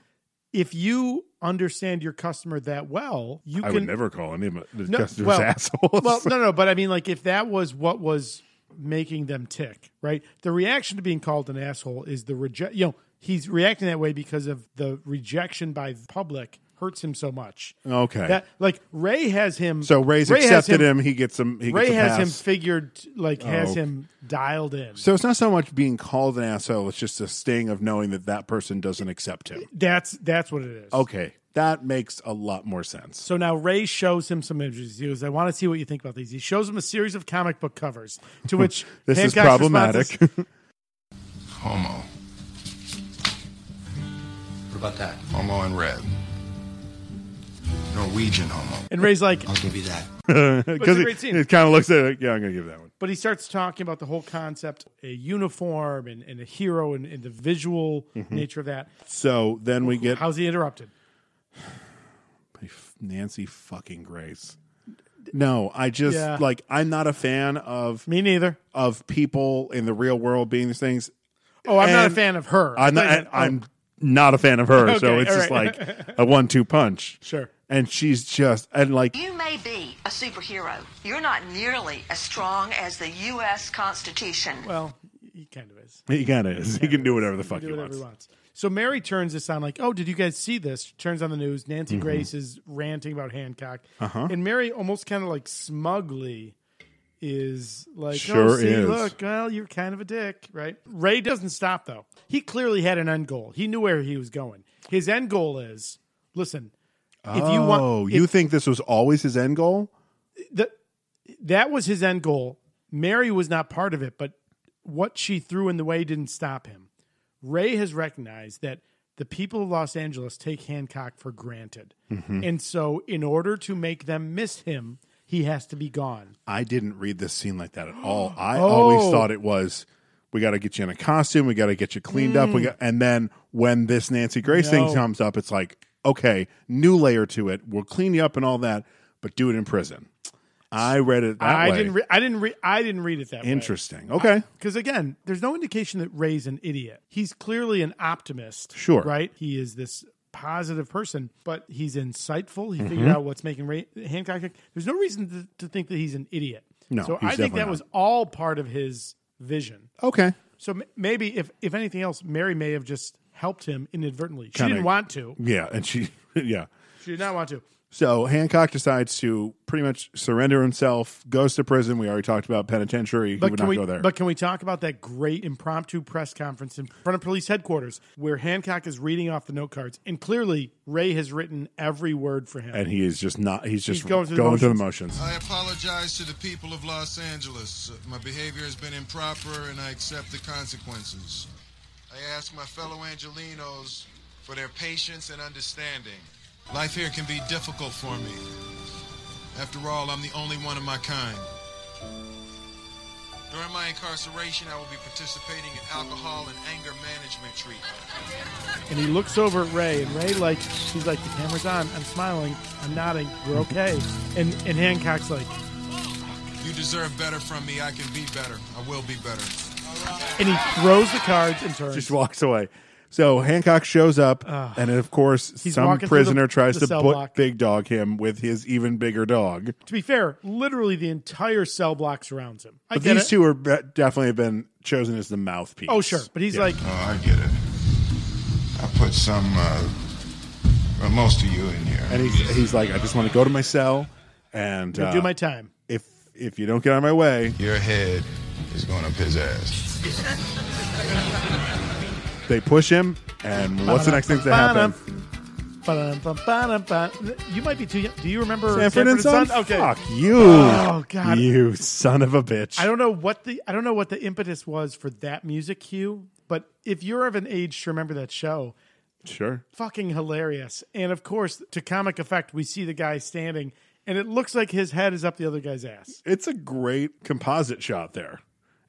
S2: If you understand your customer that well, you
S1: I
S2: can
S1: would never call any of my- the customers
S2: well,
S1: assholes.
S2: Well, no, no, but I mean, like, if that was what was making them tick, right? The reaction to being called an asshole is the reject. You know, he's reacting that way because of the rejection by the public hurts him so much.
S1: Okay.
S2: that like Ray has him.
S1: So Ray's
S2: Ray has
S1: accepted him. He gets him- he
S2: Ray
S1: gets a
S2: has him
S1: pass.
S2: figured, like, has
S1: Oh.
S2: him dialed in.
S1: So it's not so much being called an asshole; it's just a sting of knowing that that person doesn't accept him.
S2: That's that's what it is.
S1: Okay, that makes a lot more sense.
S2: So now Ray shows him some images. He goes, I want to see what you think about these. He shows him a series of comic book covers, to which
S1: This is
S2: Hancock's response is,
S1: problematic.
S6: Homo.
S11: What about that?
S6: Homo in red. Norwegian homo.
S2: and Ray's like,
S11: I'll give you that.
S2: a
S1: Because
S2: great
S1: it,
S2: scene.
S1: kind of looks at it. Yeah, I'm going to give that one.
S2: But he starts talking about the whole concept, a uniform and, and a hero and, and the visual
S1: Mhm.
S2: nature of that.
S1: So then we get
S2: How's he interrupted?
S1: My f- Nancy fucking Grace. No, I just
S2: Yeah.
S1: like I'm not a fan of
S2: me neither
S1: of people in the real world being these things.
S2: Oh, I'm not a
S1: And
S2: fan of her.
S1: I'm not,
S2: Wait a minute. Oh,
S1: I, am not a fan of her, so
S2: Okay,
S1: it's
S2: all
S1: just
S2: right.
S1: like a one-two punch.
S2: Sure.
S1: And she's just and like
S14: You may be a superhero. You're not nearly as strong as the U.S. Constitution.
S2: Well, he kind of is.
S1: he kind of is. He can do whatever the fuck
S2: do
S1: he
S2: whatever
S1: wants.
S2: he wants. So Mary turns this on, like, oh, did you guys see this? Turns on the news. Nancy
S1: Mhm.
S2: Grace is ranting about Hancock.
S1: Uh-huh.
S2: And Mary almost kind of like smugly is like, oh,
S1: Sure
S2: see,
S1: is.
S2: look, well, you're kind of a dick, right? Ray doesn't stop, though. He clearly had an end goal. He knew where he was going. His end goal is listen, if you
S1: Oh,
S2: want.
S1: you
S2: if-
S1: think this was always his end goal?
S2: the, that was his end goal. Mary was not part of it, but what she threw in the way didn't stop him. Ray has recognized that the people of Los Angeles take Hancock for granted.
S1: Mhm.
S2: And so, in order to make them miss him, he has to be gone.
S1: I didn't read this scene like that at all. I always
S2: Oh.
S1: thought it was we got to get you in a costume, we got to get you cleaned up, we
S2: Mm.
S1: got, and then when this Nancy Grace
S2: No.
S1: thing comes up, it's like okay, new layer to it. We'll clean you up and all that, but do it in prison. I read it that
S2: I
S1: way.
S2: didn't. Re- I didn't. Re- I didn't read it that way.
S1: Interesting. Okay.
S2: Because again, there's no indication that Ray's an idiot. He's clearly an optimist.
S1: Sure.
S2: Right? He is this positive person, but he's insightful. He figured
S1: Mhm.
S2: out what's making Ray Hancock. tick. There's no reason to, to think that he's an idiot.
S1: No,
S2: So
S1: he's
S2: I think
S1: definitely
S2: that
S1: not.
S2: was all part of his vision.
S1: Okay.
S2: So m- maybe if if anything else, Mary may have just helped him inadvertently. She
S1: Kinda-
S2: didn't want to.
S1: Yeah, and she yeah.
S2: She did not want to.
S1: So Hancock decides to pretty much surrender himself, goes to prison. We already talked about penitentiary. he
S2: But
S1: would
S2: can
S1: not
S2: we?
S1: go there.
S2: But can we talk about that great impromptu press conference in front of police headquarters where Hancock is reading off the note cards, and clearly Ray has written every word for him.
S1: and he is just not. He's just going,
S2: going through
S1: through, the
S2: the motions.
S1: motions.
S6: I apologize to the people of Los Angeles. My behavior has been improper and I accept the consequences. I ask my fellow Angelinos for their patience and understanding. Life here can be difficult for me. After all, I'm the only one of my kind. During my incarceration, I will be participating in alcohol and anger management treatment.
S2: And he looks over at Ray, and Ray like he's like the camera's on. I'm smiling. I'm nodding. We're
S1: Mm-hmm.
S2: okay. and and Hancock's like,
S6: You deserve better from me. I can be better. I will be better.
S2: and he throws the cards and turns.
S1: Just walks away. So Hancock shows up, and of course,
S2: He's
S1: some
S2: walking through the-
S1: prisoner tries
S2: the
S1: to
S2: cell
S1: put
S2: block.
S1: big dog him with his even bigger dog.
S2: to be fair, literally the entire cell block surrounds him. I
S1: But
S2: get
S1: these
S2: it.
S1: two are be- definitely have been chosen as the mouthpiece.
S2: Oh sure, but he's
S1: Yeah.
S2: like,
S6: I get it. I put some, uh, well, most of you in here.
S1: and he's he's like, I just want to go to my cell and uh,
S2: Go do my time.
S1: If if you don't get out of my way,
S6: your head is going up his ass.
S1: They push him, and what's the next thing that happens?
S2: Ba-dum-bum-ba-dum-bum. You might be too young. Do you remember
S1: Sanford and Son.
S2: Okay.
S1: Fuck you.
S2: Oh god.
S1: You son of a bitch.
S2: I don't know what the I don't know what the impetus was for that music cue, but if you're of an age to remember that show,
S1: Sure.
S2: fucking hilarious. And of course, to comic effect, we see the guy standing and it looks like his head is up the other guy's ass.
S1: It's a great composite shot there.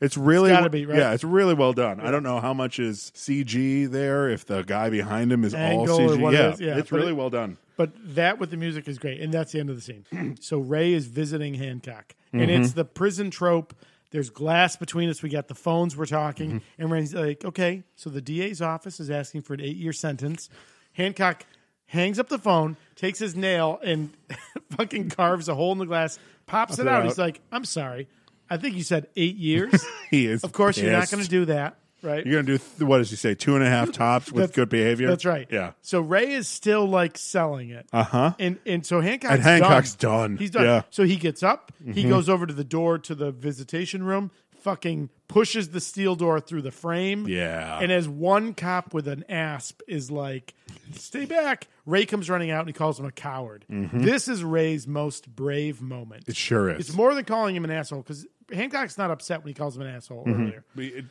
S1: It's really
S2: gotta be, right?
S1: yeah. It's really well done. I don't know how much is CG there. If the guy behind him is
S2: Angle
S1: all
S2: or
S1: CG,
S2: what it
S1: yeah,
S2: is, yeah,
S1: it's
S2: but
S1: really
S2: it-
S1: well done.
S2: But that with the music is great, and that's the end of the scene. so Ray is visiting Hancock, and
S1: Mhm.
S2: it's the prison trope. There's glass between us. We got the phones. We're talking,
S1: Mhm.
S2: and Ray's like, "Okay, so the DA's office is asking for an eight-year sentence." Hancock hangs up the phone, takes his nail, and fucking carves a hole in the glass, pops
S1: Pops
S2: it
S1: it
S2: out.
S1: out.
S2: He's like, "I'm sorry, I think you said eight years."
S1: He is.
S2: Of course, you're not
S1: pissed.
S2: going to do that, right?
S1: You're going to do th- what does he say? Two and a half tops with
S2: That's-
S1: good behavior.
S2: That's right.
S1: Yeah.
S2: So Ray is still like selling it.
S1: Uh huh.
S2: And and so Hancock's
S1: And Hancock's
S2: done.
S1: done.
S2: He's done.
S1: Yeah.
S2: So he gets up. He
S1: Mhm.
S2: goes over to the door to the visitation room. Fucking pushes the steel door through the frame.
S1: Yeah.
S2: And as one cop with an asp is like, "Stay back!" Ray comes running out and he calls him a coward.
S1: Mhm.
S2: This is Ray's most brave moment.
S1: It sure is.
S2: It's more than calling him an asshole because Hancock's not upset when he calls him an asshole
S1: Mhm.
S2: earlier.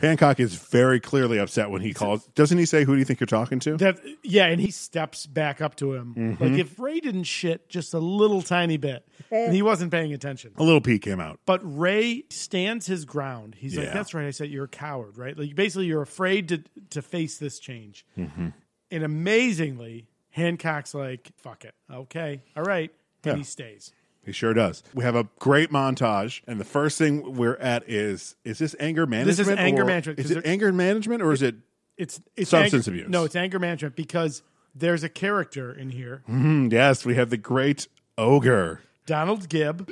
S1: Hancock is very clearly upset when he calls. Doesn't he say, "Who do you think you're talking to?"
S2: That yeah, and he steps back up to him.
S1: Mhm.
S2: Like if Ray didn't shit just a little tiny bit, and he wasn't paying attention.
S1: a little pee came out.
S2: But Ray stands his ground. He's like,
S1: Yeah.
S2: "That's right. I said you're a coward, right? Like basically, you're afraid to to face this change."
S1: Mhm.
S2: And amazingly, Hancock's like, fuck it. Okay. All right. And
S1: Yeah.
S2: he stays.
S1: He sure does. We have a great montage, and the first thing we're at is is this anger management?
S2: This is anger
S1: or-
S2: management,
S1: Is
S2: 'cause
S1: it
S2: there-
S1: anger management or is it?
S2: It's, it's
S1: Substance
S2: anger-
S1: abuse.
S2: No, it's anger management because there's a character in here,
S1: Mhm, yes, we have the great ogre.
S2: Donald Gibb.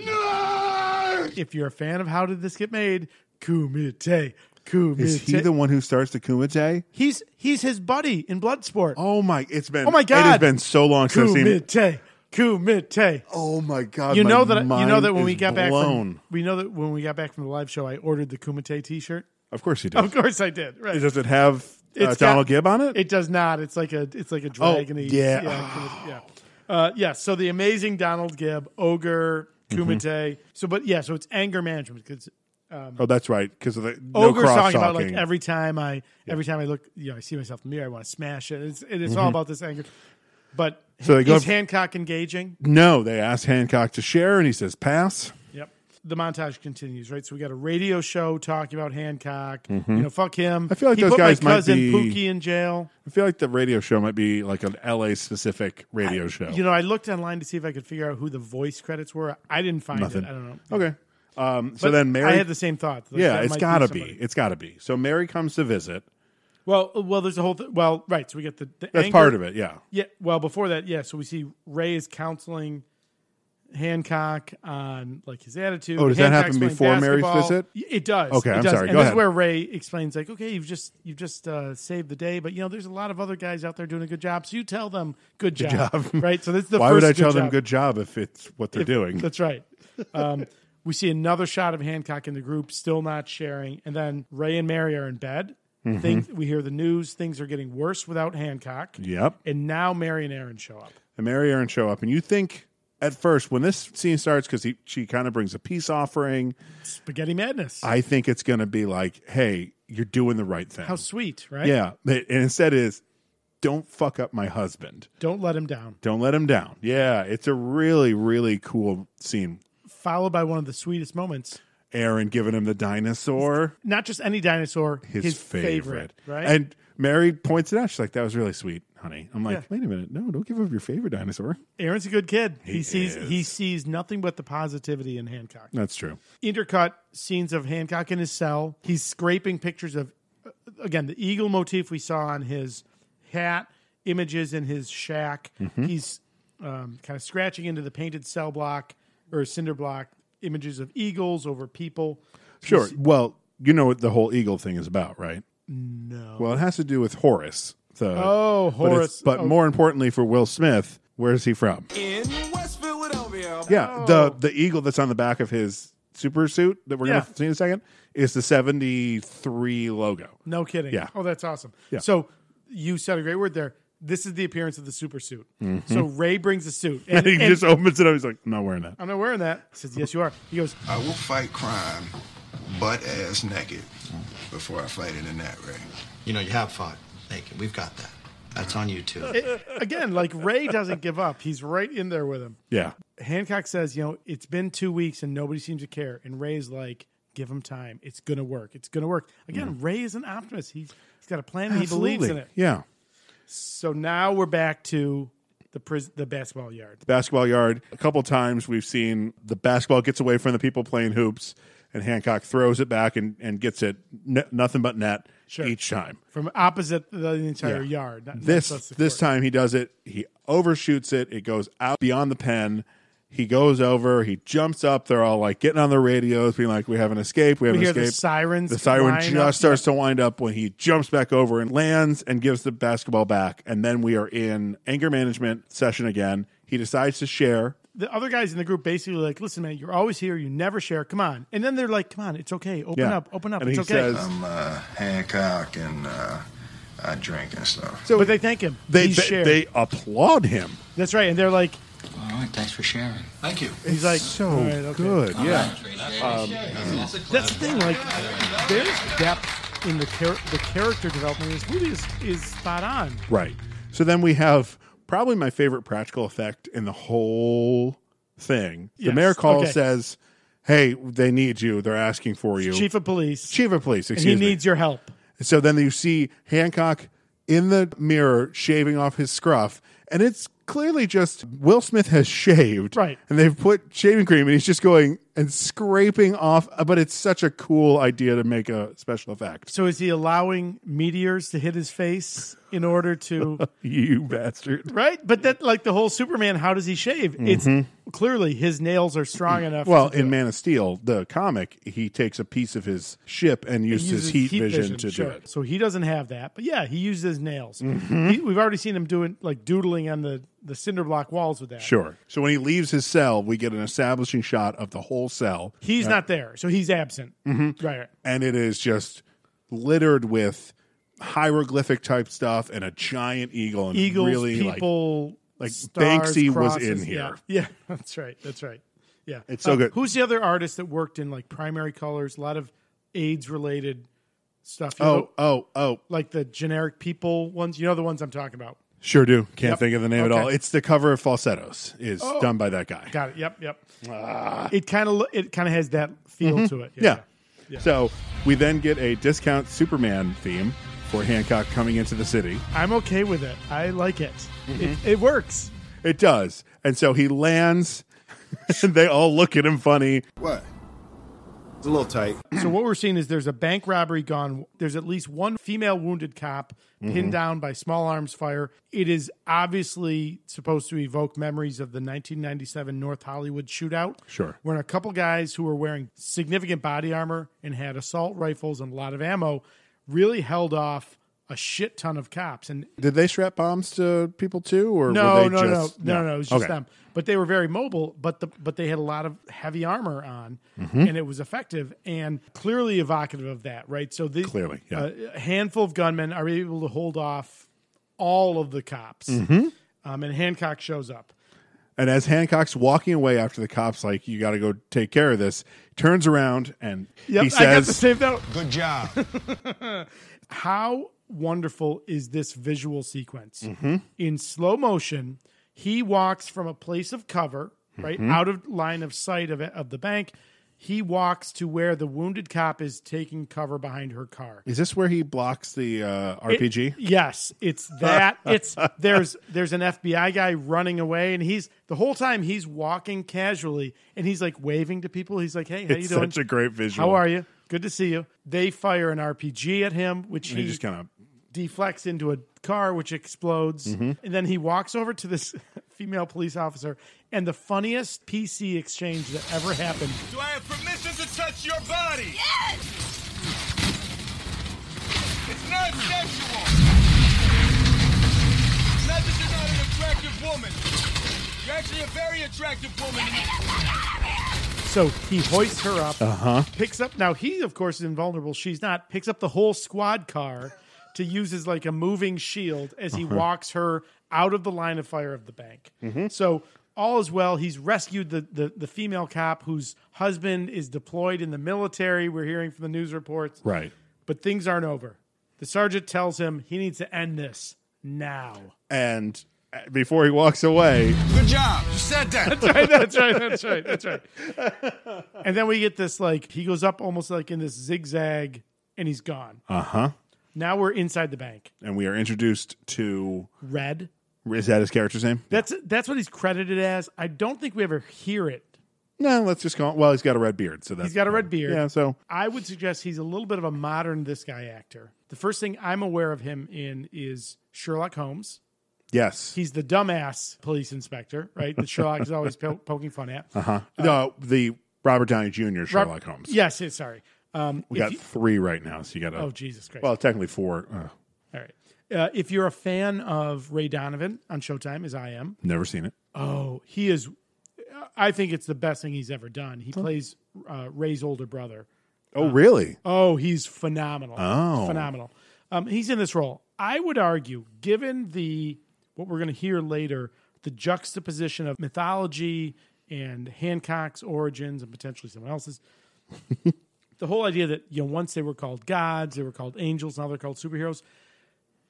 S2: If you're a fan of How Did This Get Made, Kumite. Kumite.
S1: Is he the one who starts the kumite?
S2: He's he's his buddy in Bloodsport.
S1: Oh my! It's been
S2: oh my god!
S1: It has been so long since I've seen him.
S2: Kumite, kumite.
S1: Oh my god!
S2: You
S1: my
S2: know that you know
S1: mind
S2: that when we
S1: is
S2: got back
S1: blown.
S2: from we know that when we got back from the live show, I ordered the kumite T-shirt.
S1: Of course you did.
S2: Of course I did. Right?
S1: Does it have uh,
S2: It's got-
S1: Donald Gibb on it?
S2: It does not. It's like a it's like a dragony.
S1: Oh, yeah.
S2: yeah. kumite- yeah. Uh, yeah, so the amazing Donald Gibb, ogre,
S1: Mm-hmm.
S2: kumite. So, but yeah, so it's anger management because um,
S1: Oh, that's right. Because of the no
S2: ogre's
S1: cross
S2: talking about like every time I every time I look, you know, I see myself in the mirror, I want to smash it. It's, it, it's all
S1: Mhm.
S2: about this anger. But
S1: So they go-
S2: is Hancock engaging?
S1: no, they asked Hancock to share, and he says pass.
S2: Yep. The montage continues, right? So we got a radio show talking about Hancock.
S1: Mhm.
S2: You know, fuck him.
S1: I feel like
S2: he
S1: those
S2: put
S1: guys
S2: my
S1: might
S2: cousin
S1: be-
S2: Pookie in jail.
S1: I feel like the radio show might be like an LA specific radio show.
S2: You know, I looked online to see if I could figure out who the voice credits were. I didn't find
S1: Nothing.
S2: it. I don't know.
S1: Okay. Um, so
S2: But
S1: then Mary,
S2: I had the same thought. Like,
S1: yeah,
S2: that
S1: it's
S2: might be
S1: gotta be,
S2: somebody.
S1: It's gotta be. So Mary comes to visit.
S2: Well, well, there's a whole. Th- well, right. So we get the, the
S1: That's
S2: anger-
S1: part of it, yeah.
S2: Yeah. Well, before that, yeah. So we see Ray is counseling Hancock on like his attitude.
S1: Oh, does that
S2: Hancock's
S1: happen
S2: playing
S1: before Mary's
S2: basketball.
S1: visit?
S2: Y- It does.
S1: Okay,
S2: It
S1: I'm
S2: does.
S1: sorry,
S2: And
S1: go
S2: this is
S1: ahead.
S2: where Ray explains like, okay, you've just you've just uh, saved the day, but you know, there's a lot of other guys out there doing a good job. So you tell them good
S1: Good
S2: job,
S1: job.
S2: right? So this is the
S1: Why
S2: first
S1: would I
S2: good
S1: tell them
S2: job.
S1: good job if it's what they're
S2: If-
S1: doing?
S2: That's right. Um, we see another shot of Hancock in the group, still not sharing. And then Ray and Mary are in bed.
S1: Mhm.
S2: Things, we hear the news. Things are getting worse without Hancock.
S1: Yep.
S2: And now Mary and Aaron show up.
S1: and Mary Aaron show up, and you think at first when this scene starts because she kind of brings a peace offering.
S2: Spaghetti madness.
S1: I think it's going to be like, hey, you're doing the right thing.
S2: How sweet, right?
S1: Yeah, but- and instead is, don't fuck up my husband.
S2: Don't let him down.
S1: Don't let him down. Yeah, it's a really really cool scene.
S2: Followed by one of the sweetest moments.
S1: Aaron giving him the dinosaur,
S2: Not just any dinosaur,
S1: his,
S2: his,
S1: favorite.
S2: right?
S1: And Mary points it out. She's like, "That was really sweet, honey." I'm like,
S2: Yeah.
S1: "Wait a minute, no, don't give up your favorite dinosaur."
S2: Aaron's a good kid. He,
S1: He
S2: sees he sees nothing but the positivity in Hancock.
S1: That's true.
S2: intercut scenes of Hancock in his cell. He's scraping pictures of, uh, again, the eagle motif we saw on his hat, images in his shack.
S1: Mm-hmm.
S15: Mhm.
S2: He's um, kind of scratching into the painted cell block or cinder block images of eagles over people.
S1: Sure. Well, you know what the whole eagle thing is about, right?
S2: No.
S1: Well, it has to do with Horace. The,
S2: Oh,
S1: but it's-
S2: Horace.
S1: But,
S2: Oh.
S1: more importantly for Will Smith, where is he from?
S16: In West Philadelphia.
S1: Yeah, the the eagle that's on the back of his super suit that we're
S2: Yeah.
S1: going to see in a second is the 73 logo.
S2: No kidding.
S1: Yeah.
S2: Oh, that's awesome.
S1: Yeah.
S2: So you said a great word there. This is the appearance of the super suit.
S1: Mhm.
S2: So Ray brings a suit.
S1: And, he just opens it up. He's like, I'm not wearing that.
S2: I'm not wearing that. He says, Yes, you are. He goes,
S15: I will fight crime butt ass naked before I fight in a net ring. You know, you have fought naked. We've got that. That's on YouTube.
S2: It- "Eh," again, like Ray doesn't give up. He's right in there with him.
S1: Yeah.
S2: Hancock says, you know, it's been two weeks and nobody seems to care. And Ray's like, give him time. It's going to work. It's going to work. Again, Ray is an optimist. He's, he's got a plan and he believes in
S1: Mm. Absolutely.
S2: it.
S1: Yeah.
S2: So now we're back to the pris- the basketball yard.
S1: The basketball yard. A couple times we've seen the basketball gets away from the people playing hoops, and Hancock throws it back and, and gets it n- nothing but net each time.
S2: From opposite the entire yard. Not- not
S1: this
S2: just the
S1: this
S2: court.
S1: time he does it. He overshoots it. It goes out beyond the pen. He goes over. He jumps up. They're all like getting on their radios, being like, "We have an escape. We have an
S2: We hear the
S1: escape."
S2: sirens
S1: The siren
S2: line
S1: just
S2: up.
S1: starts to wind up when he jumps back over and lands and gives the basketball back. And then we are in anger management session again. He decides to share.
S2: The other guys in the group basically like, listen, man, you're always here. You never share. Come on. And then they're like, come on, it's okay. Open
S1: Yeah.
S2: up. Open up.
S1: And
S2: it's
S1: he
S2: okay. Um,
S1: says-
S15: I'm uh, Hancock and uh, I drink and stuff.
S2: so, but they thank him.
S1: They
S2: He's
S1: they,
S2: shared.
S1: they applaud him.
S2: That's right. And they're like,
S15: All right, thanks for sharing. Thank you.
S2: He's like
S1: so
S2: "All right, okay."
S1: Oh, good. Yeah. Um,
S2: that's the thing. Like, there's depth in the char- the character development. in This movie is is spot on.
S1: Right. So then we have probably my favorite practical effect in the whole thing. The
S2: Yes.
S1: mayor calls
S2: Okay.
S1: says, "Hey, they need you. They're asking for you."
S2: Chief of police.
S1: Chief of police.
S2: And
S1: Excuse
S2: he
S1: me.
S2: needs your help.
S1: So then you see Hancock in the mirror shaving off his scruff, and it's clearly just Will Smith has shaved, right? And they've put shaving cream, and he's just going and scraping off. But it's such a cool idea to make a special effect.
S2: So is he allowing meteors to hit his face in order to
S1: you bastard,
S2: right? But that like the whole Superman, how does he shave?
S1: Mhm.
S2: It's clearly his nails are strong enough.
S1: Well,
S2: to do
S1: in
S2: it.
S1: Man of Steel, the comic, he takes a piece of his ship and uses,
S2: He uses
S1: his heat, vision, to
S2: sure.
S1: do it.
S2: So he doesn't have that, but yeah, he uses his nails.
S1: Mhm.
S2: He- we've already seen him doing like doodling on the the cinder block walls with that.
S1: Sure. So when he leaves his cell, we get an establishing shot of the whole cell.
S2: He's
S1: Uh,
S2: not there, so he's absent.
S1: Mhm.
S2: Right, right.
S1: and it is just littered with hieroglyphic type stuff and a giant eagle and
S2: Eagles,
S1: really
S2: people,
S1: like
S2: stars,
S1: Banksy was
S2: crosses.
S1: in here.
S2: Yeah. yeah, that's right. That's right. Yeah, Uh,
S1: It's so good.
S2: Who's the other artist that worked in like primary colors? A lot of AIDS related stuff.
S1: Oh,
S2: oh, oh! Like the generic people ones. You know the ones I'm talking about.
S1: like sure do can't
S2: Yep.
S1: think of the name at all.
S2: Okay.
S1: It's the cover of Falsettos is
S2: Oh.
S1: done by that guy.
S2: Got it. Yep, yep. it kind of it kind of has that feel
S1: Mhm.
S2: to it.
S1: Ah. Yeah. So we then get a discount Superman theme for Hancock coming into the city.
S2: I'm okay with it. I like it. It, it works.
S1: It does. And so he lands and they all look at him funny.
S2: What?
S1: It's a little tight.
S2: so what we're seeing is there's a bank robbery gone. There's at least one female wounded cop pinned
S1: Mhm.
S2: down by small arms fire. It is obviously supposed to evoke memories of the 1997 North Hollywood shootout.
S1: Sure.
S2: When a couple guys who were wearing significant body armor and had assault rifles and a lot of ammo really held off a shit ton of cops and
S1: Did they strap bombs to people too or
S2: no,
S1: were they
S2: no,
S1: just
S2: no, no, no, It was just
S1: Okay.
S2: them. But they were very mobile. But the but they had a lot of heavy armor on,
S1: Mhm.
S2: and it was effective and clearly evocative of that, right? So these
S1: Clearly, yeah.
S2: uh, a handful of gunmen are able to hold off all of the cops,
S1: Mhm.
S2: um, and Hancock shows up.
S1: And as Hancock's walking away after the cops like you got to go take care of this, turns around and
S2: Yep,
S1: he
S2: I got the
S1: says
S2: same note.
S1: Good job.
S2: How wonderful is this visual sequence?
S1: Mhm.
S2: In slow motion, he walks from a place of cover, right
S1: Mhm.
S2: out of line of sight of, of the bank. He walks to where the wounded cop is taking cover behind her car.
S1: Is this where he blocks the uh, RPG?
S2: It- yes, it's that. it's there's there's an FBI guy running away, and he's the whole time he's walking casually, and he's like waving to people. He's like, "Hey, how
S1: It's
S2: you doing?
S1: such a great visual.
S2: How are you? Good to see you." They fire an RPG at him, which
S1: And
S2: he,
S1: he just kinda-
S2: deflects into a car, which explodes,
S1: Mhm.
S2: and then he walks over to this female police officer. And the funniest PC exchange that ever happened
S16: Do I have permission to touch your body? Yes! It's not sexual. It's not that you're not an attractive woman. You're actually a very attractive woman.
S2: So he hoists her up,
S1: Uh-huh.
S2: picks up. Now he, of course, is invulnerable. She's not. Picks up the whole squad car to use as like a moving shield as he
S1: Uh-huh.
S2: walks her out of the line of fire of the bank.
S1: Mhm.
S2: So all is well. He's rescued the, the the female cop whose husband is deployed in the military. We're hearing from the news reports.
S1: Right.
S2: But things aren't over. The sergeant tells him he needs to end this now.
S1: And uh, before he walks away,
S16: Good job. You said that.
S2: That's right. That's right. That's right. That's right. And then we get this like he goes up almost like in this zigzag, and he's gone.
S1: uh-huh,
S2: Now we're inside the bank.
S1: and we are introduced to
S2: Red.
S1: Is that his character's name?
S2: That's that's what he's credited as. I don't think we ever hear it.
S1: No, let's just call. Well, he's got a red beard, so that's
S2: he's got a red beard.
S1: Yeah, so
S2: I would suggest he's a little bit of a modern this guy actor. The first thing I'm aware of him in is Sherlock Holmes.
S1: yes,
S2: He's the dumbass police inspector, right? That Sherlock is always po- poking fun at.
S1: uh-huh. no, the Robert Downey Jr. Sherlock
S2: uh, Rob-
S1: Holmes.
S2: Yes, yes, sorry. Um,
S1: We
S2: if
S1: got
S2: you-
S1: three right now, so you got.
S2: Oh, Jesus Christ.
S1: Well, technically four. Uh,
S2: All right. Uh, if you're a fan of Ray Donovan on Showtime, as I am,
S1: never seen it.
S2: oh, he is. I think it's the best thing he's ever done. He plays uh, Ray's older brother.
S1: Oh, really?
S2: Oh, he's phenomenal.
S1: Oh.
S2: phenomenal. Um, he's in this role. I would argue, given the what we're going to hear later, the juxtaposition of mythology and Hancock's origins and potentially someone else's. the whole idea that you know once they were called gods, they were called angels, now they're called superheroes.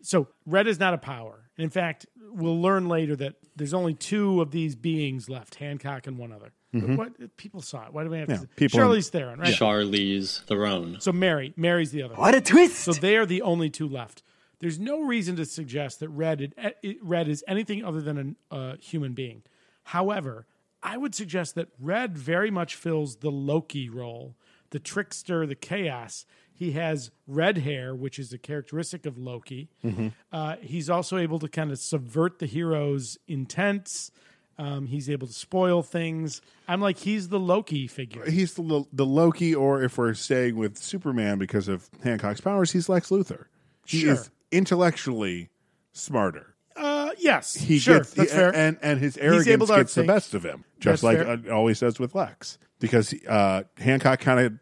S2: So red is not a power. And in fact, we'll learn later that there's only two of these beings left, Hancock and one other. But
S10: Mhm.
S2: What people saw it. Why do we have
S10: Yeah,
S2: to?
S10: people-
S2: Charlize Theron, right?
S10: Charlize Theron.
S2: So Mary, Mary's the other.
S10: What a
S2: twist! So they are the only two left. There's no reason to suggest that Red it, it- Red is anything other than a uh, human being. However, I would suggest that Red very much fills the Loki role, the trickster, the chaos. He has red hair, which is a characteristic of Loki.
S1: Mm-hmm.
S17: Mhm.
S2: Uh, he's also able to kind of subvert the hero's intents. Um, he's able to spoil things. I'm like, he's the Loki figure.
S1: He's the, the Loki, or if we're staying with Superman because of Hancock's powers, he's Lex Luthor. He
S2: Sure.
S1: is intellectually smarter.
S2: Uh, yes,
S1: He
S2: sure,
S1: gets
S2: that's
S1: he-
S2: fair.
S1: and and his
S2: He's
S1: arrogance
S2: able to
S1: gets the
S2: outthink-
S1: best of him, just
S2: That's
S1: like
S2: fair.
S1: it always does with Lex, because uh, Hancock kind of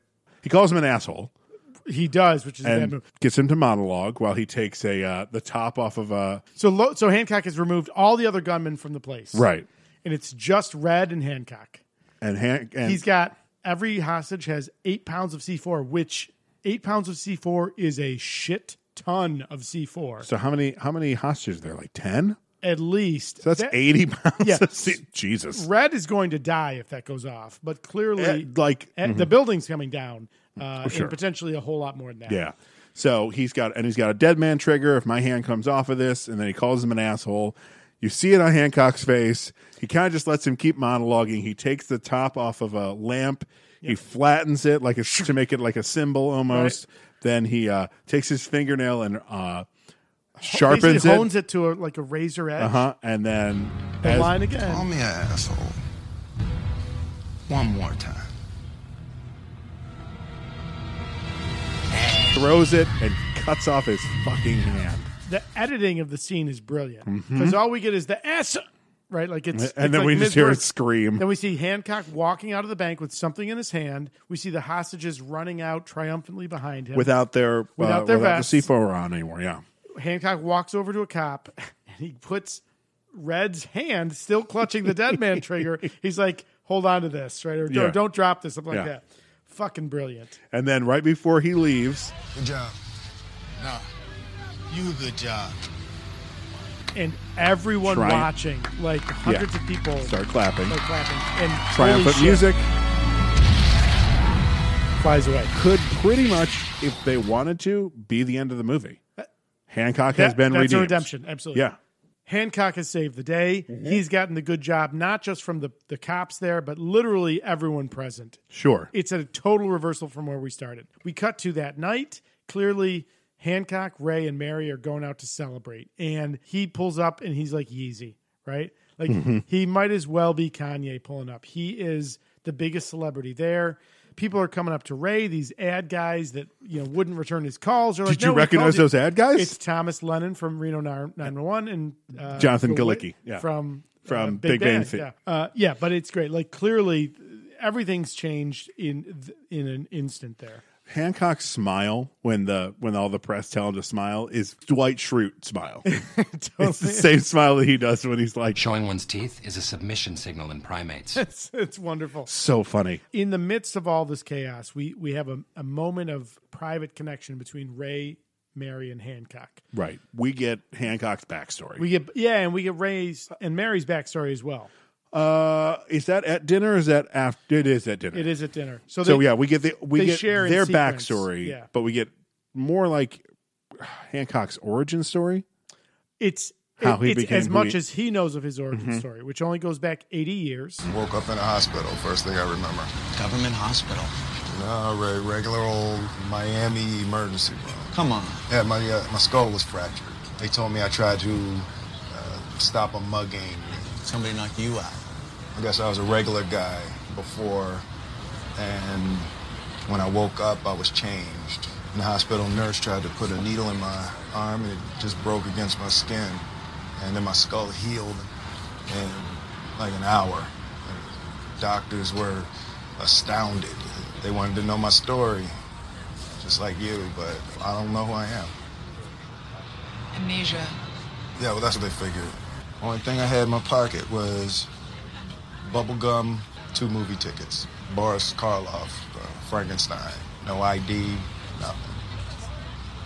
S1: he calls him an asshole.
S2: He does, which is a bad
S1: and
S2: move.
S1: gets him to monologue while he takes a uh, the top off of uh, a
S2: So, Lo- so Hancock has removed all the other gunmen from the place,
S1: right
S2: And it's just Red and Hancock.
S1: and Han- and
S2: He's got every hostage has eight pounds of C4, which eight pounds of C4 is a shit ton of C4.
S1: so how many how many hostages are there like ten
S2: At least
S1: so that's
S2: That-
S1: eighty pounds
S2: Yeah.
S1: of se- Jesus
S2: Red is going to die if that goes off, but clearly,
S1: And, like-
S2: and
S1: Mhm.
S2: the building's coming down, uh,
S1: Sure.
S2: and potentially a whole lot more than that.
S1: yeah so he's got and he's got a dead man trigger if my hand comes off of this and then he calls him an asshole you see it on Hancock's face he kind of just lets him keep monologuing he takes the top off of a lamp he flattens it like it's to make it like a symbol almost then he uh, takes his fingernail and uh, sharpens
S2: Basically
S1: it
S2: hones it to a, like a razor edge.
S1: Uh huh. And then
S2: The line again.
S15: Call me an asshole. One more time.
S1: throws it and cuts off his fucking hand.
S2: The editing of the scene is brilliant
S1: Mhm.
S2: because all we get is the ass, right? Like it's,
S1: And
S2: it's
S1: then
S2: like
S1: we just hear
S2: Ms.
S1: it scream.
S2: Then we see Hancock walking out of the bank with something in his hand. We see the hostages running out triumphantly behind him
S1: Without their
S2: without
S1: uh,
S2: their
S1: without
S2: vests.
S1: the C4 on anymore. Yeah.
S2: Hancock walks over to a cop and he puts Red's hand, still clutching the dead man trigger. He's like, hold on to this, right? Or
S1: Yeah.
S2: "Don't- don't drop this, something like
S1: Yeah.
S2: that. Fucking brilliant.
S1: And then right before he leaves,
S15: Good job. Nah, you a good job.
S2: And everyone
S1: Triumph.
S2: watching, like hundreds of people
S1: Start clapping.
S2: start clapping. And holy
S1: triumphant
S2: shit,
S1: music
S2: flies away.
S1: could pretty much, if they wanted to, be the end of the movie. Hancock has
S2: That-
S1: been
S2: that's a
S1: redeemed.
S2: redemption, absolutely.
S1: Yeah.
S2: Hancock has saved the day. He's gotten the good job, not just from the, the cops there, but literally everyone present.
S1: Sure.
S2: It's a total reversal from where we started. We cut to that night. Clearly, Hancock, Ray, and Mary are going out to celebrate. And he pulls up and he's like Yeezy, right? Like
S1: Mm-hmm.
S17: Mhm.
S2: he might as well be Kanye pulling up. He is the biggest celebrity there. People are coming up to Ray. These ad guys that you know wouldn't return his calls. Are like,
S1: Did you
S2: "No, we
S1: recognize
S2: called you."
S1: those ad guys?
S2: It's Thomas Lennon from Reno 911 and uh,
S1: Jonathan
S2: Goli-
S1: Galecki, yeah.
S2: from
S1: From Big Bang Theory.
S2: Yeah. Uh, yeah, but it's great. Like clearly, everything's changed in th- in an instant there.
S1: Hancock's smile when the when all the press tell him to smile is Dwight Schrute smile. It's the same smile that he does when he's like
S18: showing one's teeth is a submission signal in primates.
S2: It's it's wonderful.
S1: So funny.
S2: In the midst of all this chaos, we we have a, a moment of private connection between Ray, Mary, and Hancock.
S1: Right. We get Hancock's backstory.
S2: We get yeah, and we get Ray's and Mary's backstory as well.
S1: Uh, is that at dinner? Or is that after? It is at dinner.
S2: It is at dinner. So
S1: So,
S2: they-
S1: yeah, we get the we
S2: they
S1: get
S2: share in
S1: their
S2: sequence.
S1: backstory,
S2: Yeah.
S1: but we get more like Hancock's origin story.
S2: It's
S1: How
S2: it-
S1: he
S2: it's
S1: became
S2: as
S1: who
S2: much
S1: he-
S2: as he knows of his origin
S1: Mhm.
S2: story, which only goes back eighty years.
S6: Woke up in a hospital, first thing I remember.
S15: Government hospital.
S6: No, re- regular old Miami emergency room.
S15: Come on.
S6: Yeah, my, uh, my skull was fractured. They told me I tried to uh, stop a mugging.
S15: Somebody knocked you out.
S6: I guess I was a regular guy before, and when I woke up, I was changed. And the hospital nurse tried to put a needle in my arm, and it just broke against my skin. And then my skull healed in like an hour. Doctors were astounded. They wanted to know my story, just like you, but I don't know who I am.
S12: Amnesia.
S6: Yeah, well, that's what they figured. Only thing I had in my pocket was bubble gum, two movie tickets, Boris Karloff, uh, Frankenstein. No ID, nothing.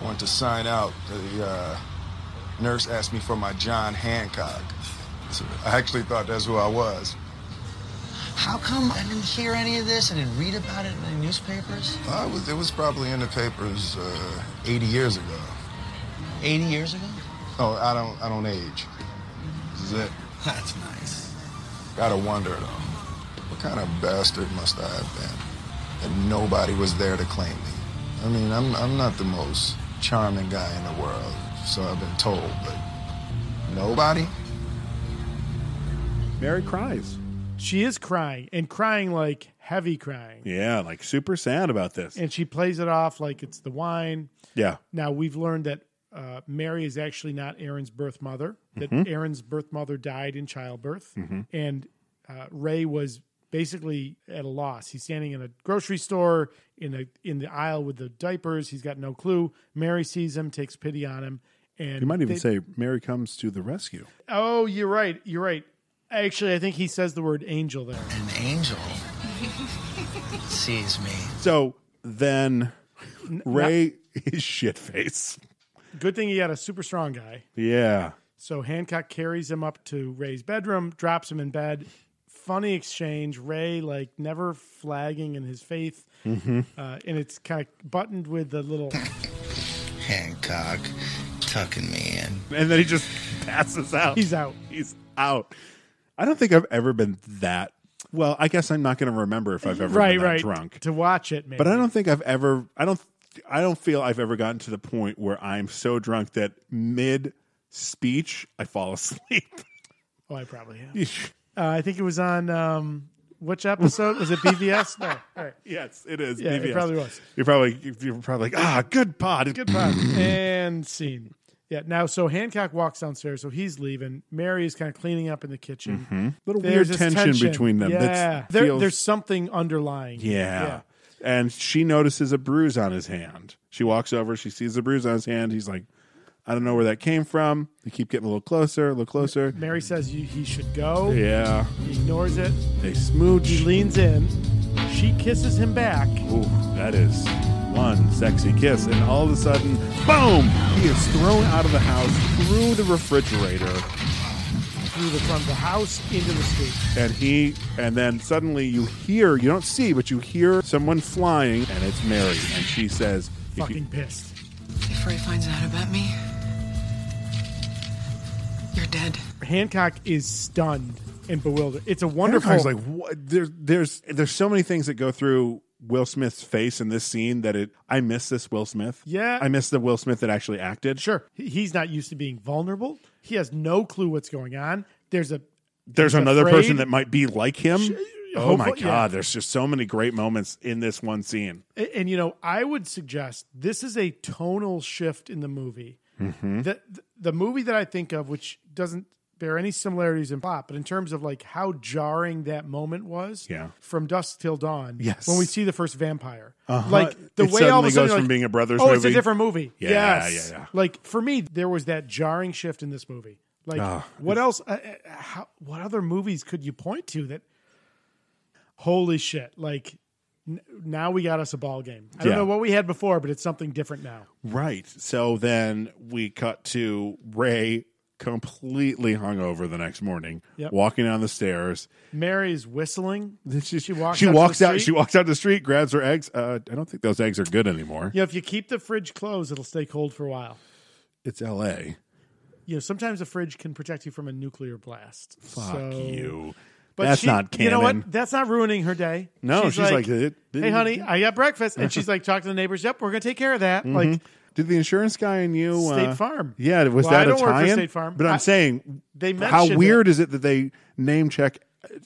S6: Went to sign out. The uh, nurse asked me for my John Hancock. So I actually thought that's who I was.
S15: How come I didn't hear any of this? I didn't read about it in the newspapers.
S6: I was it was probably in the papers uh, 80 years ago.
S15: 80 years ago?
S6: Oh, I don't, I don't age. This is it.
S15: That's nice.
S6: Gotta wonder though, what kind of bastard must I have been that nobody was there to claim me? I mean, I'm, I'm not the most charming guy in the world, so I've been told, but nobody?
S1: Mary cries.
S2: She is crying and crying like heavy crying.
S1: Yeah, like super sad about this.
S2: And she plays it off like it's the wine.
S1: Yeah.
S2: Now we've learned that uh, Mary is actually not Aaron's birth mother. That
S1: Mhm.
S2: Aaron's birth mother died in childbirth,
S1: Mhm.
S2: and uh, Ray was basically at a loss. He's standing in a grocery store in a in the aisle with the diapers. He's got no clue. Mary sees him, takes pity on him, and
S1: you might even
S2: they-
S1: say Mary comes to the rescue.
S2: "Oh, you're right. You're right." Actually, I think he says the word angel there. An
S15: angel sees me.
S1: So then Ray is shit
S2: Good thing he had a super strong guy.
S1: Yeah.
S2: So Hancock carries him up to Ray's bedroom, drops him in bed. Funny exchange. Ray like never flagging in his faith,
S1: Mm-hmm.
S15: Mhm.
S2: uh, and it's kind of buttoned with the little.
S15: Hancock tucking me in.
S1: And then he just passes out.
S2: He's out.
S1: He's out. I don't think I've ever been that well, I guess I'm not gonna remember if I've ever
S2: right,
S1: been that
S2: right.
S1: drunk.
S2: to watch it, maybe.
S1: But I don't think I've ever I don't I don't feel I've ever gotten to the point where I'm so drunk that mid speech I fall asleep.
S2: Oh, I probably have.
S1: Yeesh.
S2: Uh, I think it was on um, which episode? Was it BVS? No. All right.
S1: Yes, it is.
S2: Yeah, it
S1: BVS.
S2: probably was.
S1: You're probably you're probably like, ah, good pod.
S2: Good pod. and scene. Yeah. Now, so Hancock walks downstairs, so he's leaving. Mary is kind of cleaning up in the kitchen.
S1: Mhm. Little weird
S2: this
S1: tension between them
S2: Yeah.
S1: that's-
S2: There-
S1: feels-
S2: There's something underlying.
S1: Yeah. And she notices a bruise on his hand. She walks over, she sees the bruise on his hand. He's like, I don't know where that came from. They keep getting a little closer, a little closer.
S2: Mary says you, he should go.
S1: Yeah.
S2: He ignores it.
S1: They smooch.
S2: He leans in. She kisses him back.
S1: Ooh, that is one sexy kiss. And all of a sudden, boom! He is thrown out of the house through the refrigerator.
S2: through the front of the house into the street.
S1: And he, and then suddenly you hear, you don't see, but you hear someone flying, and it's Mary. And she says, if you-
S2: Fucking pissed.
S17: If Ray finds out about me, you're dead.
S2: Hancock is stunned and bewildered. It's a wonderful.
S1: Hancock's like what? There's there's there's so many things that go through Will Smith's face in this scene that it I miss this Will Smith.
S2: Yeah.
S1: I miss the Will Smith that actually acted.
S2: Sure. He- he's not used to being vulnerable. He has no clue what's going on. There's a
S1: There's
S2: he's
S1: another
S2: afraid.
S1: person that might be like him. oh my god,
S2: hopefully- yeah.
S1: there's just so many great moments in this one scene.
S2: And, and, you know, I would suggest this is a tonal shift in the movie.
S1: Mhm.
S2: The, the the movie that I think of, which doesn't bear any similarities in plot, but in terms of like how jarring that moment was.
S1: Yeah.
S2: From dusk till dawn.
S1: Yes.
S2: When we see the first vampire.
S1: Uh-huh.
S2: Like the
S1: It
S2: way all
S1: suddenly goes
S2: of a sudden you're
S1: from
S2: like,
S1: being a brothers
S2: oh, it's a
S1: movie-
S2: different movie.
S1: Yeah,
S2: yes.
S1: yeah, yeah.
S2: Like for me, there was that jarring shift in this movie. Like
S1: Ah.
S2: what else? Uh, uh, how, what other movies could you point to that? Holy shit! Like n- now we got us a ball game. I don't
S1: Yeah.
S2: know what we had before, but it's something different now.
S1: Right. So then we cut to Ray completely hungover the next morning,
S2: Yep.
S1: walking down the stairs.
S2: Mary's whistling. She, walks.
S1: She
S2: out to
S1: walks
S2: the
S1: out.
S2: street.
S1: She walks out the street, grabs her eggs. Uh, I don't think those eggs are good anymore.
S2: You know, if you keep the fridge closed, it'll stay cold for a while.
S1: It's L.A.
S2: You know, sometimes a fridge can protect you from a nuclear blast.
S1: Fuck
S2: So-
S1: you. That's not canon.
S2: You know what? That's not ruining her day.
S1: No, she's like, "It- it-
S2: hey, honey, I got breakfast, and she's like, talk to the neighbors. Yep, we're gonna take care of that. Like,
S1: Mhm. did the insurance guy and you
S2: State
S1: uh,
S2: Farm.
S1: Yeah, was
S2: Well, I
S1: that
S2: don't work for
S1: Italian?
S2: State Farm.
S1: But I'm
S2: I-
S1: saying,
S2: they
S1: how
S2: mentioned
S1: weird is it that they name check?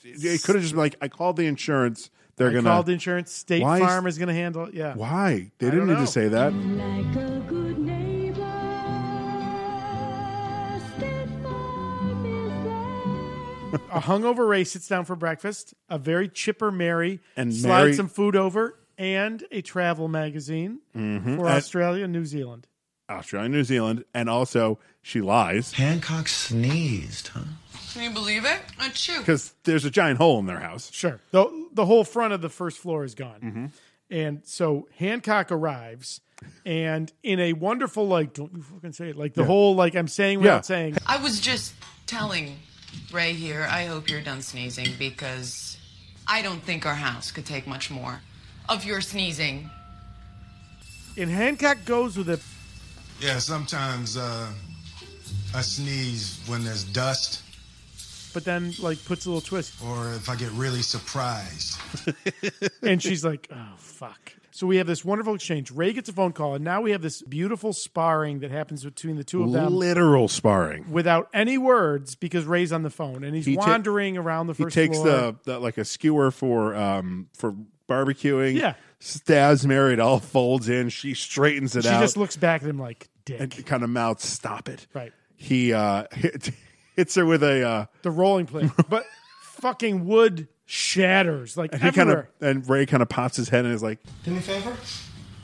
S1: It could have just been like, I called the insurance. They're
S2: I
S1: gonna
S2: called insurance. State
S1: Why is-
S2: Farm is gonna handle. it. Yeah.
S1: Why they
S2: I
S1: didn't
S2: don't
S1: need
S2: know.
S1: to say that?
S2: a hungover Ray sits down for breakfast. A very chipper Mary
S1: And
S2: slides
S1: Mary-
S2: some food over and a travel magazine
S1: Mhm.
S2: for
S1: And-
S2: Australia and New Zealand.
S1: Australia, New Zealand, and also she lies.
S15: Hancock sneezed, huh?
S12: Can you believe it? That's true.
S1: Because there's a giant hole in their house.
S2: Sure. The the whole front of the first floor is gone.
S1: hmm
S2: And so Hancock arrives and in a wonderful like don't you fucking say it like the
S1: Yeah.
S2: whole like I'm saying without
S1: Yeah.
S2: saying
S17: I was just telling Ray here, I hope you're done sneezing because
S12: I don't think our house could take much more of your sneezing.
S2: and Hancock goes with it
S6: Yeah, sometimes uh, I sneeze when there's dust.
S2: But then, like, puts a little twist.
S6: Or if I get really surprised.
S2: and she's like, oh, fuck. So we have this wonderful exchange. Ray gets a phone call, and now we have this beautiful sparring that happens between the two of them
S1: Literal sparring.
S2: without any words because Ray's on the phone and he's
S1: He ta-
S2: wandering around the
S1: he
S2: first
S1: takes
S2: floor.
S1: the, the like a skewer for um for barbecuing.
S2: Yeah.
S1: stabs Mary. It all folds in. She straightens it
S2: she
S1: out
S2: just looks back at him like, dick.
S1: and kind of mouths, "Stop it!"
S2: Right.
S1: He uh, hit, hits her with a uh,
S2: The rolling plate. but fucking wood shatters like
S1: and he kind of
S2: everywhere.
S1: and Ray kind of pops his head and is like.
S2: Do me a favor?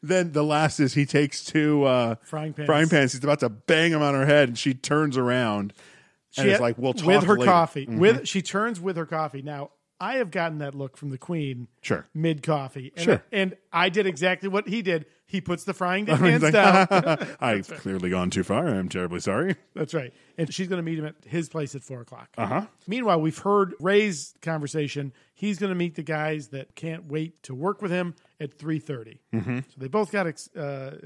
S1: Then the last is he takes two uh,
S2: Frying pans.
S1: Frying pans. He's about to bang him on her head, and she turns around and is like, "We'll talk
S2: with her
S1: later."
S2: coffee.
S1: Mhm.
S2: With she turns with her coffee. Now I have gotten that look from the Queen
S1: Sure.
S2: mid coffee, and,
S1: Sure.
S2: and I did exactly what he did. He puts the frying
S1: I mean,
S2: pans
S1: it's like,
S2: down.
S1: I've clearly gone too far. I'm terribly sorry.
S2: That's right, and she's going to meet him at his place at four o'clock.
S1: Uh huh.
S2: Meanwhile, we've heard Ray's conversation. He's going to meet the guys that can't wait to work with him at three thirty.
S1: Mhm.
S2: So they both got ex- uh,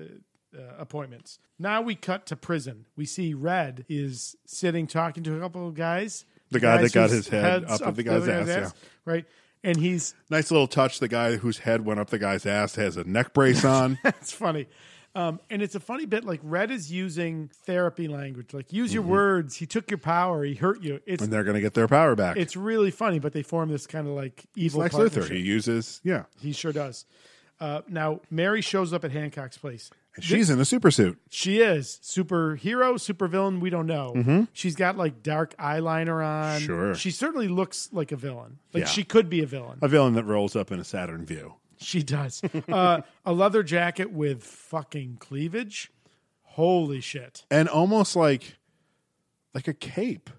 S2: uh, appointments. Now we cut to prison. We see Red is sitting talking to a couple of guys.
S1: The guy that
S2: Guys
S1: got
S2: whose
S1: his head
S2: heads
S1: up at the guy's
S2: other
S1: ass,
S2: right? And he's
S1: Nice little touch. The guy whose head went up the guy's ass has a neck brace on.
S2: that's funny. Um, and it's a funny bit. Like Red is using therapy language, like use
S1: Mm-hmm.
S2: your words. He took your power. He hurt you. It's
S1: and they're going to get their power back.
S2: it's really funny, but they form this kind of like
S1: It's
S2: evil.
S1: Lex Luthor.
S2: partnership.
S1: He uses, yeah.
S2: He sure does. Uh, now Mary shows up at Hancock's place.
S1: And she's in a super suit.
S2: She is superhero, supervillain. We don't know.
S1: Mhm.
S2: She's got like dark eyeliner on.
S1: Sure.
S2: She certainly looks like a villain. Like
S1: Yeah. Uh,
S2: she could be a villain.
S1: A villain that rolls up in a Saturn view.
S2: She does. uh, a leather jacket with fucking cleavage. Holy shit.
S1: And almost like like a cape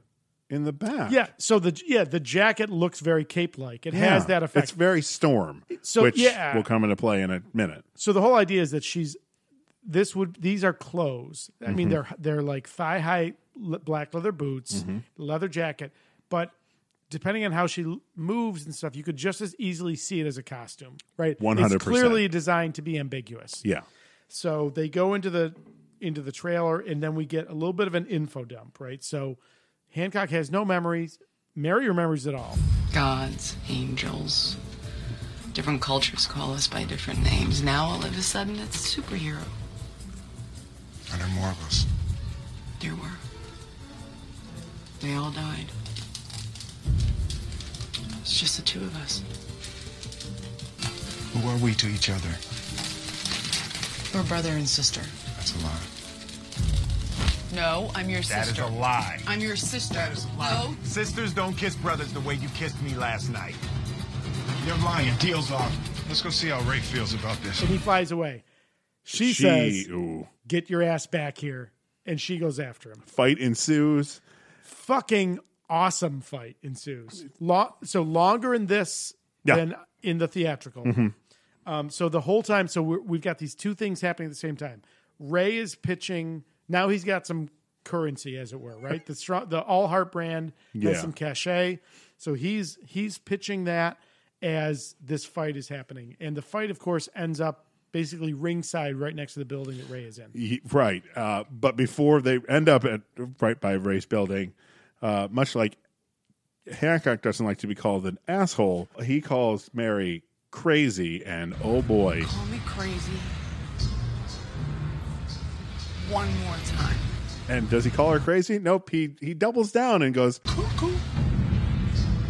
S1: in the back.
S2: Yeah. So the yeah the jacket looks very cape like. It has
S1: Yeah.
S2: that effect.
S1: It's very storm.
S2: So,
S1: which
S2: yeah.
S1: will come into play in a minute.
S2: So the whole idea is that she's this would these are clothes. I mean
S1: Mhm.
S2: they're they're like thigh high le- black leather boots,
S1: Mhm.
S2: leather jacket, but depending on how she l- moves and stuff, you could just as easily see it as a costume, right?
S1: 100%.
S2: It's clearly designed to be ambiguous.
S1: Yeah.
S2: So they go into the into the trailer and then we get a little bit of an info dump, right? So Hancock has no memories. Mary remembers it all.
S17: Gods, angels. Different cultures call us by different names. Now all of a sudden it's superhero.
S6: And there are more of us.
S17: There were. They all died. It's just the two of us.
S6: Who are we to each other?
S17: We're brother and sister.
S6: That's a lie.
S17: No, I'm your
S16: That is
S17: sister.
S16: a lie.
S17: I'm your sister. No.
S16: Sisters don't kiss brothers the way you kissed me last night. You're lying. Deal's off.
S6: Let's go see how Ray feels about this.
S2: And he flies away. She,
S1: She-
S2: says,
S1: ooh.
S2: "Get your ass back here." And she goes after him.
S1: Fight ensues.
S2: Fucking awesome fight ensues. Lo- so longer in this
S1: Yeah.
S2: than in the theatrical.
S1: Mhm.
S2: Um, so the whole time, so we're, we've got these two things happening at the same time. Ray is pitching. Now he's got some currency, as it were, right? The strong, the All Heart brand has
S1: Yeah.
S2: some cachet. So he's he's pitching that as this fight is happening, and the fight, of course, ends up basically ringside, right next to the building that Ray is in.
S1: Ye- right. Uh, but before they end up at right by race building, uh, much like Hancock doesn't like to be called an asshole, he calls Mary crazy, and oh boy,
S17: Call me crazy. One more time.
S1: and does he call her crazy? Nope. He he doubles down and goes.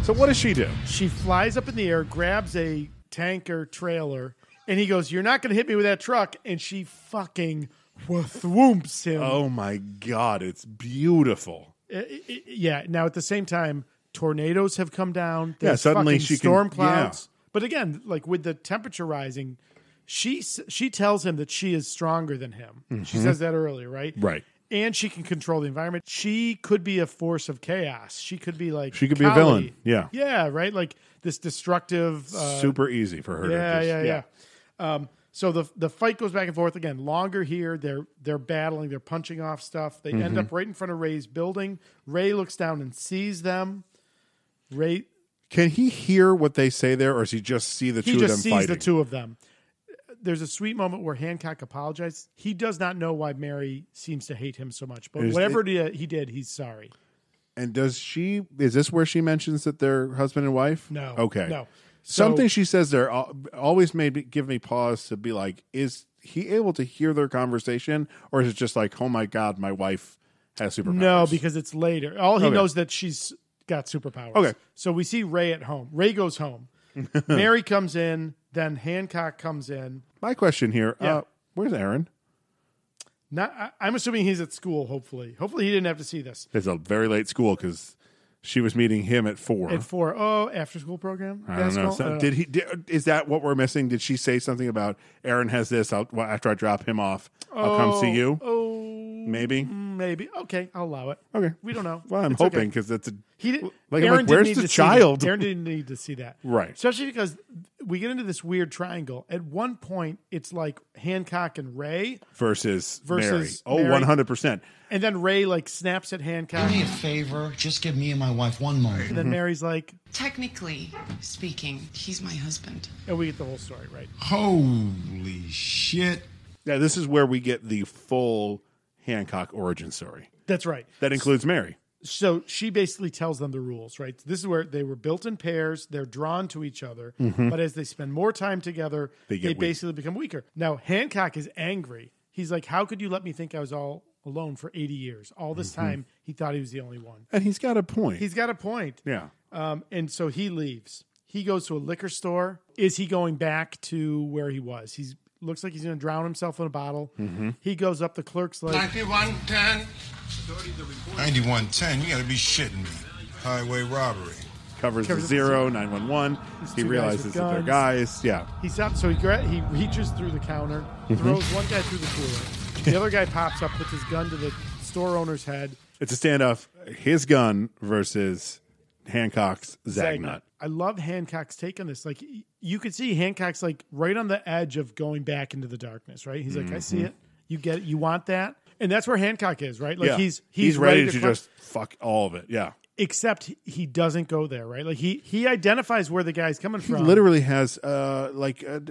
S1: So what does she do?
S2: She flies up in the air, grabs a tanker trailer, and he goes, "You're not going to hit me with that truck!" And she fucking whoops him.
S1: Oh my god, it's beautiful.
S2: I- I- I- uh, yeah. Now at the same time, tornadoes have come down.
S1: Yeah,
S2: There's
S1: suddenly
S2: fucking
S1: she can-
S2: storm
S1: yeah.
S2: clouds. But again, like with the temperature rising, she s- she tells him that she is stronger than him. She
S1: Mhm.
S2: says that earlier, right?
S1: Right.
S2: And she can control the environment. She could be a force of chaos. She could be like
S1: She could be a villain.
S2: Kali.
S1: Yeah.
S2: yeah, right. Like this destructive, uh,
S1: Super easy for her. to
S2: yeah,
S1: just-
S2: yeah, yeah, Um, so the the fight goes back and forth again. Longer here. They're they're battling. They're punching off stuff. They end
S1: Mhm.
S2: up right in front of Ray's building. Ray looks down and sees them. Ray
S1: Can he hear what they say there, or does he just see the
S2: he
S1: two
S2: just
S1: of them
S2: sees
S1: fighting?
S2: the two of them. there's a sweet moment where Hancock apologizes. He does not know why Mary seems to hate him so much, but
S1: Is
S2: whatever it, he did, he's sorry.
S1: And does she? Is this where she mentions that they're husband and wife?
S2: No,
S1: Okay.
S2: no. So-
S1: Something she says there al- always made me, give me pause to be like, is he able to hear their conversation, or is it just like, oh my god, my wife has superpowers?
S2: No, because it's later. All he
S1: Okay.
S2: knows that she's got superpowers.
S1: Okay.
S2: So we see Ray at home. Ray goes home. Mary comes in. Then Hancock comes in.
S1: My question here:
S2: Yeah.
S1: uh, Where's Aaron?
S2: Not, I, I'm assuming he's at school. Hopefully, hopefully he didn't have to see this
S1: It's a very late school because she was meeting him at four.
S2: at four. Oh, after school program.
S1: I don't know.
S2: basketball? Uh, Oh.
S1: So
S2: I don't
S1: did
S2: know.
S1: he? Did, is that what we're missing? Did she say something about Aaron has this? I'll, well, after I drop him off, I'll come see
S2: Oh,
S1: you.
S2: Oh,
S1: Maybe.
S2: maybe. Okay, I'll allow it.
S1: Okay.
S2: we don't know.
S1: Well, I'm
S2: It's okay.
S1: hoping because that's a
S2: He did,
S1: like,
S2: Aaron
S1: I'm like,
S2: didn't
S1: where's
S2: need
S1: the
S2: to see
S1: child?
S2: that. Aaron didn't need to see that.
S1: Right.
S2: Especially because we get into this weird triangle. At one point, it's like Hancock and Ray,
S1: versus
S2: Versus
S1: Mary.
S2: Mary.
S1: Oh, one hundred percent.
S2: and then Ray like snaps at Hancock.
S6: Do me a favor. Just give me and my wife one moment.
S2: And then Mary's like,
S12: Technically speaking, he's my husband.
S2: and we get the whole story right.
S1: Holy shit! Yeah, this is where we get the full Hancock origin story.
S2: That's right.
S1: That includes Mary.
S2: So she basically tells them the rules, right? This is where they were built in pairs. They're drawn to each other.
S1: Mhm.
S2: But as they spend more time together,
S1: They
S2: they,
S1: get weak.
S2: basically become weaker. Now, Hancock is angry. He's like, How could you let me think I was all alone for 80 years? All this
S1: Mhm.
S2: time, he thought he was the only one.
S1: And he's got a point.
S2: He's got a point.
S1: yeah.
S2: Um, and so he leaves. He goes to a liquor store. Is he going back to where he was? He's looks like he's going to drown himself in a bottle.
S1: Mm-hmm.
S19: Mhm.
S2: He goes up. The clerk's like,
S19: 9110. 9110, you gotta be shitting me. Highway robbery.
S1: Covers,
S2: Covers
S1: the
S2: up-
S1: zero nine one one. He
S2: two guys
S1: realizes
S2: with
S1: that they're
S2: guns.
S1: guys. Yeah.
S2: He stops, so he gra- he reaches through the counter,
S1: Mhm.
S2: throws one guy through the cooler. The other guy pops up, puts his gun to the store owner's head.
S1: It's a standoff. His gun versus Hancock's Zagnut.
S2: I love Hancock's take on this. Like y- you could see Hancock's like right on the edge of going back into the darkness. Right? He's like, I see
S1: Mhm.
S2: it. You get it. You want that. And that's where Hancock is. Right? Like
S1: Yeah.
S2: he's, he's
S1: ready, to,
S2: cla-
S1: just fuck all of it. Yeah.
S2: Except he- he doesn't go there. Right? Like he he identifies where the guy's coming
S1: He
S2: from.
S1: literally has uh, like a,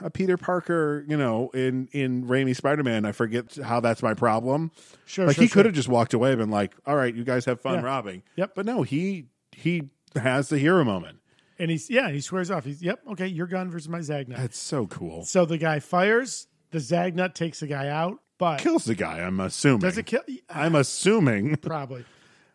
S1: a Peter Parker, you know, in in Raimi Spider Man. I forget how that's my problem.
S2: Sure,
S1: like
S2: sure,
S1: he
S2: sure.
S1: could have just walked away, and been like, "All right, you guys have fun
S2: Yeah.
S1: robbing."
S2: Yep.
S1: But no, he he has the hero moment.
S2: And he's yeah, he swears off. He's yep, okay, your gun versus my Zagnut.
S1: That's so cool.
S2: So the guy fires. The Zagnut takes the guy out, but
S1: Kills the guy. I'm assuming.
S2: Does it Uh. kill?
S1: I'm assuming.
S2: Probably.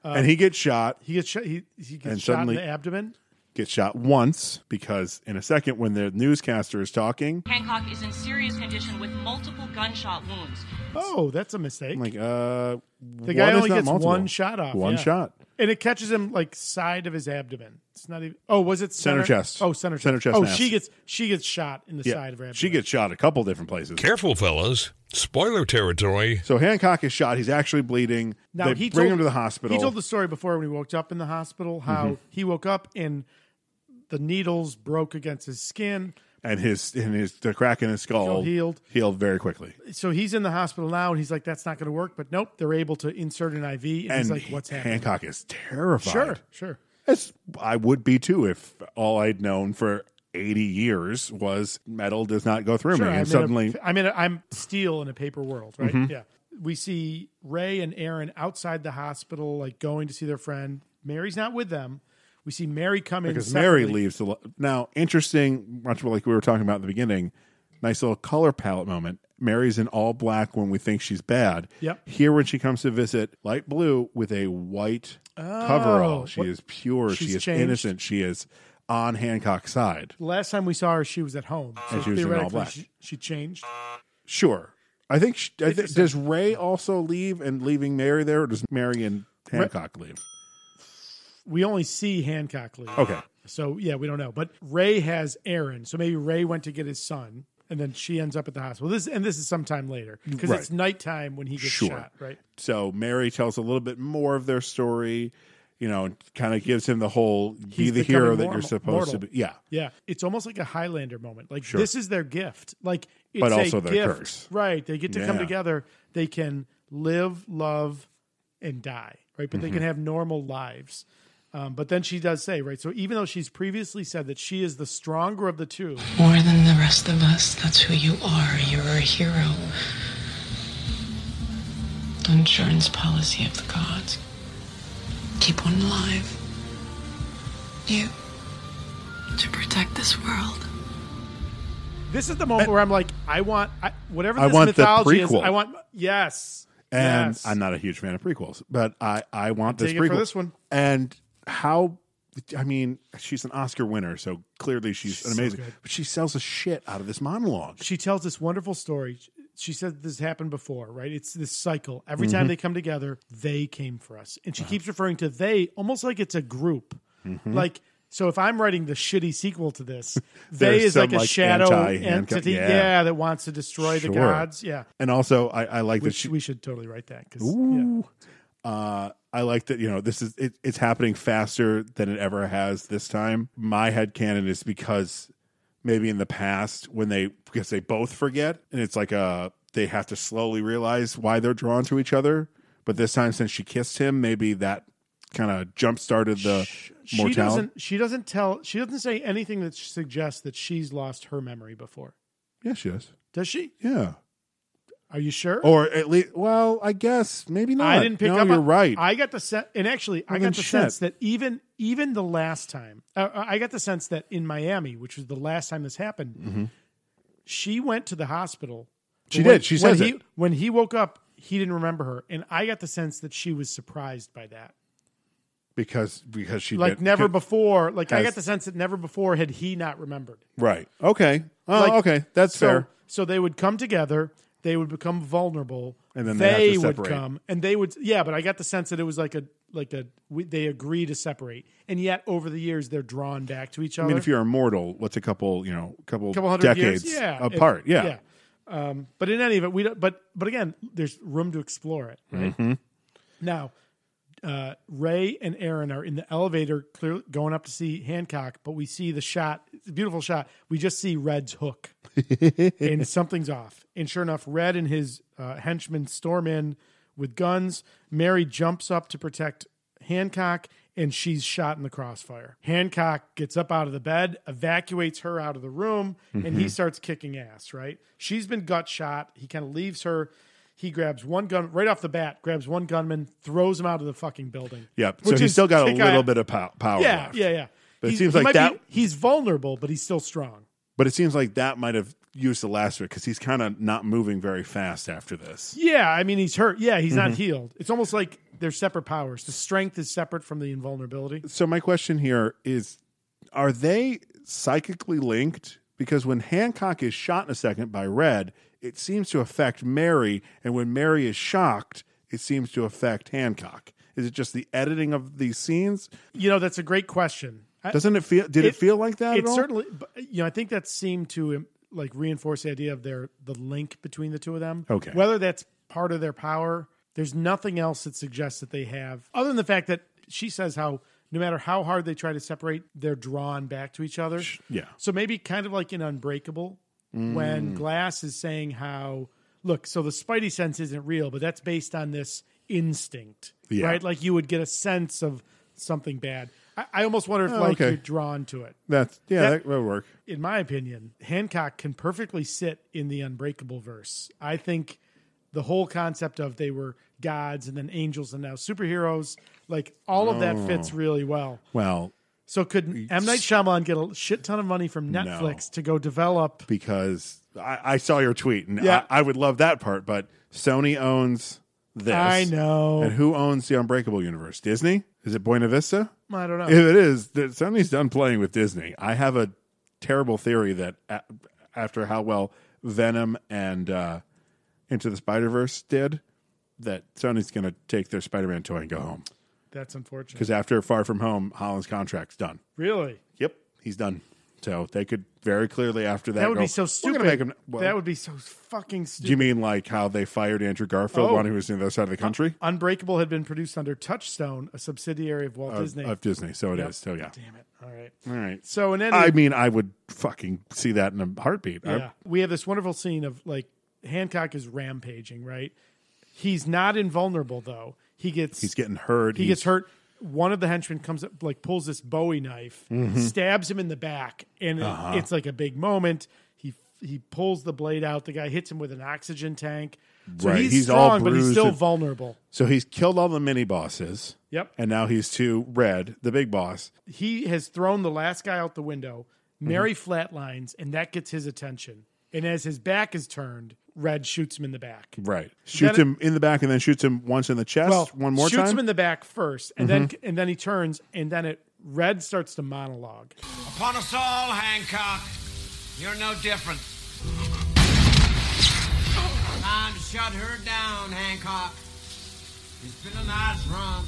S1: and he gets shot.
S2: He gets shot. He, he gets
S1: And
S2: shot
S1: suddenly-
S2: in the abdomen.
S1: Gets shot once because in a second, when the newscaster is talking,
S20: Hancock is in serious condition with multiple gunshot wounds.
S2: Oh, that's a mistake.
S1: I'm like, uh,
S2: The guy
S1: one is
S2: only
S1: not
S2: gets
S1: multiple.
S2: one shot off.
S1: One
S2: yeah.
S1: shot.
S2: and it catches him like side of his abdomen. It's not even. Oh, was it
S1: Center
S2: center,
S1: chest.
S2: Oh, center chest.
S1: Center chest
S2: Oh,
S1: and
S2: she
S1: ass.
S2: gets she gets shot in the
S1: Yeah.
S2: side of her abdomen.
S1: She gets shot a couple different places.
S13: Careful, fellas. Spoiler territory.
S1: So Hancock is shot. He's actually bleeding.
S2: Now
S1: they
S2: he
S1: bring
S2: told,
S1: him to the hospital.
S2: He told the story before when he woke up in the hospital how
S1: Mhm.
S2: he woke up and the needles broke against his skin.
S1: and his and his the crack in his skull
S2: Skull healed.
S1: healed very quickly.
S2: So he's in the hospital now, and he's like, "That's not going to work." But nope, they're able to insert an IV, and,
S1: And
S2: he's like, "What's happening?"
S1: Hancock is terrified.
S2: Sure, sure.
S1: As I would be too if all I'd known for eighty years was metal does not go through
S2: Sure,
S1: me,
S2: I'm in
S1: and
S2: a-
S1: suddenly
S2: I'm in. A, I'm steel in a paper world, right?
S1: Mhm.
S2: Yeah. We see Ray and Aaron outside the hospital, like going to see their friend. Mary's not with them. We see Mary come in
S1: because Mary
S2: separately.
S1: leaves. The, lo- now, interesting, much like we were talking about at the beginning, nice little color palette moment. Mary's in all black when we think she's bad.
S2: Yep.
S1: Here, when she comes to visit, light blue with a white coverall. She
S2: Oh, what-
S1: is pure. She
S2: she's
S1: is
S2: changed.
S1: innocent. She is on Hancock's side.
S2: The Last time we saw her, she was at home.
S1: And she was in all
S2: theoretically,
S1: black.
S2: She, she changed.
S1: Sure. I think. She, I thi-
S2: Interesting.
S1: does Ray also leave and leaving Mary there, or does Mary and Hancock leave?
S2: We only see Hancock leave.
S1: Okay.
S2: So yeah, we don't know. But Ray has Aaron, so maybe Ray went to get his son, and then she ends up at the hospital. This and this is sometime later because
S1: Right.
S2: it's nighttime when he gets
S1: Sure.
S2: shot. Right.
S1: So Mary tells a little bit more of their story, you know, kind of gives him the whole be
S2: He's
S1: the
S2: becoming
S1: hero that
S2: mortal-
S1: you're supposed to be.
S2: mortal.
S1: Yeah.
S2: Yeah. It's almost like a Highlander moment. Like
S1: Sure.
S2: this is their gift. Like it's
S1: But
S2: a
S1: also their
S2: gift.
S1: curse.
S2: Right. They get to come
S1: Yeah.
S2: together. They can live, love, and die. Right. But they
S1: Mhm.
S2: can have normal lives. Um, but then she does say, right? So even though she's previously said that she is the stronger of the two,
S12: More than the rest of us, that's who you are. You're a hero. The insurance policy of the gods. Keep one alive. You. To protect this world.
S2: this is the moment where I'm like, I want I, whatever
S1: I
S2: this
S1: want the
S2: mythology is.
S1: prequel.
S2: I want yes,
S1: And
S2: yes.
S1: I'm not a huge fan of prequels, but I I want this
S2: Dig it
S1: prequel
S2: for this one.
S1: And how? I mean, she's an Oscar winner, so clearly she's,
S2: so
S1: amazing.
S2: good.
S1: but she sells the shit out of this monologue.
S2: She tells this wonderful story. She said this happened before, right? It's this cycle. Every time
S1: Mhm.
S2: they come together, they came for us. And she
S1: Uh-huh.
S2: keeps referring to they almost like it's a group.
S1: Mhm.
S2: Like, so if I'm writing the shitty sequel to this, they
S1: There's
S2: is like
S1: some,
S2: a
S1: like,
S2: shadow
S1: anti-handcuff-
S2: entity.
S1: yeah.
S2: Yeah. that wants to destroy the
S1: Sure.
S2: gods. Yeah.
S1: And also, I, I like that
S2: Which
S1: she.
S2: we should totally write that. 'cause-
S1: Ooh. Uh, I like that. You know, this is it, it's happening faster than it ever has this time. My head canon is because maybe in the past when they because they both forget and it's like uh they have to slowly realize why they're drawn to each other. But this time, since she kissed him, maybe that kind of jump started the
S2: She
S1: mortality.
S2: doesn't. She doesn't tell. She doesn't say anything that suggests that she's lost her memory before.
S1: Yeah, she does.
S2: Does she?
S1: Yeah.
S2: Are you sure?
S1: Or at least, well, I guess maybe not.
S2: I didn't pick
S1: Oh, no,
S2: up. on-
S1: You're right.
S2: I got the sense, and actually,
S1: Well,
S2: I
S1: then
S2: got the
S1: shit.
S2: sense that even even the last time, uh, I got the sense that in Miami, which was the last time this happened,
S1: Mhm.
S2: she went to the hospital.
S1: She
S2: When-
S1: did. She
S2: when
S1: says
S2: he,
S1: it.
S2: when he woke up, he didn't remember her, and I got the sense that she was surprised by that.
S1: because because she
S2: like
S1: did-
S2: never before, like I
S1: Has-
S2: got the sense that never before had he not remembered.
S1: Right. Okay. Oh,
S2: Like,
S1: okay. That's
S2: so,
S1: fair.
S2: So they would come together. They would become vulnerable,
S1: And then they have
S2: they,
S1: to
S2: would
S1: separate.
S2: come, and they would. Yeah, but I got the sense that it was like a like a we, they agree to separate, and yet over the years they're drawn back to each
S1: I
S2: other.
S1: mean, if you're immortal, what's a couple, you know, couple,
S2: a couple hundred
S1: decades
S2: years, yeah, if-
S1: apart? yeah.
S2: yeah. Um, but in any event, we don't. But but again, there's room to explore it. Right?
S1: Mhm.
S2: Now, uh, Ray and Aaron are in the elevator, clearly going up to see Hancock, but we see the shot. It's a beautiful shot. We just see Red's hook, and something's off. And sure enough, Red and his uh, henchmen storm in with guns. Mary jumps up to protect Hancock, and she's shot in the crossfire. Hancock gets up out of the bed, evacuates her out of the room, and he
S1: Mhm.
S2: starts kicking ass. Right? She's been gut shot. He kind of leaves her. He grabs one gun right off the bat, grabs one gunman, throws him out of the fucking building.
S1: Yep.
S2: Which
S1: so he's
S2: is
S1: still got a
S2: kick
S1: little
S2: ass-
S1: bit of pow- power
S2: yeah,
S1: left.
S2: yeah, yeah.
S1: But it
S2: He-
S1: seems
S2: he
S1: like
S2: might
S1: that-
S2: be- he's vulnerable, but he's still strong.
S1: But it seems like that might have used the last bit because he's kind of not moving very fast after this.
S2: Yeah, I mean he's hurt. Yeah, he's
S1: Mhm.
S2: not healed. It's almost like they're separate powers. The strength is separate from the invulnerability.
S1: So my question here is, are they psychically linked? Because when Hancock is shot in a second by Red, it seems to affect Mary, and when Mary is shocked, it seems to affect Hancock. Is it just the editing of these scenes?
S2: You know, that's a great question. I-
S1: Doesn't it feel? Did it, feel like that?
S2: It
S1: at all?
S2: certainly. but, You know, I think that seemed to um, like reinforce the idea of their the link between the two of them.
S1: Okay.
S2: Whether that's part of their power, there's nothing else that suggests that they have, other than the fact that she says how no matter how hard they try to separate, they're drawn back to each other.
S1: yeah.
S2: So maybe kind of like in Unbreakable,
S1: Mm.
S2: when Glass is saying how look, so the Spidey sense isn't real, but that's based on this instinct,
S1: Yeah.
S2: right? Like you would get a sense of something bad. I, I almost wonder if
S1: Oh,
S2: like
S1: okay.
S2: you're drawn to it.
S1: That's yeah, that,
S2: That-
S1: would work.
S2: In my opinion, Hancock can perfectly sit in the Unbreakable verse. I think the whole concept of they were gods and then angels and now superheroes, like all of that
S1: Oh.
S2: fits really well.
S1: Well,
S2: So could M Night Shyamalan get a shit ton of money from
S1: No.
S2: Netflix to go develop?
S1: because I, I saw your tweet and
S2: Yeah.
S1: I, I would love that part, but Sony owns this.
S2: I know.
S1: And who owns the Unbreakable universe? Disney? Is it Buena Vista?
S2: I don't know.
S1: If it is, that Sony's done playing with Disney. I have a terrible theory that a- after how well Venom and uh, Into the Spider Verse did, that Sony's going to take their Spider Man toy and go home.
S2: That's unfortunate.
S1: Because after Far From Home, Holland's contract's done.
S2: Really?
S1: Yep, he's done. So they could very clearly after that.
S2: That, would
S1: go,
S2: be so
S1: "We're
S2: stupid.
S1: gonna make him- well,
S2: that would be so fucking stupid.
S1: Do you mean like how they fired Andrew Garfield
S2: Oh.
S1: when he was on the other side of the country
S2: Unbreakable had been produced under Touchstone, a subsidiary of Walt
S1: of,
S2: Disney.
S1: of Disney? So it is.
S2: Yep.
S1: So yeah.
S2: Damn it. All right.
S1: All right.
S2: So in any-
S1: I mean, I would fucking see that in a heartbeat. I-
S2: Yeah. We have this wonderful scene of like Hancock is rampaging, right? He's not invulnerable though. He gets
S1: he's getting hurt.
S2: he gets hurt. one of the henchmen comes up, like pulls this Bowie knife,
S1: Mhm.
S2: stabs him in the back, and it-
S1: Uh-huh.
S2: it's like a big moment. He he pulls the blade out. The guy hits him with an oxygen tank. So
S1: right.
S2: he's,
S1: He's,
S2: strong,
S1: all
S2: but he's
S1: bruised
S2: still
S1: and-
S2: vulnerable.
S1: So he's killed all the mini bosses.
S2: Yep.
S1: And now he's to Red, the big boss.
S2: He has thrown the last guy out the window.
S1: Mm-hmm.
S2: Mary flatlines, and that gets his attention. And as his back is turned, Red shoots him in the back.
S1: Right. Shoots
S2: Then-
S1: him in the back and then shoots him once in the chest. one more
S2: shoots
S1: time. Mm-hmm.
S2: him in the back first, and then and then he turns, and then it Red starts to monologue.
S19: Upon us all, Hancock. You're no different. Time to shut her down, Hancock. It's been a nice run.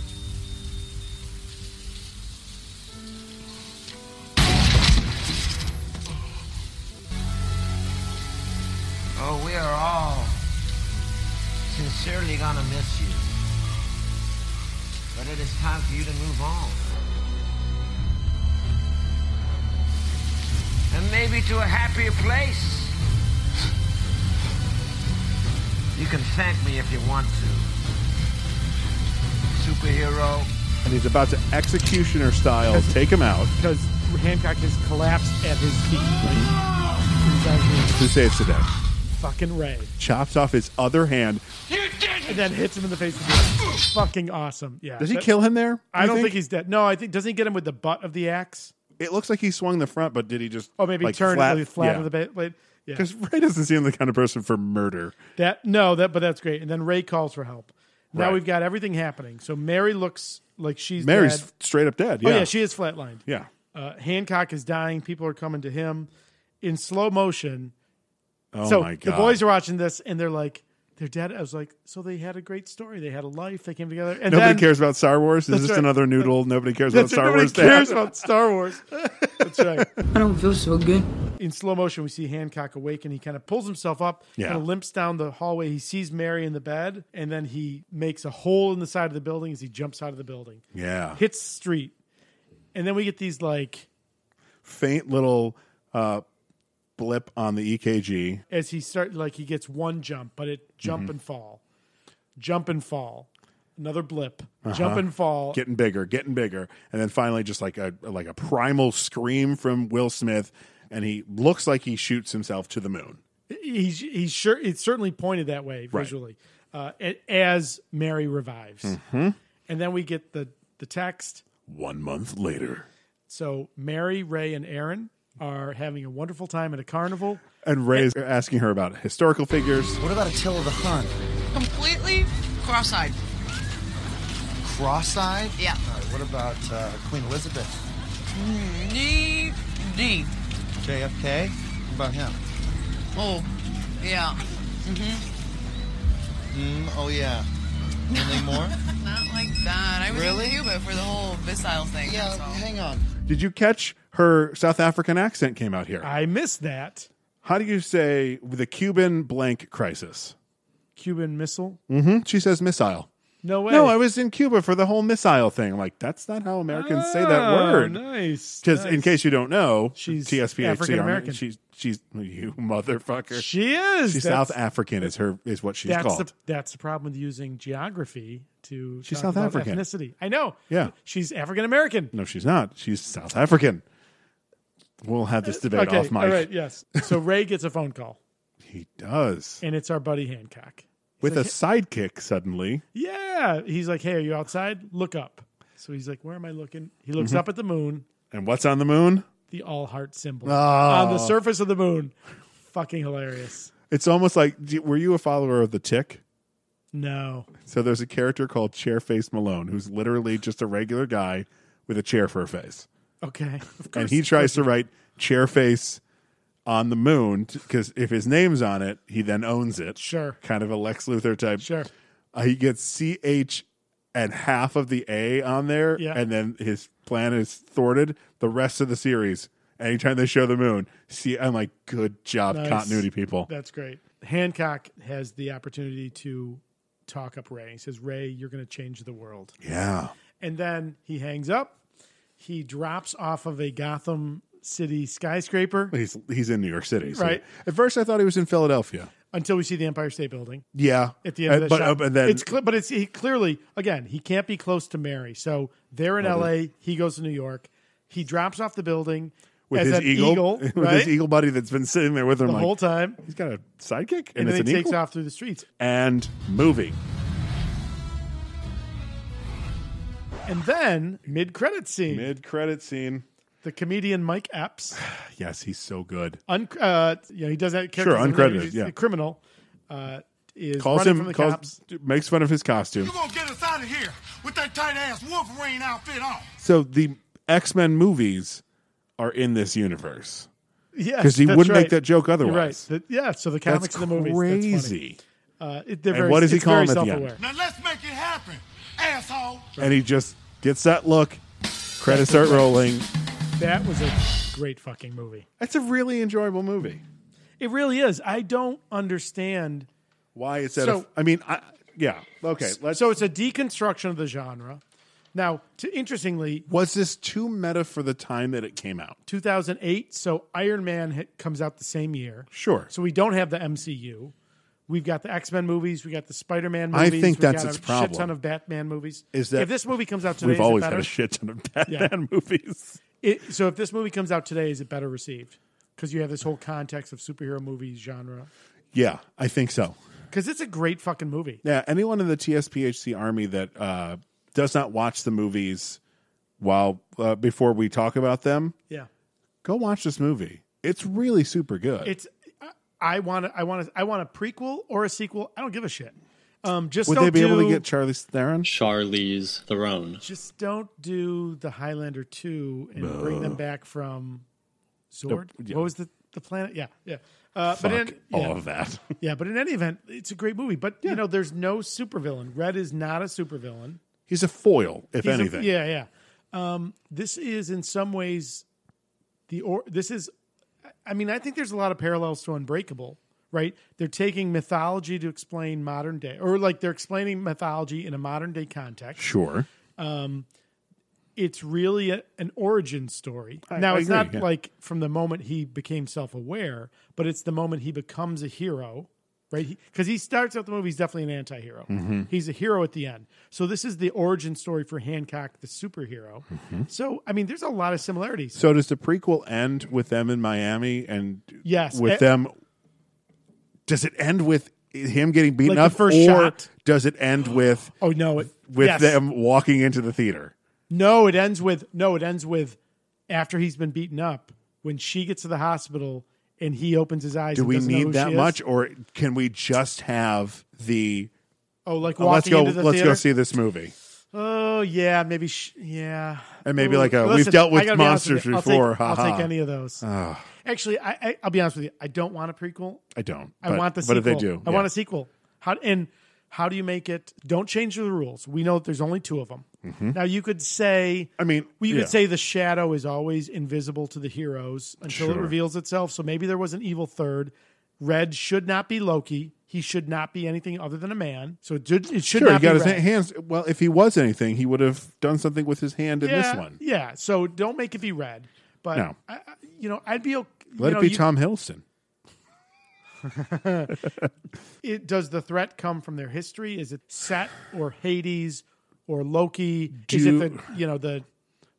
S19: Oh, we are all sincerely gonna miss you. But it is time for you to move on. and maybe to a happier place. You can thank me if you want to. Superhero.
S1: and he's about to executioner style take him out.
S2: because Hancock has collapsed at his feet. Like, he's out
S1: Who saves the day?
S2: here. fucking Ray.
S1: Chops off his other hand.
S2: And then hits him in the face. Again. fucking awesome. Yeah.
S1: Does he
S2: That-
S1: kill him there?
S2: I
S1: You
S2: don't think?
S1: think?
S2: he's dead. No, I think doesn't he get him with the butt of the axe?
S1: It looks like he swung the front, but did he just?
S2: Oh, maybe
S1: like,
S2: turn flat,
S1: flat,
S2: flat of the ba- blade. Yeah.
S1: Because Ray doesn't seem the kind of person for murder.
S2: That no, that but that's great. And then Ray calls for help. Now
S1: Right.
S2: we've got everything happening. So Mary looks like she's
S1: Mary's
S2: dead.
S1: straight up dead.
S2: Oh yeah,
S1: yeah.
S2: she is flatlined.
S1: Yeah.
S2: Uh, Hancock is dying. People are coming to him in slow motion.
S1: Oh,
S2: so
S1: my
S2: the
S1: God.
S2: boys are watching this and they're like, they're dead. I was like, so they had a great story. They had a life. They came together. And
S1: nobody
S2: then-
S1: cares about Star Wars. Is
S2: That's
S1: this
S2: right.
S1: another noodle? Nobody cares about
S2: That's
S1: Star
S2: right. Nobody
S1: Wars. dad?
S2: cares about Star Wars. That's right. I don't feel so good. In slow motion, we see Hancock awake and he kind of pulls himself up,
S1: Yeah.
S2: kind of limps down the hallway. He sees Mary in the bed and then he makes a hole in the side of the building as he jumps out of the building.
S1: Yeah.
S2: Hits the street. And then we get these like,
S1: Faint little uh, blip on the E EKG.
S2: as he start like he gets one jump, but it jump
S1: Mhm.
S2: and fall, jump and fall, another blip,
S1: Uh-huh.
S2: jump and fall,
S1: Getting bigger, getting bigger, and then finally just like a like a primal scream from Will Smith, and he looks like he shoots himself to the moon.
S2: he's he's sure it's certainly pointed that way
S1: Right.
S2: visually uh, a- as Mary revives,
S1: Mm-hmm.
S2: and then we get the the text.
S21: One month later.
S2: So Mary, Ray, and Aaron are having a wonderful time at a carnival.
S1: And Ray is asking her about historical figures.
S22: What about Attila the Hun?
S12: Completely cross-eyed.
S6: Cross-eyed?
S12: Yeah.
S6: All right, what about uh, Queen Elizabeth?
S12: Knee deep.
S6: JFK? What about him?
S12: Oh, yeah. Mm-hmm.
S6: Mm, oh, yeah. Anything more?
S12: Not like that. I was
S6: Really?
S12: in Cuba for the whole Visile thing. Yeah, hang on.
S1: Did you catch her South African accent came out here?
S2: I missed that.
S1: How do you say the Cuban blank crisis?
S2: Cuban Missile.
S1: hmm She says missile.
S2: No way.
S1: No, I was in Cuba for the whole missile thing. I'm like, that's not how Americans say that
S2: Ah,
S1: word.
S2: nice,
S1: Because in
S2: nice.
S1: case you don't know, she's TSPHC
S2: African American.
S1: Army, She's she's you motherfucker.
S2: She is.
S1: She's
S2: That's-
S1: South African. Is her is what she's
S2: that's
S1: called.
S2: The, that's the problem with using geography to
S1: She's
S2: talk
S1: South
S2: about
S1: African.
S2: ethnicity. I know.
S1: Yeah.
S2: she's African American.
S1: no, she's not. She's South African. We'll have this debate
S2: Uh, okay,
S1: off mic.
S2: all right, yes. So Ray gets a phone call,
S1: He does
S2: and it's our buddy Hancock.
S1: with a sidekick suddenly.
S2: Yeah, he's like, "Hey, are you outside? Look up." So he's like, "Where am I looking?" He looks
S1: Mhm.
S2: up at the moon,
S1: And what's on the moon?
S2: the all heart symbol
S1: Oh.
S2: on the surface of the moon. Fucking hilarious.
S1: It's almost like d- were you a follower of the Tick?
S2: No,
S1: So there's a character called Chairface Malone who's literally just a regular guy with a chair for a face.
S2: okay, of course.
S1: and he tries to write Chairface on the moon because if his name's on it, he then owns it.
S2: Sure.
S1: Kind of a Lex Luthor type.
S2: Sure.
S1: Uh, he gets CH and half of the A on there.
S2: Yeah.
S1: And then his plan is thwarted the rest of the series. Anytime they show the moon, see, I'm like, good job,
S2: Nice.
S1: continuity people.
S2: That's great. Hancock has the opportunity to talk up Ray. He says, Ray, you're going to change the world.
S1: Yeah.
S2: And then he hangs up. He drops off of a Gotham City skyscraper.
S1: He's he's in New York City. so-
S2: Right.
S1: At first, I thought he was in Philadelphia.
S2: until we see the Empire State Building.
S1: Yeah.
S2: at the end of
S1: Uh,
S2: the
S1: but,
S2: shot.
S1: uh, and then-
S2: it's cle- but it's he clearly again he can't be close to Mary, so they're in
S1: Oh,
S2: L.A. He goes to New York. He drops off the building
S1: with
S2: as
S1: his
S2: an
S1: eagle, with
S2: right?
S1: his eagle buddy that's been sitting there with him
S2: the
S1: like,
S2: whole time,
S1: He's got a sidekick, and,
S2: and, then
S1: it's
S2: he
S1: an
S2: takes
S1: eagle.
S2: off through the streets.
S1: And movie.
S2: And then mid credit scene,
S1: mid credit scene,
S2: the comedian Mike Epps,
S1: Yes, he's so good.
S2: un- uh, you know, he does that
S1: Sure,
S2: character
S1: uncredited,
S2: he's
S1: yeah.
S2: a criminal, uh, is
S1: Calls
S2: running
S1: him,
S2: from the
S1: calls,
S2: cops.
S1: makes fun of his costume.
S23: You gonna get us out of here with that tight ass Wolverine outfit on?
S1: So the X Men movies are in this universe.
S2: Yeah,
S1: because he
S2: that's
S1: wouldn't
S2: right.
S1: make that joke
S2: You're
S1: otherwise.
S2: right. The- yeah, so the comics
S1: That's
S2: and the movies.
S1: Crazy.
S2: That's funny. Uh, it, they're
S1: And
S2: very,
S1: what does he
S2: it's
S1: call
S2: very
S1: him at the end?
S2: self-aware.
S23: Now let's make it happen, asshole.
S1: And he just gets that look. Credits start rolling.
S2: That was a great fucking movie.
S1: That's a really enjoyable movie.
S2: It really is. I don't understand
S1: why it's at a-
S2: so.
S1: I mean, I, yeah. Okay. Let's,
S2: so it's a deconstruction of the genre. Now, to, interestingly,
S1: was this too meta for the time that it came out?
S2: 2008. So Iron Man hit, comes out the same year.
S1: Sure.
S2: So we don't have the MCU. We've got the X Men movies. We got the Spider Man
S1: I
S2: movies.
S1: think
S2: we
S1: that's
S2: got
S1: its
S2: a
S1: problem.
S2: Shit ton of Batman movies.
S1: Is that
S2: if this movie comes out today?
S1: We've
S2: is it
S1: always had
S2: better?
S1: a shit ton of
S2: Yeah.
S1: Batman movies.
S2: It, so if this movie comes out today, is it better received? Because you have this whole context of superhero movie genre.
S1: Yeah, I think so.
S2: Because it's a great fucking movie.
S1: Yeah, anyone in the TSPHC army that uh, does not watch the movies while uh, before we talk about them,
S2: Yeah.
S1: go watch this movie. It's really super good.
S2: It's I- I want to I want to I want a prequel or a sequel. I don't give a shit. Um, just
S1: Would
S2: don't
S1: they be able to
S2: do-
S1: get Charlie Theron?
S17: Charlie's Theron.
S2: Just don't do the Highlander two and bring them back from Zord.
S17: Nope, yeah.
S2: What was the the planet? Yeah, yeah. Uh, but in,
S1: Fuck all
S2: yeah.
S1: of that.
S2: yeah, but in any event, it's a great movie. But you know, there's no supervillain. Red is not a supervillain.
S1: He's a foil, if
S2: He's a-
S1: anything.
S2: yeah, yeah. Um, this is in some ways the or this is. I mean, I think there's a lot of parallels to Unbreakable, right? They're taking mythology to explain modern day, or like they're explaining mythology in a modern day context.
S1: Sure.
S2: Um, it's really a, an origin story.
S1: I-
S2: now,
S1: I
S2: it's
S1: agree,
S2: not
S1: yeah.
S2: like from the moment he became self aware, but it's the moment he becomes a hero, right? Because he, starts out the movie, he's definitely an anti hero.
S1: Mhm.
S2: He's a hero at the end. So, this is the origin story for Hancock, the superhero.
S1: Mm-hmm.
S2: So, I mean, there's a lot of similarities.
S1: So does the prequel end with them in Miami and
S2: Yes, Eh,
S1: with
S2: it-
S1: them? Does it end with him getting beaten
S2: Like
S1: up,
S2: the first
S1: or
S2: shot?
S1: does it end with
S2: Oh, no, it-
S1: with
S2: yes.
S1: them walking into the theater?
S2: No, it ends with no. It ends with after he's been beaten up when she gets to the hospital and he opens his eyes.
S1: Do
S2: and
S1: we
S2: doesn't know who
S1: need that
S2: she is.
S1: much, or can we just have the?
S2: Oh, like
S1: "Oh, let's
S2: walking
S1: go.
S2: into the
S1: let's
S2: theater?
S1: go see this movie.
S2: Oh yeah, maybe sh- yeah.
S1: And maybe
S2: Ooh,
S1: like a,
S2: listen,
S1: we've dealt
S2: I
S1: with
S2: gotta be honest
S1: monsters
S2: with you. I'll take-
S1: before.
S2: I'll
S1: haha.
S2: take any of those.
S1: Ah,
S2: Actually, I, I I'll be honest with you. I don't want a prequel.
S1: I don't.
S2: I
S1: but-
S2: want the sequel.
S1: But if they do,
S2: I
S1: yeah.
S2: want a sequel. How and how do you make it? Don't change the rules. We know that there's only two of them.
S1: Mhm.
S2: Now you could say,
S1: I mean,
S2: well, you
S1: yeah.
S2: could say the shadow is always invisible to the heroes until it
S1: Sure.
S2: reveals itself. So maybe there was an evil third. Red should not be Loki. He should not be anything other than a man. So it, did, it should
S1: sure,
S2: not
S1: he got
S2: be
S1: his
S2: Red.
S1: ha- hands. Well, if he was anything, he would have done something with his hand in
S2: Yeah,
S1: this one.
S2: Yeah. So don't make it be red. But
S1: No.
S2: I, I- you know, I'd be okay.
S1: Let
S2: you know,
S1: it be
S2: you-
S1: Tom Hiddleston.
S2: It, does the threat come from their history? Is it Set or Hades or Loki? Is it
S1: Do-
S2: the you know the,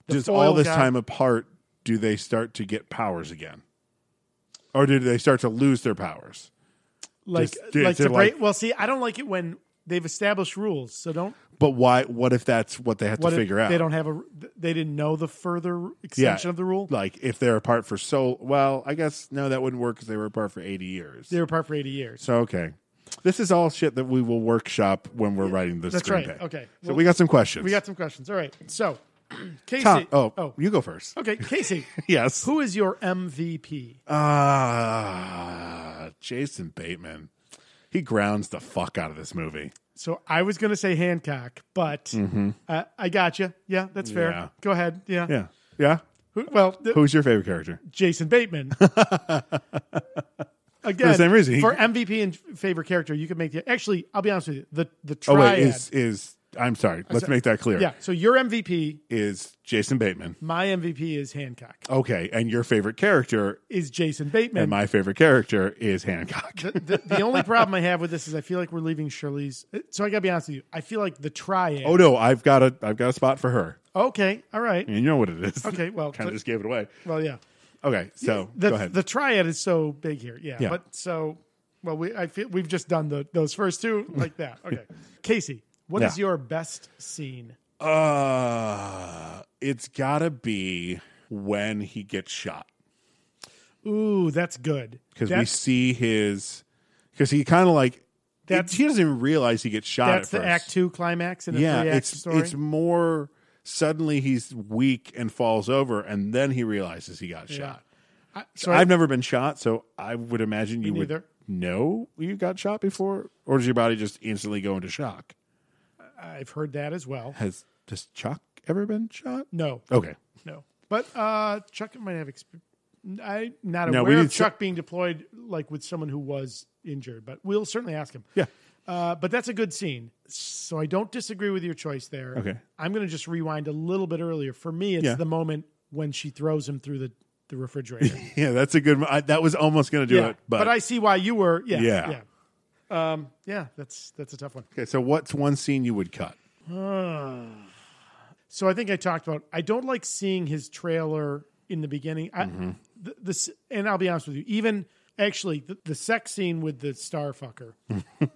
S2: the
S1: Just
S2: foil
S1: all this
S2: guy?
S1: time apart, do they start to get powers again, or do they start to lose their powers?
S2: like
S1: Just-
S2: like
S1: they're
S2: to break? well, see, I don't like it when they've established rules. So don't
S1: but why? What if that's what they have
S2: what
S1: to
S2: if
S1: figure out?
S2: They don't have a. They didn't know the further extension of the rule.
S1: Like if they're apart for so well, I guess no, that wouldn't work because they were apart for eighty years.
S2: They were apart for eighty years.
S1: So okay, this is all shit that we will workshop when we're writing the
S2: That's
S1: screenplay.
S2: right. Okay.
S1: so
S2: Well,
S1: we got some questions.
S2: We got some questions. All right. So, Casey.
S1: Tom. Oh, you go first.
S2: Okay, Casey.
S1: Yes.
S2: Who is your MVP?
S1: Ah, Jason Bateman. He grounds the fuck out of this movie.
S2: So I was going to say Hancock, but
S1: Mhm.
S2: uh, I got you. Yeah, that's fair.
S1: Yeah.
S2: Go ahead. Yeah.
S1: Yeah. Yeah.
S2: Who, well, th-
S1: Who's your favorite character?
S2: Jason Bateman? Again,
S1: same reason. He-
S2: for MVP and favorite character, you could make the. Actually, I'll be honest with you. The the
S1: Oh,
S2: triad.
S1: wait, is is I'm sorry. Let's make that clear.
S2: Yeah. So your MVP,
S1: Is Jason Bateman.
S2: my MVP is Hancock.
S1: Okay. And your favorite character
S2: Is Jason Bateman.
S1: and my favorite character is Hancock.
S2: the, the, the only problem I have with this is I feel like we're leaving Shirley's. uh, So I gotta be honest with you. I feel like the triad.
S1: Oh no, I've got a I've got a spot for her.
S2: Okay. All right.
S1: You know what it is.
S2: Okay, well,
S1: kind of
S2: the-
S1: just gave it away.
S2: Well, yeah.
S1: Okay, so
S2: the,
S1: go ahead.
S2: The triad is so big here. Yeah.
S1: Yeah.
S2: But so, well, we I feel we've just done the those first two like that. Okay. Casey, what is
S1: Yeah.
S2: your best scene?
S1: uh, it's gotta be when he gets shot
S2: Ooh, that's good.
S1: because we
S2: That's-
S1: see his because he kind of like
S2: That's-
S1: that's, he doesn't even realize he gets shot.
S2: that's
S1: at
S2: the
S1: first.
S2: act two climax in a
S1: yeah,
S2: three act
S1: it's
S2: story.
S1: it's more suddenly he's weak and falls over, and then he realizes he got
S2: Yeah.
S1: shot.
S2: I,
S1: So I've never been shot, so I would imagine you would
S2: neither.
S1: know you got shot before, or does your body just instantly go into shock?
S2: I've heard that as well.
S1: Has does Chuck ever been shot?
S2: No.
S1: Okay.
S2: No. But uh Chuck might have exp- I not
S1: No, we
S2: aware of
S1: need to-
S2: Chuck being deployed like with someone who was injured, but we'll certainly ask him.
S1: Yeah.
S2: Uh, but that's a good scene. So I don't disagree with your choice there.
S1: Okay.
S2: I'm going to just rewind a little bit earlier. For me, it's
S1: Yeah.
S2: the moment when she throws him through the, the refrigerator.
S1: Yeah, that's a good. mo- I, that was almost going to do
S2: yeah.
S1: it, but,
S2: I see why you were. Yeah.
S1: Yeah.
S2: Yeah. Um, yeah. That's that's a tough one.
S1: okay. So what's one scene you would cut?
S2: Ah. so I think I talked about. I don't like seeing his trailer in the beginning. I,
S1: Mhm.
S2: th- this, and I'll be honest with you. Even actually, the, the sex scene with the star fucker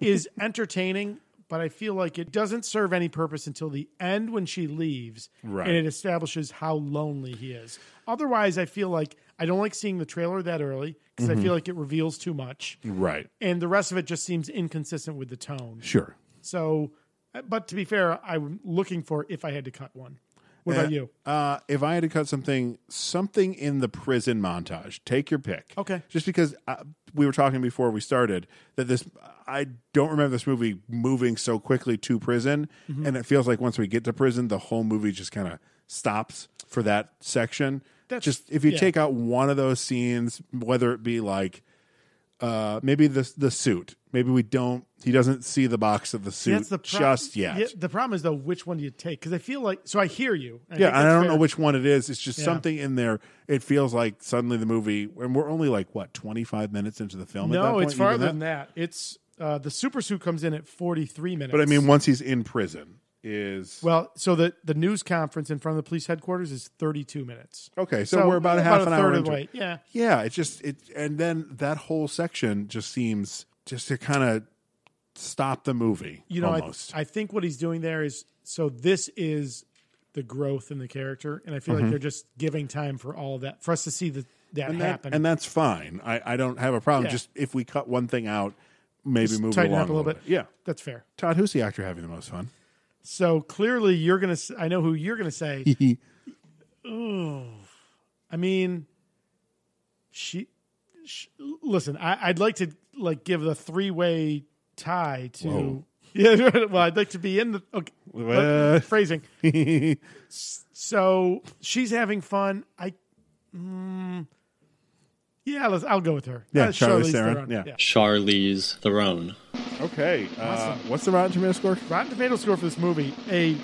S2: is entertaining, but I feel like it doesn't serve any purpose until the end when she leaves,
S1: Right.
S2: and it establishes how lonely he is. Otherwise, I feel like I don't like seeing the trailer that early because I
S1: Mhm.
S2: feel like it reveals too much,
S1: Right.
S2: and the rest of it just seems inconsistent with the tone.
S1: Sure.
S2: So, uh, but to be fair, I'm looking for if I had to cut one. What about
S1: Uh,
S2: you?
S1: Uh, if I had to cut something, something in the prison montage. Take your pick.
S2: Okay.
S1: Just because uh we were talking before we started that this, I don't remember this movie moving so quickly to prison,
S2: Mhm.
S1: and it feels like once we get to prison, the whole movie just kind of stops for that section.
S2: That's-
S1: just if you
S2: yeah.
S1: take out one of those scenes, whether it be like. Uh, maybe the the suit. Maybe we don't. He doesn't see the box of the
S2: See,
S1: suit
S2: pro-
S1: just yet.
S2: Yeah, the problem is though, which one do you take? Because I feel like so I hear you. and
S1: yeah, and
S2: think
S1: I
S2: that's
S1: don't
S2: fair.
S1: know which one it is. It's just
S2: Yeah.
S1: something in there. It feels like suddenly the movie, and we're only like what twenty five minutes into the film. at that
S2: No,
S1: point,
S2: it's
S1: even
S2: farther
S1: that?
S2: than that. It's uh, the super suit comes in at 43 minutes.
S1: But I mean, once he's in prison, is
S2: well, so the the news conference in front of the police headquarters is 32 minutes.
S1: okay. Oh, So, we're about a half an
S2: third
S1: hour
S2: of the
S1: into
S2: way.
S1: it.
S2: Yeah.
S1: yeah. It's just it, and then that whole section just seems just to kind of stop the movie.
S2: you know, I,
S1: almost.
S2: I think what he's doing there is so this is the growth in the character, and I feel like
S1: Mhm.
S2: they're just giving time for all of that for us to see the, that
S1: and
S2: happen.
S1: and that's fine. I, I don't have a problem.
S2: Yeah.
S1: Just if we cut one thing out, maybe
S2: Just
S1: move it
S2: tighten
S1: along
S2: up a little bit.
S1: Yeah,
S2: that's fair.
S1: Todd, who's the actor having the most fun?
S2: So clearly, you're gonna. s- I know who you're gonna say. oh, I mean, she. sh listen, I, I'd like to like give the three way tie to.
S1: Whoa.
S2: Yeah, well, I'd like to be in the okay,
S1: Well.
S2: phrasing. so she's having fun. I, mm, yeah, let's, I'll go with her.
S17: Yeah,
S2: Uh,
S17: Charlize
S2: Charlize
S17: Theron,
S2: Theron,
S17: yeah. Charlize Theron.
S1: Okay. Uh,
S2: Awesome.
S1: What's the Rotten Tomato score?
S2: Rotten Tomato score for this movie a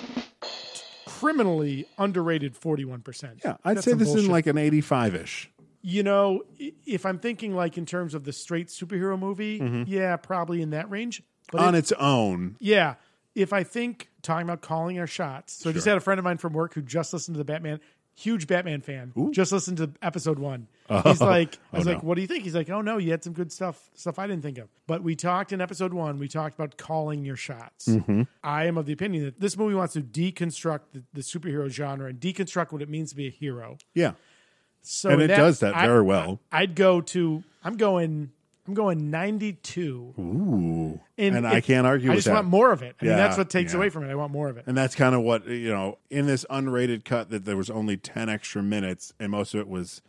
S2: criminally underrated forty one percent.
S1: Yeah, I'd say this is like an 85 ish.
S2: you know i- if I'm thinking like in terms of the straight superhero movie,
S1: Mhm.
S2: yeah, probably in that range.
S1: On
S2: it-
S1: its own.
S2: yeah. If I think talking about calling our shots, so I just
S1: Sure.
S2: had a friend of mine from work who just listened to the Batman, huge Batman fan, just listened to episode one.
S1: Oh.
S2: He's like,
S1: Oh,
S2: I was
S1: no.
S2: like, what do you think? He's like, oh no, you had some good stuff, stuff I didn't think of. But we talked in episode one, we talked about calling your shots.
S1: Mhm.
S2: I am of the opinion that this movie wants to deconstruct the, the superhero genre and deconstruct what it means to be a hero.
S1: Yeah.
S2: So
S1: and
S2: in
S1: it does that
S2: I-
S1: very well.
S2: I'd go to. I'm going. I'm going 92.
S1: Ooh.
S2: And
S1: And, I
S2: it-
S1: can't argue
S2: I
S1: with
S2: just
S1: that.
S2: want more of it. I mean,
S1: Yeah,
S2: that's what takes
S1: yeah.
S2: away from it. I want more of it.
S1: And that's kind of what, you know, in this unrated cut that there was only 10 extra minutes and most of it was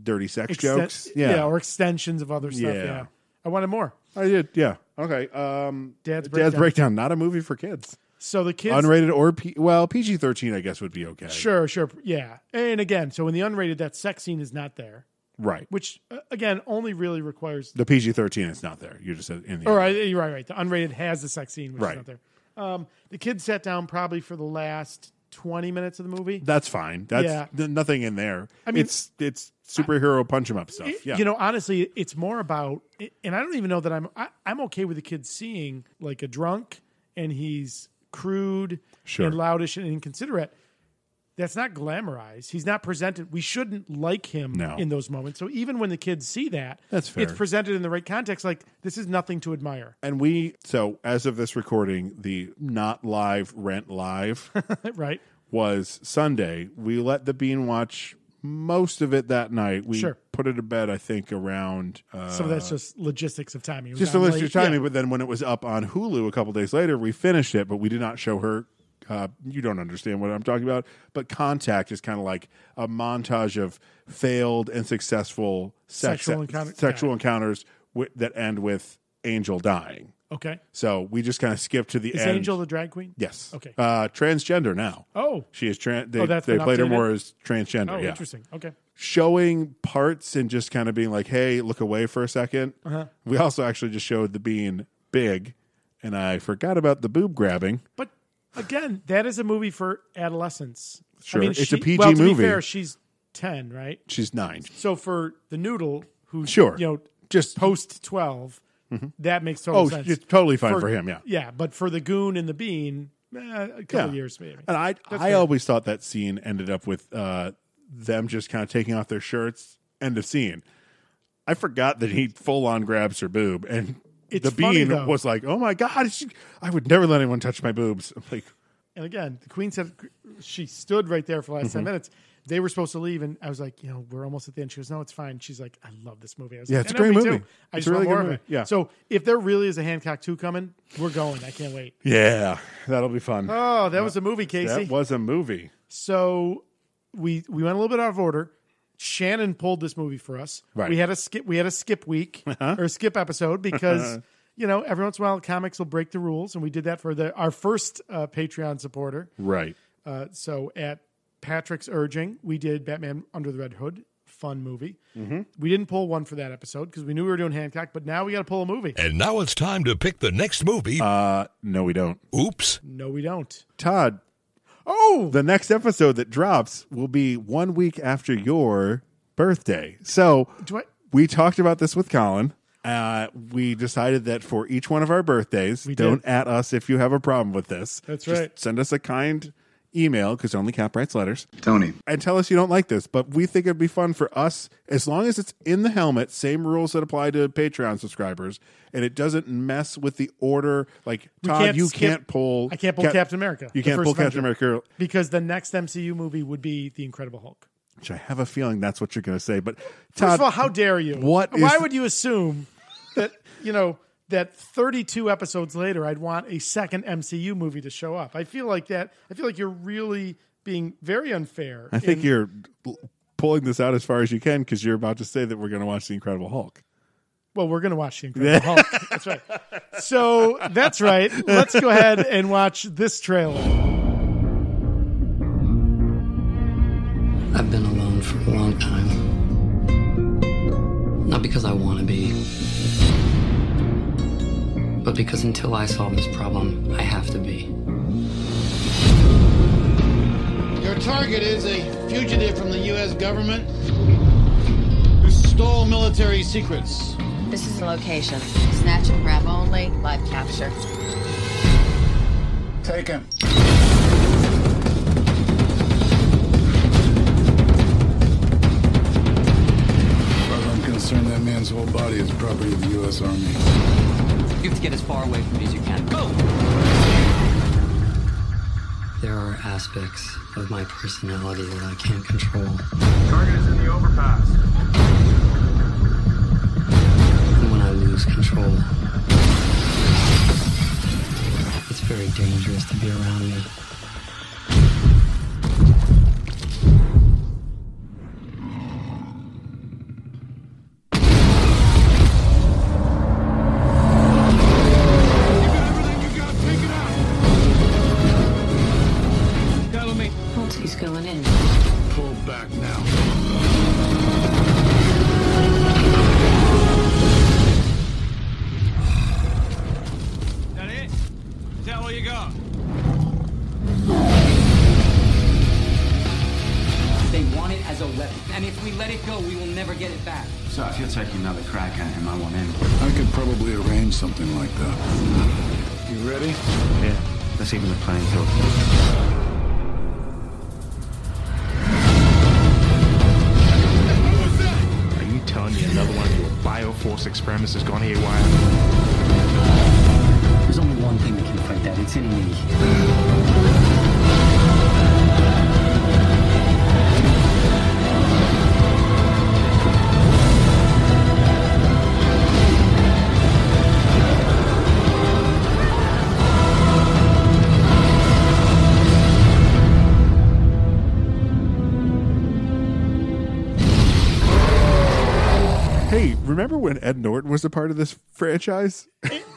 S1: dirty sex
S2: Exten-
S1: jokes. Yeah.
S2: or extensions of other stuff. Yeah.
S1: Yeah.
S2: I wanted more.
S1: I did. Yeah. Okay. Um, Breakdown.
S2: Dad's breakdown.
S1: Dad's Breakdown, not a movie for kids.
S2: So the kids
S1: Unrated or, P- well, PG 13, I guess, would be okay.
S2: Sure, sure, yeah. And again, so in the unrated, that sex scene is not there,
S1: Right.
S2: which uh, again only really requires. uh,
S1: The PG 13 is not there. You just said in the.
S2: All right, you're right, right. The unrated has the sex scene, which is
S1: Right.
S2: not there. Um, the kids sat down probably for the last twenty minutes of the movie.
S1: That's fine. That's
S2: Yeah.
S1: th- nothing in there.
S2: I mean-
S1: it's it's superhero punch 'em up stuff.
S2: It-
S1: yeah,
S2: You know, honestly, it's more about, and I don't even know that I'm. I, I'm okay with the kids seeing like a drunk and he's crude
S1: Sure.
S2: and loudish and inconsiderate. That's not glamorized. He's not presented. We shouldn't like him
S1: No.
S2: in those moments. So even when the kids see that,
S1: That's
S2: It's
S1: fair.
S2: presented in the right context. Like this is nothing to admire.
S1: And we so as of this recording, the not live rent live
S2: right
S1: was Sunday. We let the bean watch most of it that night. We
S2: Sure.
S1: put it to bed, I think, around uh,
S2: so that's just logistics of timing. It was
S1: just a
S2: on
S1: list
S2: late-
S1: of timing.
S2: yeah.
S1: But then when it was up on Hulu a couple days later, we finished it, but we did not show her. Uh, you don't understand what I'm talking about, but contact is kind of like a montage of failed and successful sex,
S2: Sexual encounter-
S1: sexual encounters wi- that end with Angel dying.
S2: Okay.
S1: So we just kind of skipped to the
S2: Is
S1: end.
S2: Angel the drag queen?
S1: Yes.
S2: Okay.
S1: Uh, transgender now.
S2: Oh.
S1: She is trans. They,
S2: Oh, that's
S1: they
S2: been
S1: played her
S2: updated?
S1: more as transgender.
S2: Oh,
S1: yeah.
S2: interesting. Okay.
S1: Showing parts and just kind of being like, hey, look away for a 2nd
S2: Uh-huh.
S1: We also actually just showed the being big, and I forgot about the boob grabbing.
S2: But again, that is a movie for adolescents.
S1: Sure.
S2: I mean,
S1: It's
S2: she-
S1: a PG
S2: well, To
S1: movie.
S2: be fair, she's ten, right?
S1: She's nine.
S2: So for the noodle, who
S1: Sure.
S2: you know, just post 12 that makes total
S1: Oh,
S2: sense.
S1: it's totally fine for him, yeah.
S2: yeah. But for the goon and the bean, eh, a couple
S1: Yeah. Uh,
S2: years maybe.
S1: And I,
S2: That's
S1: I
S2: fair.
S1: always thought that scene ended up with uh, them just kind of taking off their shirts. End of scene. I forgot that he full on grabs her boob, and
S2: It's
S1: the
S2: funny,
S1: bean
S2: though.
S1: was like, "Oh my god, she, I would never let anyone touch my boobs." I'm like,
S2: And again, the queen said she stood right there for the last ten
S1: Mhm.
S2: minutes. They were supposed to leave, and I was like, you know, we're almost at the end. She goes, no, it's fine. She's like, I love this movie. I was
S1: Yeah,
S2: like,
S1: it's
S2: I
S1: a
S2: know,
S1: great
S2: me too.
S1: movie.
S2: I
S1: It's
S2: just
S1: a really
S2: want more
S1: good
S2: of it.
S1: movie. Yeah.
S2: So if there really is a Hancock two coming, we're going. I can't wait.
S1: "Yeah, that'll be fun."
S2: Oh, that was a movie, Casey.
S1: That was a movie.
S2: So we we went a little bit out of order. Shannon pulled this movie for us.
S1: Right.
S2: We had a skip we had a skip week or a skip episode because you know every once in a while comics will break the rules, and we did that for the our first uh, Patreon supporter.
S1: Right.
S2: Uh, so at Patrick's urging, we did Batman Under the Red Hood, fun movie.
S13: Mhm.
S2: We didn't pull one for that episode because we knew we were doing Hancock, but now we got to pull a movie.
S13: And now it's time to pick the next movie.
S1: Uh, no, we don't.
S13: Oops.
S2: No, we don't.
S1: Todd.
S2: Oh,
S1: the next episode that drops will be one week after your birthday. So
S2: Do I-
S1: we talked about this with Colin. Uh, we decided that for each one of our birthdays,
S2: We did.
S1: don't at us if you have a problem with this.
S2: That's
S1: Just
S2: right.
S1: Send us a kind email because only Cap writes letters.
S24: Tony.
S1: And tell us you don't like this, but we think it'd be fun for us as long as it's in the helmet, same rules that apply to Patreon subscribers, and it doesn't mess with the order. Like,
S2: We
S1: Todd,
S2: can't
S1: you
S2: skip-
S1: can't pull.
S2: I can't pull
S1: Cap-
S2: Captain America.
S1: You
S2: the
S1: can't
S2: first
S1: pull Captain
S2: Avenger,
S1: America
S2: because the next MCU movie would be The Incredible Hulk.
S1: which I have a feeling that's what you're going to say. But Todd,
S2: First of all, how dare you?
S1: What?
S2: Why
S1: is-
S2: would you assume that you know that 32 episodes later I'd want a second MCU movie to show up? I feel like that. I feel like you're really being very unfair.
S1: I think
S2: in-
S1: you're pulling this out as far as you can because you're about to say that we're going to watch the Incredible Hulk.
S2: Well, we're going to watch The Incredible Hulk. That's right. So that's right. Let's go ahead and watch this trailer.
S17: I've been alone for a long time. Not because I want to be, but because until I solve this problem, I have to be.
S9: Your target is a fugitive from the U.S. government who stole military secrets.
S12: This is the location. Snatch and grab only, live capture.
S9: Take him.
S6: As far as I'm concerned, that man's whole body is property of the U.S. Army.
S25: You have to get as far away from me as you can. Go!
S17: There are aspects of my personality that I can't control.
S19: Target is in the overpass.
S17: And when I lose control, it's very dangerous to be around me.
S6: Follow me.
S17: He's going in.
S6: Pull back now.
S26: Is that it? Is that all you got?
S17: as a weapon. And if we let it go, we will never get it back.
S9: So if you're taking another crack at him, I want in.
S6: I could probably arrange something like that. You ready?
S9: Yeah. Let's even the playing field.
S19: telling me another one of your Bioforce experiments has gone haywire?
S9: There's only one thing that can fight that. It's in me.
S1: remember when Ed Norton was a part of this franchise?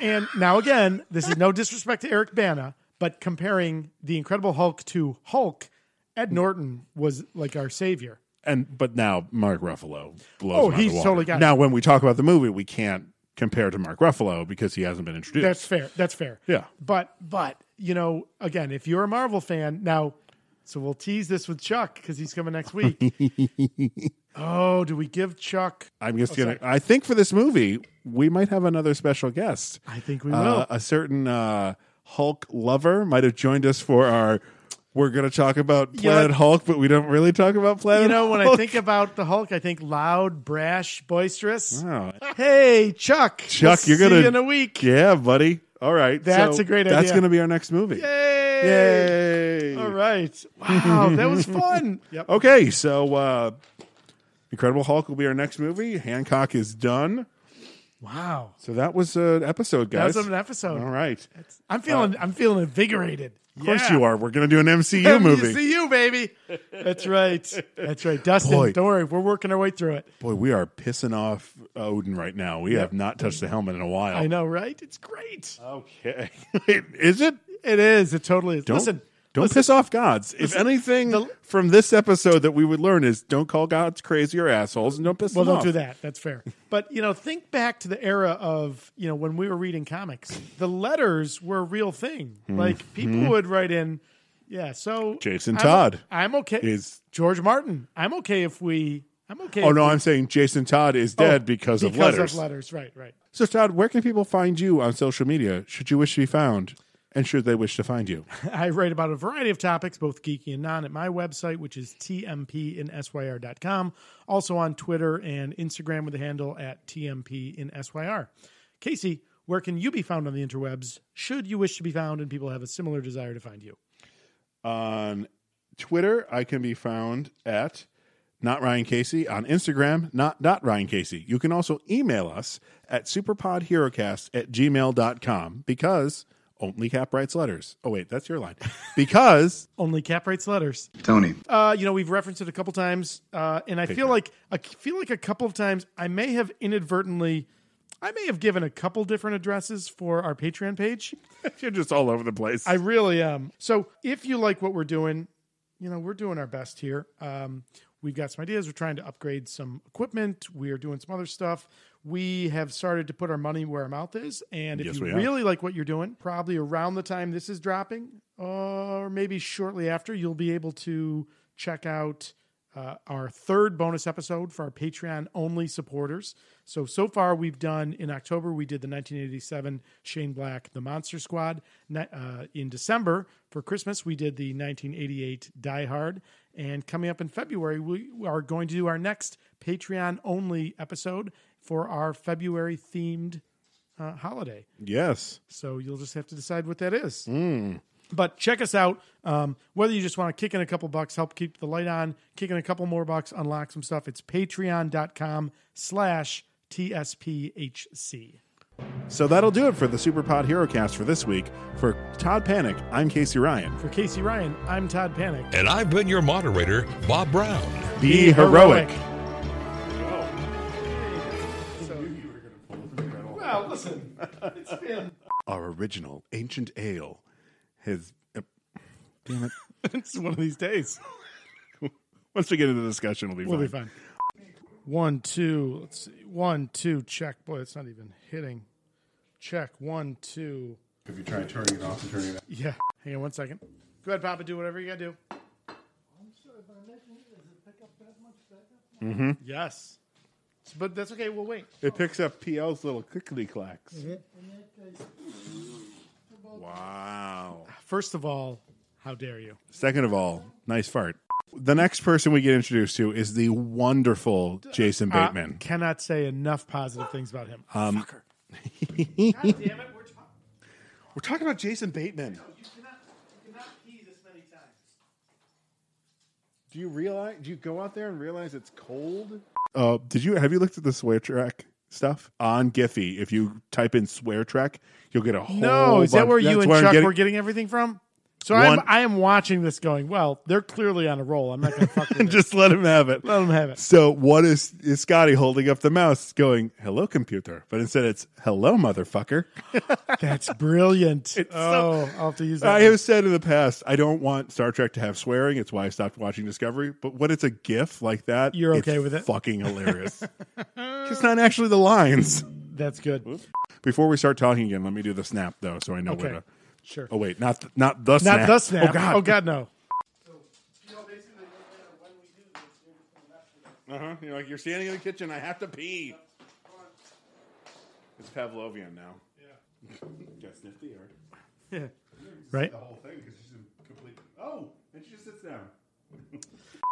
S2: and now again, this is no disrespect to Eric Bana, but comparing the Incredible Hulk to Hulk, Ed Norton was like our savior.
S1: And but now Mark Ruffalo blows.
S2: Oh,
S1: him out
S2: he's
S1: of the water.
S2: totally got it.
S1: Now when we talk about the movie, we can't compare to Mark Ruffalo because he hasn't been introduced.
S2: That's fair. That's fair.
S1: Yeah.
S2: But but you know, again, if you're a Marvel fan now, so we'll tease this with Chuck because he's coming next week. oh, do we give Chuck?
S1: I'm just
S2: Oh,
S1: gonna.
S2: sorry.
S1: I think for this movie, we might have another special guest.
S2: I think we
S1: Uh,
S2: will.
S1: a certain uh, Hulk lover might have joined us for our. We're gonna talk about
S2: You know-
S1: Planet Hulk, but we don't really talk about Planet.
S2: You know, when I
S1: Hulk.
S2: think about the Hulk, I think loud, brash, boisterous.
S1: Wow.
S2: Hey, Chuck.
S1: Chuck,
S2: We'll
S1: you're
S2: see
S1: gonna
S2: you in a week.
S1: Yeah, buddy. All right,
S2: That's
S1: so
S2: a great
S1: That's
S2: idea.
S1: gonna be our next movie.
S2: Yay! All right. Wow, that was fun. Yep.
S1: Okay, so uh Incredible Hulk will be our next movie. Hancock is done.
S2: Wow.
S1: So that was an episode,
S2: That
S1: guys.
S2: was an episode.
S1: All right. Uh,
S2: I'm feeling I'm feeling invigorated.
S1: Of course you are. We're gonna do an MCU
S2: MCU,
S1: movie.
S2: baby. That's right. That's right. Dustin,
S1: Boy.
S2: don't worry. We're working our way through it.
S1: Boy, we are pissing off Odin right now. We have not touched the helmet in a while.
S2: I know, right? It's great.
S1: Oh. Okay. is it?
S2: It is. It totally is.
S1: Don't,
S2: Listen,
S1: don't
S2: listen.
S1: piss off gods. if
S2: Listen,
S1: anything from this episode that we would learn is don't call gods crazy or assholes and don't piss
S2: Well,
S1: them
S2: don't
S1: off.
S2: do that. That's fair. But you know, think back to the era of you know when we were reading comics. The letters were a real thing. Like people
S1: Mhm.
S2: would write in, yeah. So
S1: Jason
S2: I'm-
S1: Todd
S2: I'm okay.
S1: is-
S2: George Martin? I'm okay if we. I'm okay.
S1: Oh
S2: if
S1: no,
S2: we-
S1: I'm saying Jason Todd is dead
S2: Oh,
S1: because, of
S2: because
S1: letters.
S2: of letters. Right, right.
S1: So Todd, where can people find you on social media? Should you wish to be found, and should they wish to find you?
S2: I write about a variety of topics, both geeky and non, at my website, which is tmpinsyr.com. Also on Twitter and Instagram with the handle at tmpinsyr. Casey, where can you be found on the interwebs should you wish to be found and people have a similar desire to find you?
S1: On Twitter, I can be found at not Ryan Casey. On Instagram, not dot Ryan Casey. You can also email us at superpodherocast at gmail.com because only Cap writes letters. Oh wait, that's your line. Because
S2: Only Cap writes letters.
S1: Tony.
S2: Uh, you know, we've referenced it a couple times, uh, and I feel like I feel like a couple of times I may have inadvertently, I may have given a couple different addresses for our Patreon page.
S1: You're just all over the place.
S2: I really am. So if you like what we're doing, you know, we're doing our best here. Um, we've got some ideas. We're trying to upgrade some equipment. We are doing some other stuff. We have started to put our money where our mouth is. And if
S1: Yes,
S2: you
S1: we have.
S2: really like what you're doing, probably around the time this is dropping, or maybe shortly after, you'll be able to check out uh, our third bonus episode for our Patreon only supporters. So, so far, we've done in October, we did the 1987 Shane Black, The Monster Squad. Ni- Uh, in December, for Christmas, we did the 1988 Die Hard. And coming up in February, we are going to do our next Patreon only episode for our February themed uh, holiday.
S1: Yes.
S2: So, you'll just have to decide what that is.
S1: Mm.
S2: But check us out. Um, whether you just want to kick in a couple bucks, help keep the light on, kick in a couple more bucks, unlock some stuff, it's patreon.com slash TSPHC.
S1: So that'll do it for the Superpod HeroCast for this week. For Todd Panic, I'm Casey Ryan.
S2: For Casey Ryan, I'm Todd Panic.
S13: And I've been your moderator, Bob Brown.
S1: Be heroic.
S2: Well, listen, it's been.
S27: Our original ancient ale has.
S1: uh, Damn it.
S2: it's one of these days.
S1: Once we get into the discussion, we'll be
S2: We'll
S1: fine.
S2: be fine. One, two, let's see. One, two, check. Boy, it's not even hitting. Check. One, two.
S27: If you try turning it off and turning it
S2: Yeah. Hang on one second. Go ahead, Papa. Do whatever you got to do.
S1: Mm-hmm.
S2: Yes. So- But that's okay. We'll wait.
S1: It picks up PL's little clickety clacks. Wow.
S2: First of all, how dare you?
S1: Second of all, nice fart. The next person we get introduced to is the wonderful Jason
S2: Uh,
S1: Bateman.
S2: cannot say enough positive things about him.
S1: Um,
S2: God damn it. We're talking.
S1: We're talking about Jason Bateman. Do you realize? Do you go out there and realize it's cold? Uh, did you have you looked at the swear track stuff on Giphy? If you type in swear track, you'll get a whole.
S2: No, is that
S1: bunch-
S2: where you
S1: that's
S2: and
S1: I'm
S2: Chuck
S1: getting-
S2: were getting everything from? So
S1: One-
S2: I'm I am watching this going, well, they're clearly on a roll. I'm not going to fuck with
S1: Just let him have it.
S2: Let him have it.
S1: So what is is Scotty holding up the mouse, going "Hello, computer," but instead it's "Hello, motherfucker."
S2: That's brilliant. oh, I'll have to use that.
S1: I have said in the past, I don't want Star Trek to have swearing. It's why I stopped watching Discovery. But when it's a GIF like that,
S2: You're
S1: it's
S2: okay with it?
S1: Fucking hilarious. it's not actually the lines.
S2: That's good.
S1: Before we start talking again, let me do the snap though, so I know where
S2: Okay.
S1: to.
S2: Sure.
S1: Oh wait, not th- not the snap.
S2: Not the snap.
S1: Oh god.
S2: Oh god, no.
S1: Uh huh. You're like you're standing in the kitchen. I have to pee. It's Pavlovian now. Yeah. Got sniffed the yard.
S2: Right?
S1: The whole thing because she's in complete. Oh, and she just sits down.